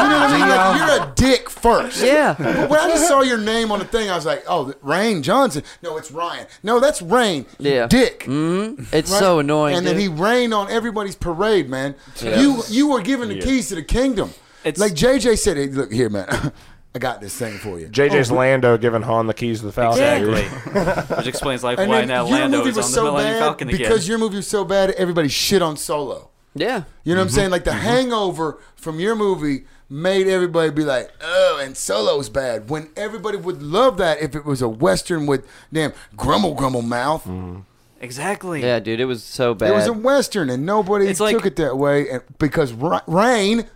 You know what I mean? Like you're a dick first. Yeah. But when I just saw your name on the thing, I was like, oh, Rain Johnson. No, it's Ryan. No, that's Rain. you Yeah. Dick. It's Right? so annoying. And then dude. he rained on everybody's parade, man. Yeah. You you were given the Yeah. keys to the kingdom. like JJ said, hey, look here, man. I got this thing for you. JJ's Oh, Lando giving Han the keys to the Falcon. Exactly. Which explains like And why then now your Lando movie is on was the so Millennium bad Falcon again. because your movie was so bad, everybody shit on Solo. yeah. You Mm-hmm. know what I'm saying? Like the hangover from your movie made everybody be like, oh, and Solo's bad. When everybody would love that if it was a Western with damn grumble grumble mouth. exactly. Yeah, dude, it was so bad. It was a Western and nobody took it that way and, because Ra- Rain,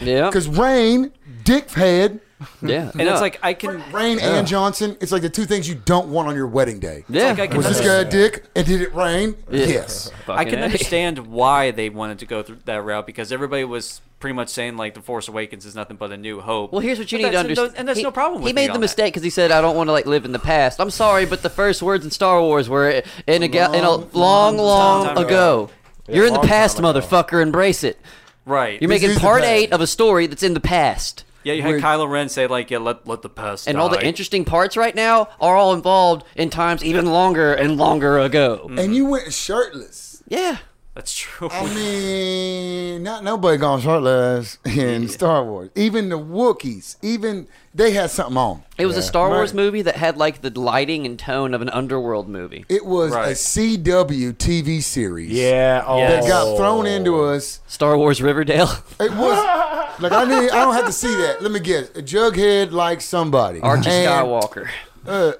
yeah. because Rain, dickhead. Yeah. And it's like I can Rain and Johnson, it's like the two things you don't want on your wedding day. Yeah. like I can Was this guy a understand- dick? And did it rain? Yeah. Yes. I can A. understand why they wanted to go through that route because everybody was pretty much saying like the Force Awakens is nothing but a new hope. Well, here's what you But need to that's- understand, and that's He- no problem. With he made me the on that. mistake because he said, "I don't want to like live in the past." I'm sorry, but the first words in Star Wars were in a ga- in a Long, long, long long time ago. ago. Yeah, You're in the long past, time ago. motherfucker. Embrace it. Right. You're This is making the part past. eight of a story that's in the past, yeah, you had Kylo Ren say like, "Yeah, let let the past." and all the die. interesting parts right now are all involved in times even longer and longer ago. And you went shirtless. Yeah. That's true. I mean, not nobody gone shirtless in Star Wars. Even the Wookiees, even they had something on. It was a Star Wars Right. movie that had like the lighting and tone of an underworld movie. It was a Right. CW TV series. Yeah. Oh. That got thrown into us. Star Wars Riverdale, It was like I knew I don't have to see that. Let me guess. A Jughead like somebody. Archie And, Skywalker. uh,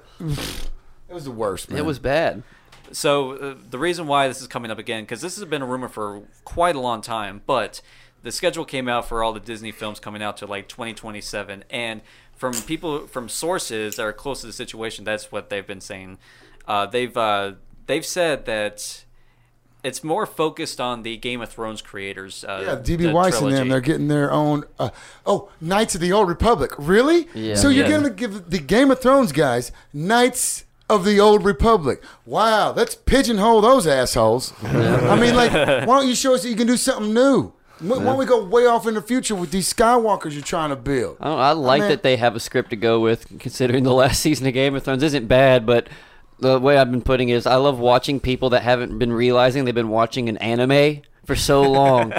it was the worst, man. It was bad. So uh, the reason why this is coming up again because this has been a rumor for quite a long time, but the schedule came out for all the Disney films coming out to like 2027, and from people from sources that are close to the situation, that's what they've been saying. Uh, they've uh, they've said that it's more focused on the Game of Thrones creators. Uh, Yeah, DB the Weiss and trilogy. them, they're getting their own. Uh, oh, Knights of the Old Republic. Really? Yeah. So you're Yeah. going to give the Game of Thrones guys Knights of the Old Republic. Wow, let's pigeonhole those assholes. I mean, like, why don't you show us that you can do something new? Why, why don't we go way off in the future with these Skywalkers you're trying to build? I, don't, I like mean- that they have a script to go with, considering the last season of Game of Thrones isn't bad, but the way I've been putting it is I love watching people that haven't been realizing they've been watching an anime for so long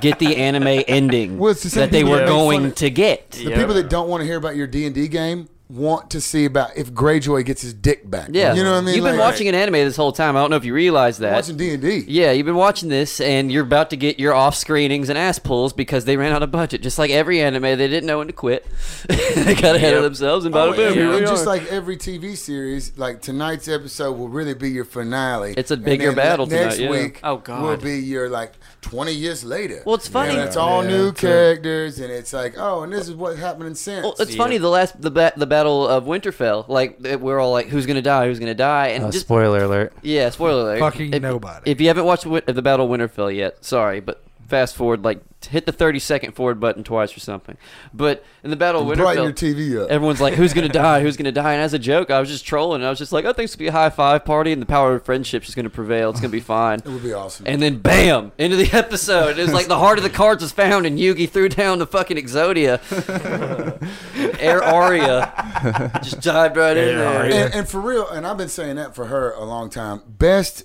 get the anime ending Well, it's the same that they people were that make fun going of- to get. The people that don't want to hear about your D and D game want to see about if Greyjoy gets his dick back. Yeah. you know what I mean. You've been Like, watching an anime this whole time. I don't know if you realize that. watching D and D. yeah, you've been watching this, and you're about to get your off screenings and ass pulls because they ran out of budget. Just like every anime, they didn't know when to quit. they got ahead of themselves, and bada Oh, boom, yeah. here we And are. just like every TV series, like tonight's episode will really be your finale. It's a And bigger then battle next tonight, yeah. week. Oh, God. will be your like twenty years later. Well, it's funny- And it's all Yeah, new it's a- characters, and it's like, oh, and this is what happened since. Well, it's funny the last the ba- the battle of Winterfell. Like it- we're all like, who's gonna die? Who's gonna die? And Uh, just spoiler alert. yeah, spoiler alert. Fucking if, nobody. If you haven't watched Win- the Battle of Winterfell yet, sorry, but fast forward like t- hit the thirty second forward button twice or something. But in the Battle of Brighten your Winterfell. TV up. Everyone's like, "Who's gonna die? Who's gonna die?" And as a joke, I was just trolling. And I was just like, "Oh, "I think it's gonna be a high five party, and the power of friendship is gonna prevail. It's gonna be fine." it would be awesome. And then bam, into the episode. It was like the heart of the cards was found, and Yugi threw down the fucking Exodia. Air Aria just dived right in there. and, and for real, and I've been saying that for her a long time. Best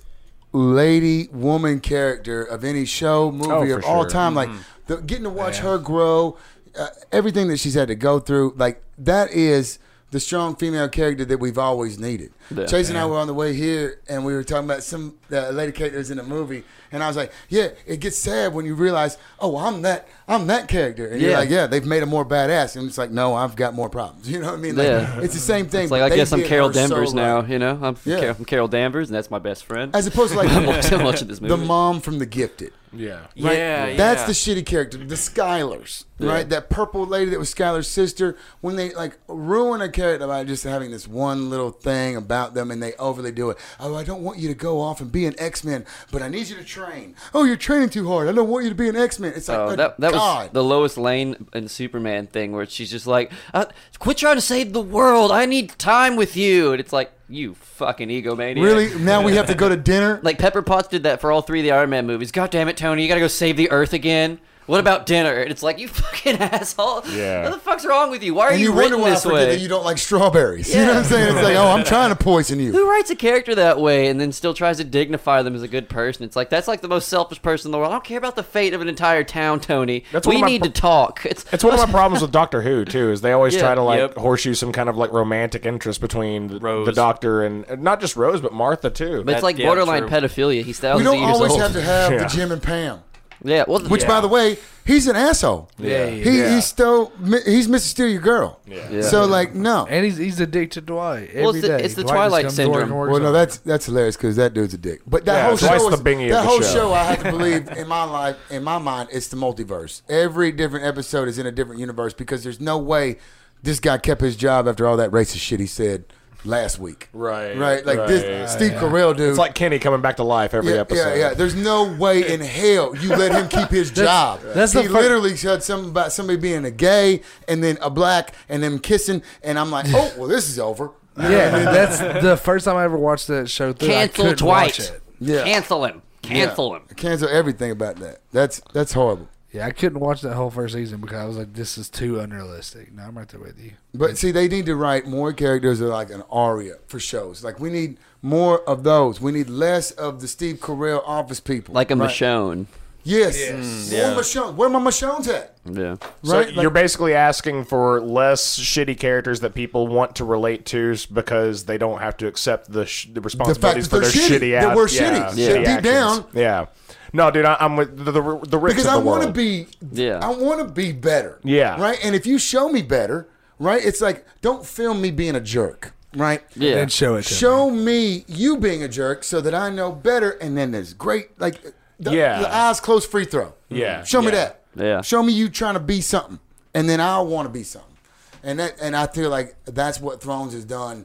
lady woman character of any show, movie for of all sure. time. Like the, getting to watch her grow, uh, everything that she's had to go through. Like that is the strong female character that we've always needed. Yeah. Chase and I were on the way here, and we were talking about some uh, lady character that was in a movie, and I was like, "Yeah, it gets sad when you realize, oh, well, I'm that, I'm that character." And you're Yeah. like, "Yeah, they've made her more badass," and it's like, "No, I've got more problems." You know what I mean? Like, yeah, It's the same thing. It's like I They guess I'm did Carol her so Danvers right. now. You know, I'm, Yeah. Car- I'm Carol Danvers, and that's my best friend. As opposed to like I'm watching- watching this movie. the mom from The Gifted. Yeah. Right? Yeah, That's yeah. the shitty character, the Skylers, Yeah. right? That purple lady that was Skylar's sister. When they like ruin a character by just having this one little thing about them, and they overly do it. Oh, I don't want you to go off and be an X Men, but I need you to train. Oh, you're training too hard. I don't want you to be an X Men. It's like, Oh, oh, that that God. was the lowest lane in Superman thing where she's just like, uh, "Quit trying to save the world. I need time with you." And it's like, "You fucking egomaniac." Really? Now we have to go to dinner? like Pepper Potts did that for all three of the Iron Man movies. God damn it, Tony! You gotta go save the Earth again. What about dinner? And it's like, "You fucking asshole! Yeah. What the fuck's wrong with you? Why are and you, you wonder written why I this forget way?" that you don't like strawberries. You know what I'm saying? It's like, oh, I'm trying to poison you. Who writes a character that way and then still tries to dignify them as a good person? It's like that's like the most selfish person in the world. I don't care about the fate of an entire town, Tony. That's one we of my need pro- to talk. It's It's one of my problems with Doctor Who too. Is they always Yeah, try to like yep. horseshoe some kind of like romantic interest between the, the Doctor and and not just Rose, but Martha too. But it's like borderline pedophilia. He's thousands we of don't years always old. have to have the Yeah. Jim and Pam. Yeah. Well, Which, by the way, he's an asshole. Yeah. He, Yeah. he stole. mi- He's Mr. Steal Your Girl. Yeah. So like no. And he's he's addicted to Dwight every day. Well, it's the- it's the Dwight just Twilight comes to work and works Well, on no, it. that's that's hilarious because that dude's a dick. But that Yeah, whole it's twice show, the is- bingy of that the whole show. show, I have to believe in my life, in my mind, it's the multiverse. Every different episode is in a different universe because there's no way this guy kept his job after all that racist shit he said last week. Right. Right, like this Steve Carell dude. It's like Kenny coming back to life every yeah, episode. yeah, yeah. There's no way in hell you let him keep his job. That's- that's he the fir- literally said something about somebody being a gay and then a black and them kissing, and I'm like, oh, well, this is over. You know what I yeah, mean? that's the first time I ever watched that show. Through. I Cancel couldn't watch Dwight. it. Yeah. Cancel him. Cancel Yeah. him. Cancel everything about that. That's that's horrible. Yeah, I couldn't watch that whole first season because I was like, "This is too unrealistic." No, I'm right there with you. But see, they need to write more characters that are like an aria for shows. Like we need more of those. We need less of the Steve Carell office people. Like a right? Michonne. Yes. Mm, More yeah. Michonne. Where my Michonne's at? Yeah. So Right, like- you're basically asking for less shitty characters that people want to relate to s- because they don't have to accept the sh- the responsibilities they're for shitty, their that ass- we're yeah, shitty. Shit deep actions. down. Yeah. No, dude, I, I'm with the the, the rich Because of I the want to world. be. Yeah. I want to be better. Yeah. Right. And if you show me better, right, it's like don't film me being a jerk. Right. Yeah. Then show it to Show me you being a jerk so that I know better. And then there's great like. The, Yeah. the eyes closed free throw. Yeah, Show me yeah. that. Yeah. Show me you trying to be something, and then I want to be something. And that, and I feel like that's what Thrones has done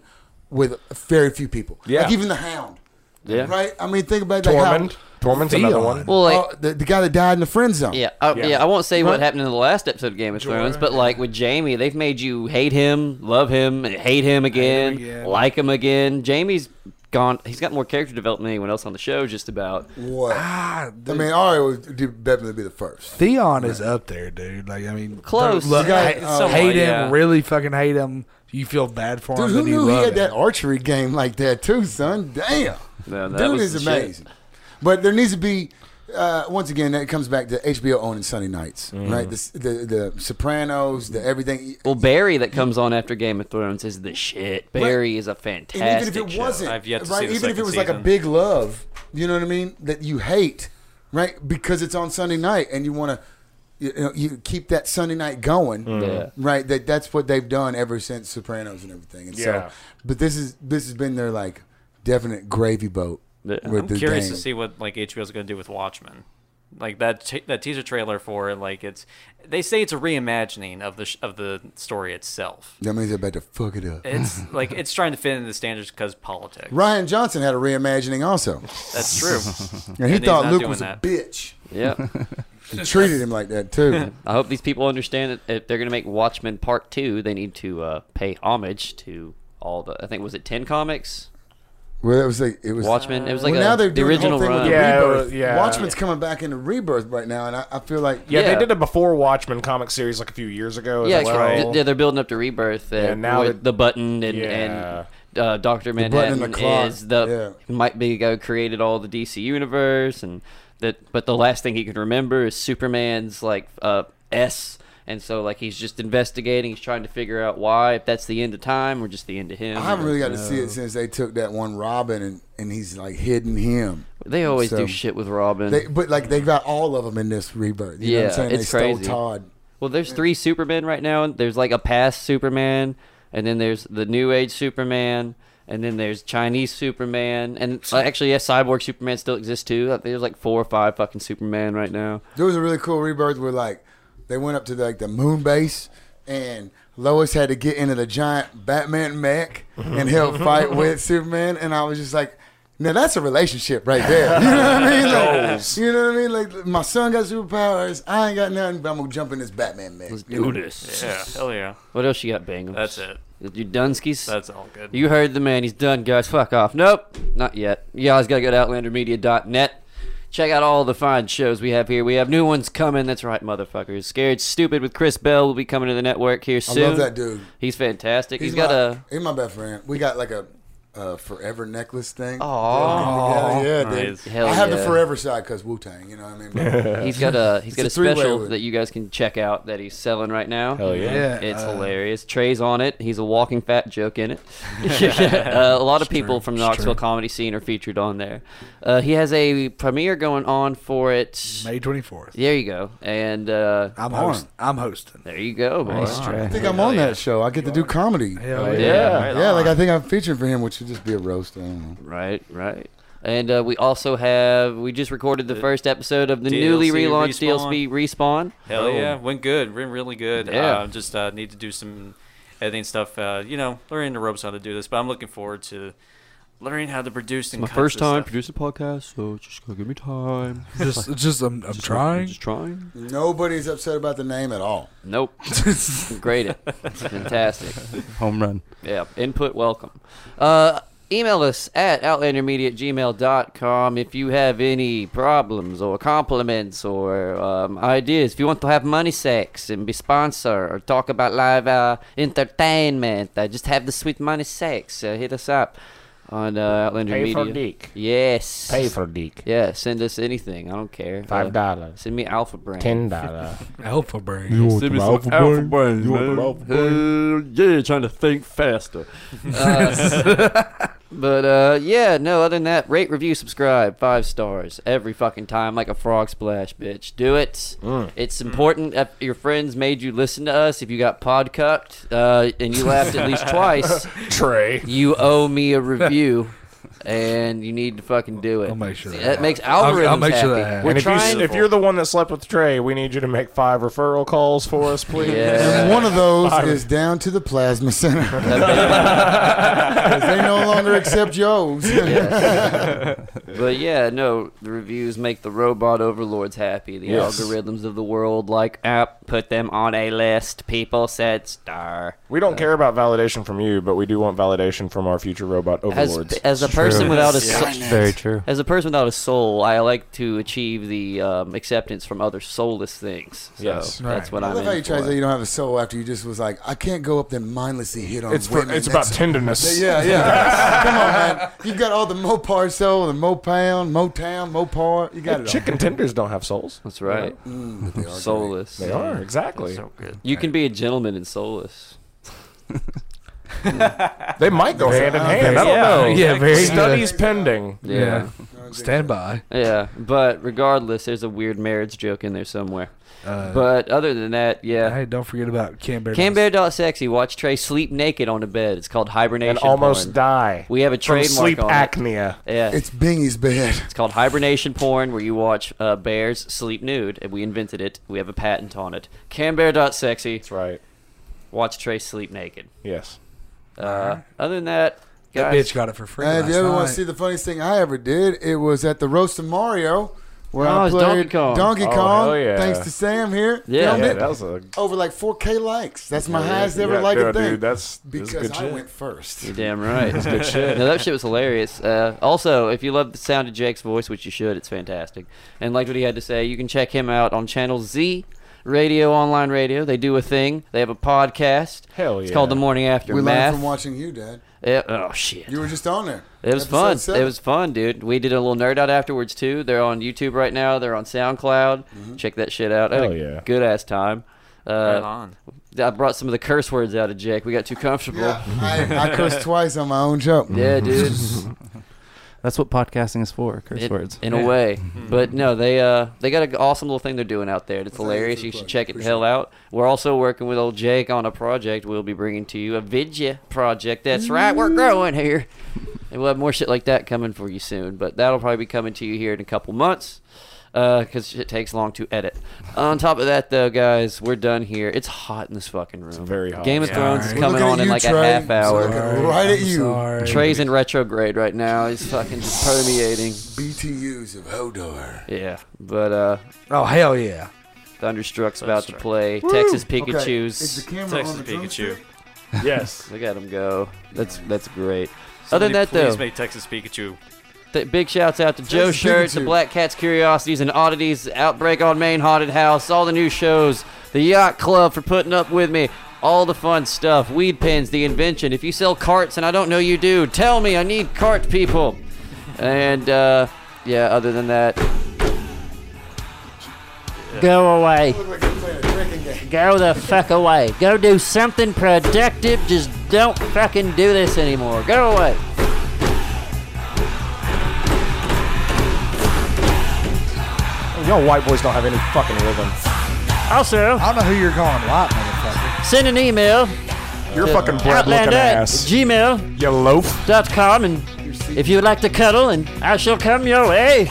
with very few people. Yeah. Like even the Hound. Yeah. Right. I mean, think about like, how- Tormund. Tormund's another one. Well, like- Oh, the, the guy that died in the friend zone. Yeah, uh, yeah. I won't say Right. what happened in the last episode of Game of Thrones, but like with Jamie, they've made you hate him, love him, and hate him again, like him again. Jamie's gone. He's got more character development than anyone else on the show, just about. What? Ah, I mean, Ari would do- definitely be the first. Theon is up there, dude. Like, I mean, Close. don't Look, You got- hate, oh, hate him, yeah. really fucking hate him. You feel bad for Dude, him. who then you knew he love had him. that archery game like that too, son? Damn, No, that dude was is the shit. amazing. But there needs to be, uh, once again, that comes back to HBO owning Sunday nights, Mm-hmm. right? The, the the Sopranos, the everything. Well, Barry that comes on after Game of Thrones is the shit. Barry is a fantastic. And even if it show. wasn't, right? even if it was like a big love, you know what I mean? That you hate, right? Because it's on Sunday night, and you want to, you know, you keep that Sunday night going, Mhm. right? That that's what they've done ever since Sopranos and everything. And Yeah. so, but this is this has been their like definite gravy boat. With I'm the curious game. to see what like HBO's going to do with Watchmen. Like that t- that teaser trailer for it, like it's they say it's a reimagining of the sh- of the story itself. That means they're about to fuck it up. It's like it's trying to fit into the standards because politics. Ryan Johnson had a reimagining also. That's true. and he And he's thought not Luke doing was that. a bitch. Yeah. he treated him like that too. I hope these people understand that if they're going to make Watchmen Part Two, they need to uh, pay homage to all the. I think was it ten comics. Well, it was like it was Watchmen. It was like well, a- now they're the doing original the whole thing With run. the Yeah, rebirth. uh, yeah. Watchmen's coming back into rebirth right now, and I, I feel like yeah, they did a before Watchmen comic series like a few years ago. as Yeah, well. th- yeah, they're building up to rebirth. And Yeah, now with that- the button and, Yeah. and uh, Doctor The button and Manhattan the clock, is the might be go created all the DC universe and that. But the last thing he can remember is Superman's like uh, S. And so, like, he's just investigating. He's trying to figure out why, if that's the end of time or just the end of him. I haven't really got to see it since they took that one Robin and, and he's like hidden him. They always do shit with Robin. They, but like they got all of them in this rebirth. You yeah, know what I'm saying? it's they crazy. stole Todd. Well, there's three Supermen right now. and There's like a past Superman, and then there's the New Age Superman, and then there's Chinese Superman, and uh, actually, yeah, Cyborg Superman still exists too. I think There's like four or five fucking Superman right now. There was a really cool rebirth where like they went up to like the moon base and Lois had to get into the giant Batman mech Mm-hmm. and help fight with Superman and I was just like now that's a relationship right there. You know what I mean? Like, Goals. you know what I mean? Like my son got superpowers, I ain't got nothing, but I'm gonna jump in this Batman mech. you know? Yeah, hell yeah. What else you got, Bingham? That's it. You Dunskies? That's all good. You heard the man. He's done, guys. Fuck off. Nope, not yet. You guys gotta go to OutlanderMedia.net. Check out all the fine shows we have here. We have new ones coming. That's right, motherfuckers. Scared Stupid with Chris Bell will be coming to the network here I soon. love that dude. He's fantastic. he's my, got a He's my best friend. We got like a uh, forever necklace thing. yeah, Aw. yeah, dude. Nice. Hell I have yeah. the forever side because Wu Tang. You know what I mean? But- he's got a It's he's got a, three-way special with- that you guys can check out that he's selling right now. Hell yeah. Yeah, Oh, it's uh, hilarious. Trey's on it. He's a walking fat joke in it. uh, a lot of It's true, people from the it's Knoxville true. comedy scene are featured on there. Uh, he has a premiere going on for it May twenty fourth. There you go. And uh, I'm host- I'm hosting. There you go, boy. I think I'm on that show. I get to do comedy. Hell yeah, yeah. yeah. Right Yeah, on. like I think I'm featuring for him, which should just be a roast. I don't know. Right, right. And uh, we also have we just recorded the first episode of the DLC newly relaunched DLC Respawn. Respawn. Hell Oh. yeah, went good, went really good. Yeah. Uh, just uh, need to do some editing stuff. Uh, you know, learning the ropes how to do this, but I'm looking forward to learning how to produce and my cut first this time stuff. producing a podcast, so just gonna give me time. Just- just, um, I'm Just- trying. Just trying. Nobody's upset about the name at all. Nope. Great. It. Fantastic. Home run. Yeah. Input welcome. Uh, email us at outlandermedia at gmail.com if you have any problems or compliments or um, ideas. If you want to have money sex and be sponsor or talk about live uh, entertainment, uh, just have the sweet money sex. Uh, hit us up on uh, Outlander Pay Media. for Deke. Yes. Pay for Deke. Yeah, send us anything. I don't care. Uh, Five dollar. send me Alpha Brain. Ten dollar. Alpha brain. You want the alpha brain? You want the alpha yeah, trying to think faster. but uh, yeah, no. Other than that, rate, review, subscribe, five stars every fucking time, like a frog splash, bitch. Do it. Mm. It's important. If your friends made you listen to us, if you got podcucked uh, and you laughed at least twice, Trey, you owe me a review. And you need to fucking do it. I'll make sure that, makes algorithms I'll- I'll make sure happy. that happens. We're And if, trying. you, if you're the one that slept with Trey, we need you to make five referral calls for us, please. And one of those is down to the plasma center. 'Cause they no longer accept yours. Yes. but yeah, no, the reviews make the robot overlords happy. The Yes. algorithms of the world like app put them on a list. People said star. We don't care about validation from you, but we do want validation from our future robot As, overlords. as a person without a Yeah. sou- Very true. As a person without a soul, I like to achieve the um, acceptance from other soulless things. So Yes. that's what I I'm. love how in you try to for. say you don't have a soul after you just was like, I can't go up there and mindlessly hit on It's for- women. it's about That's- tenderness. Yeah, yeah. Come on, man. You got all the Mopar soul, the Mopound, Motown, Mopar. You got it all. Chicken tenders don't have souls. That's right. Mm, but they are soulless. They are, exactly. So good. You can be a gentleman and soulless. They might go hand in hand. I don't know. Studies pending. Yeah. Stand by. Yeah, but regardless, there's a weird marriage joke in there somewhere. Uh, but other than that, yeah. Hey, don't forget about Cam Bear. Cambear.sexy. Watch Trey sleep naked on a bed. It's called hibernation. And almost porn. die. We have a From trademark sleep on it. apnea. Yeah, It's Bingy's bed. it's called hibernation porn, where you watch uh, bears sleep nude, and we invented it. We have a patent on it. Cambear.sexy. That's right. Watch Trey sleep naked. Yes. Uh, Other than that, That guys- bitch got it for free. And if last you ever want night. to see the funniest thing I ever did, it was at the roast of Mario, where Oh, I it's Donkey played Kong. Donkey Oh, Kong. hell yeah. Thanks to Sam here. Yeah. Filmed Yeah, it. that was a- over like 4K likes. That's my Yeah, highest yeah, ever liked dude, thing. dude, that's- that's because good I shit. went first. You're damn right. That's good shit. No, that shit was hilarious. Uh, also, if you love the sound of Jake's voice, which you should, it's fantastic. And liked what he had to say, you can check him out on Channel Z Radio Online Radio. They do a thing. They have a podcast. Hell It's yeah. called The Morning After we learned Math. from watching you, Dad. Yeah, oh shit. You were just on there. It was Episode fun. seven. It was fun, dude. We did a little nerd out afterwards too. They're on YouTube right now. They're on SoundCloud. Check that shit out. I had Hell a yeah. Good ass time. Uh, Right on. I brought some of the curse words out of Jake. We got too comfortable. I cursed twice on my own joke. Yeah, dude. That's what podcasting is for. Curse It- words. in a way. But no, they uh they got an awesome little thing they're doing out there. It's hilarious. You should check it the hell out. We're also working with old Jake on a project. We'll be bringing to you a vidya project. That's right. We're growing here, and we'll have more shit like that coming for you soon. But that'll probably be coming to you here in a couple months. Because it takes long to edit. On top of that, though, guys, we're done here. It's hot in this fucking room. It's very hot. Game of Yeah. Thrones is Sorry. coming Looking at on in you, like a Trey. half hour. Sorry. Right at I'm you. sorry. Trey's in retrograde right now. He's fucking just permeating. BTUs of Hodor. Yeah, but uh oh hell yeah, Thunderstruck's about to play Woo! Texas Okay, Pikachu's. is the camera Texas on the Pikachu. drumstick? yes, look at him go. That's that's great. Other Somebody than that, please though, make Texas Pikachu. th- big shouts out to Joe Texas Shirt, the Pikachu. Black Cats Curiosities and Oddities, Outbreak on Main Haunted House, all the new shows, the Yacht Club for putting up with me, all the fun stuff, weed pins, the invention. If you sell carts and I don't know you do, tell me. I need cart people. And uh, yeah, other than that, Go away. Go the fuck away. Go do something productive. Just don't fucking do this anymore. Go away. Y'all white boys don't have any fucking rhythm. Also, I don't know who you're calling white, motherfucker. Send an email. You're to fucking bread looking Outlander at ass. Gmail. You loaf. Dot com and if you would like to cuddle and I shall come your way.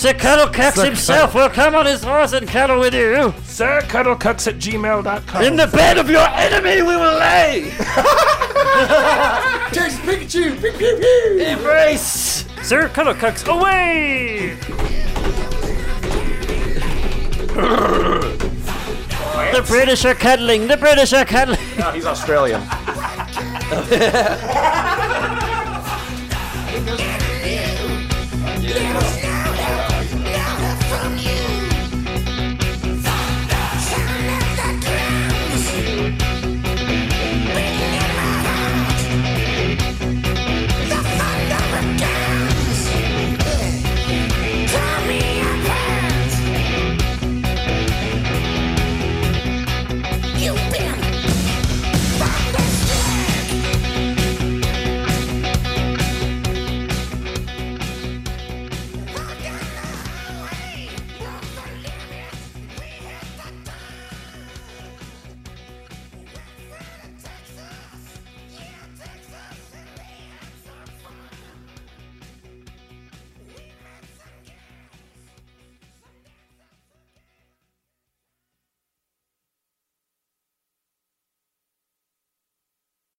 Sir Cuddle Cucks Sir himself will come on his horse and cuddle with you. Sir Cuddlecucks at gmail.com. In the bed of your enemy we will lay. Texas Pikachu. Pew, pew, pew. Embrace. Sir Cuddlecucks away! The British are cuddling. The British are cuddling. No, he's Australian.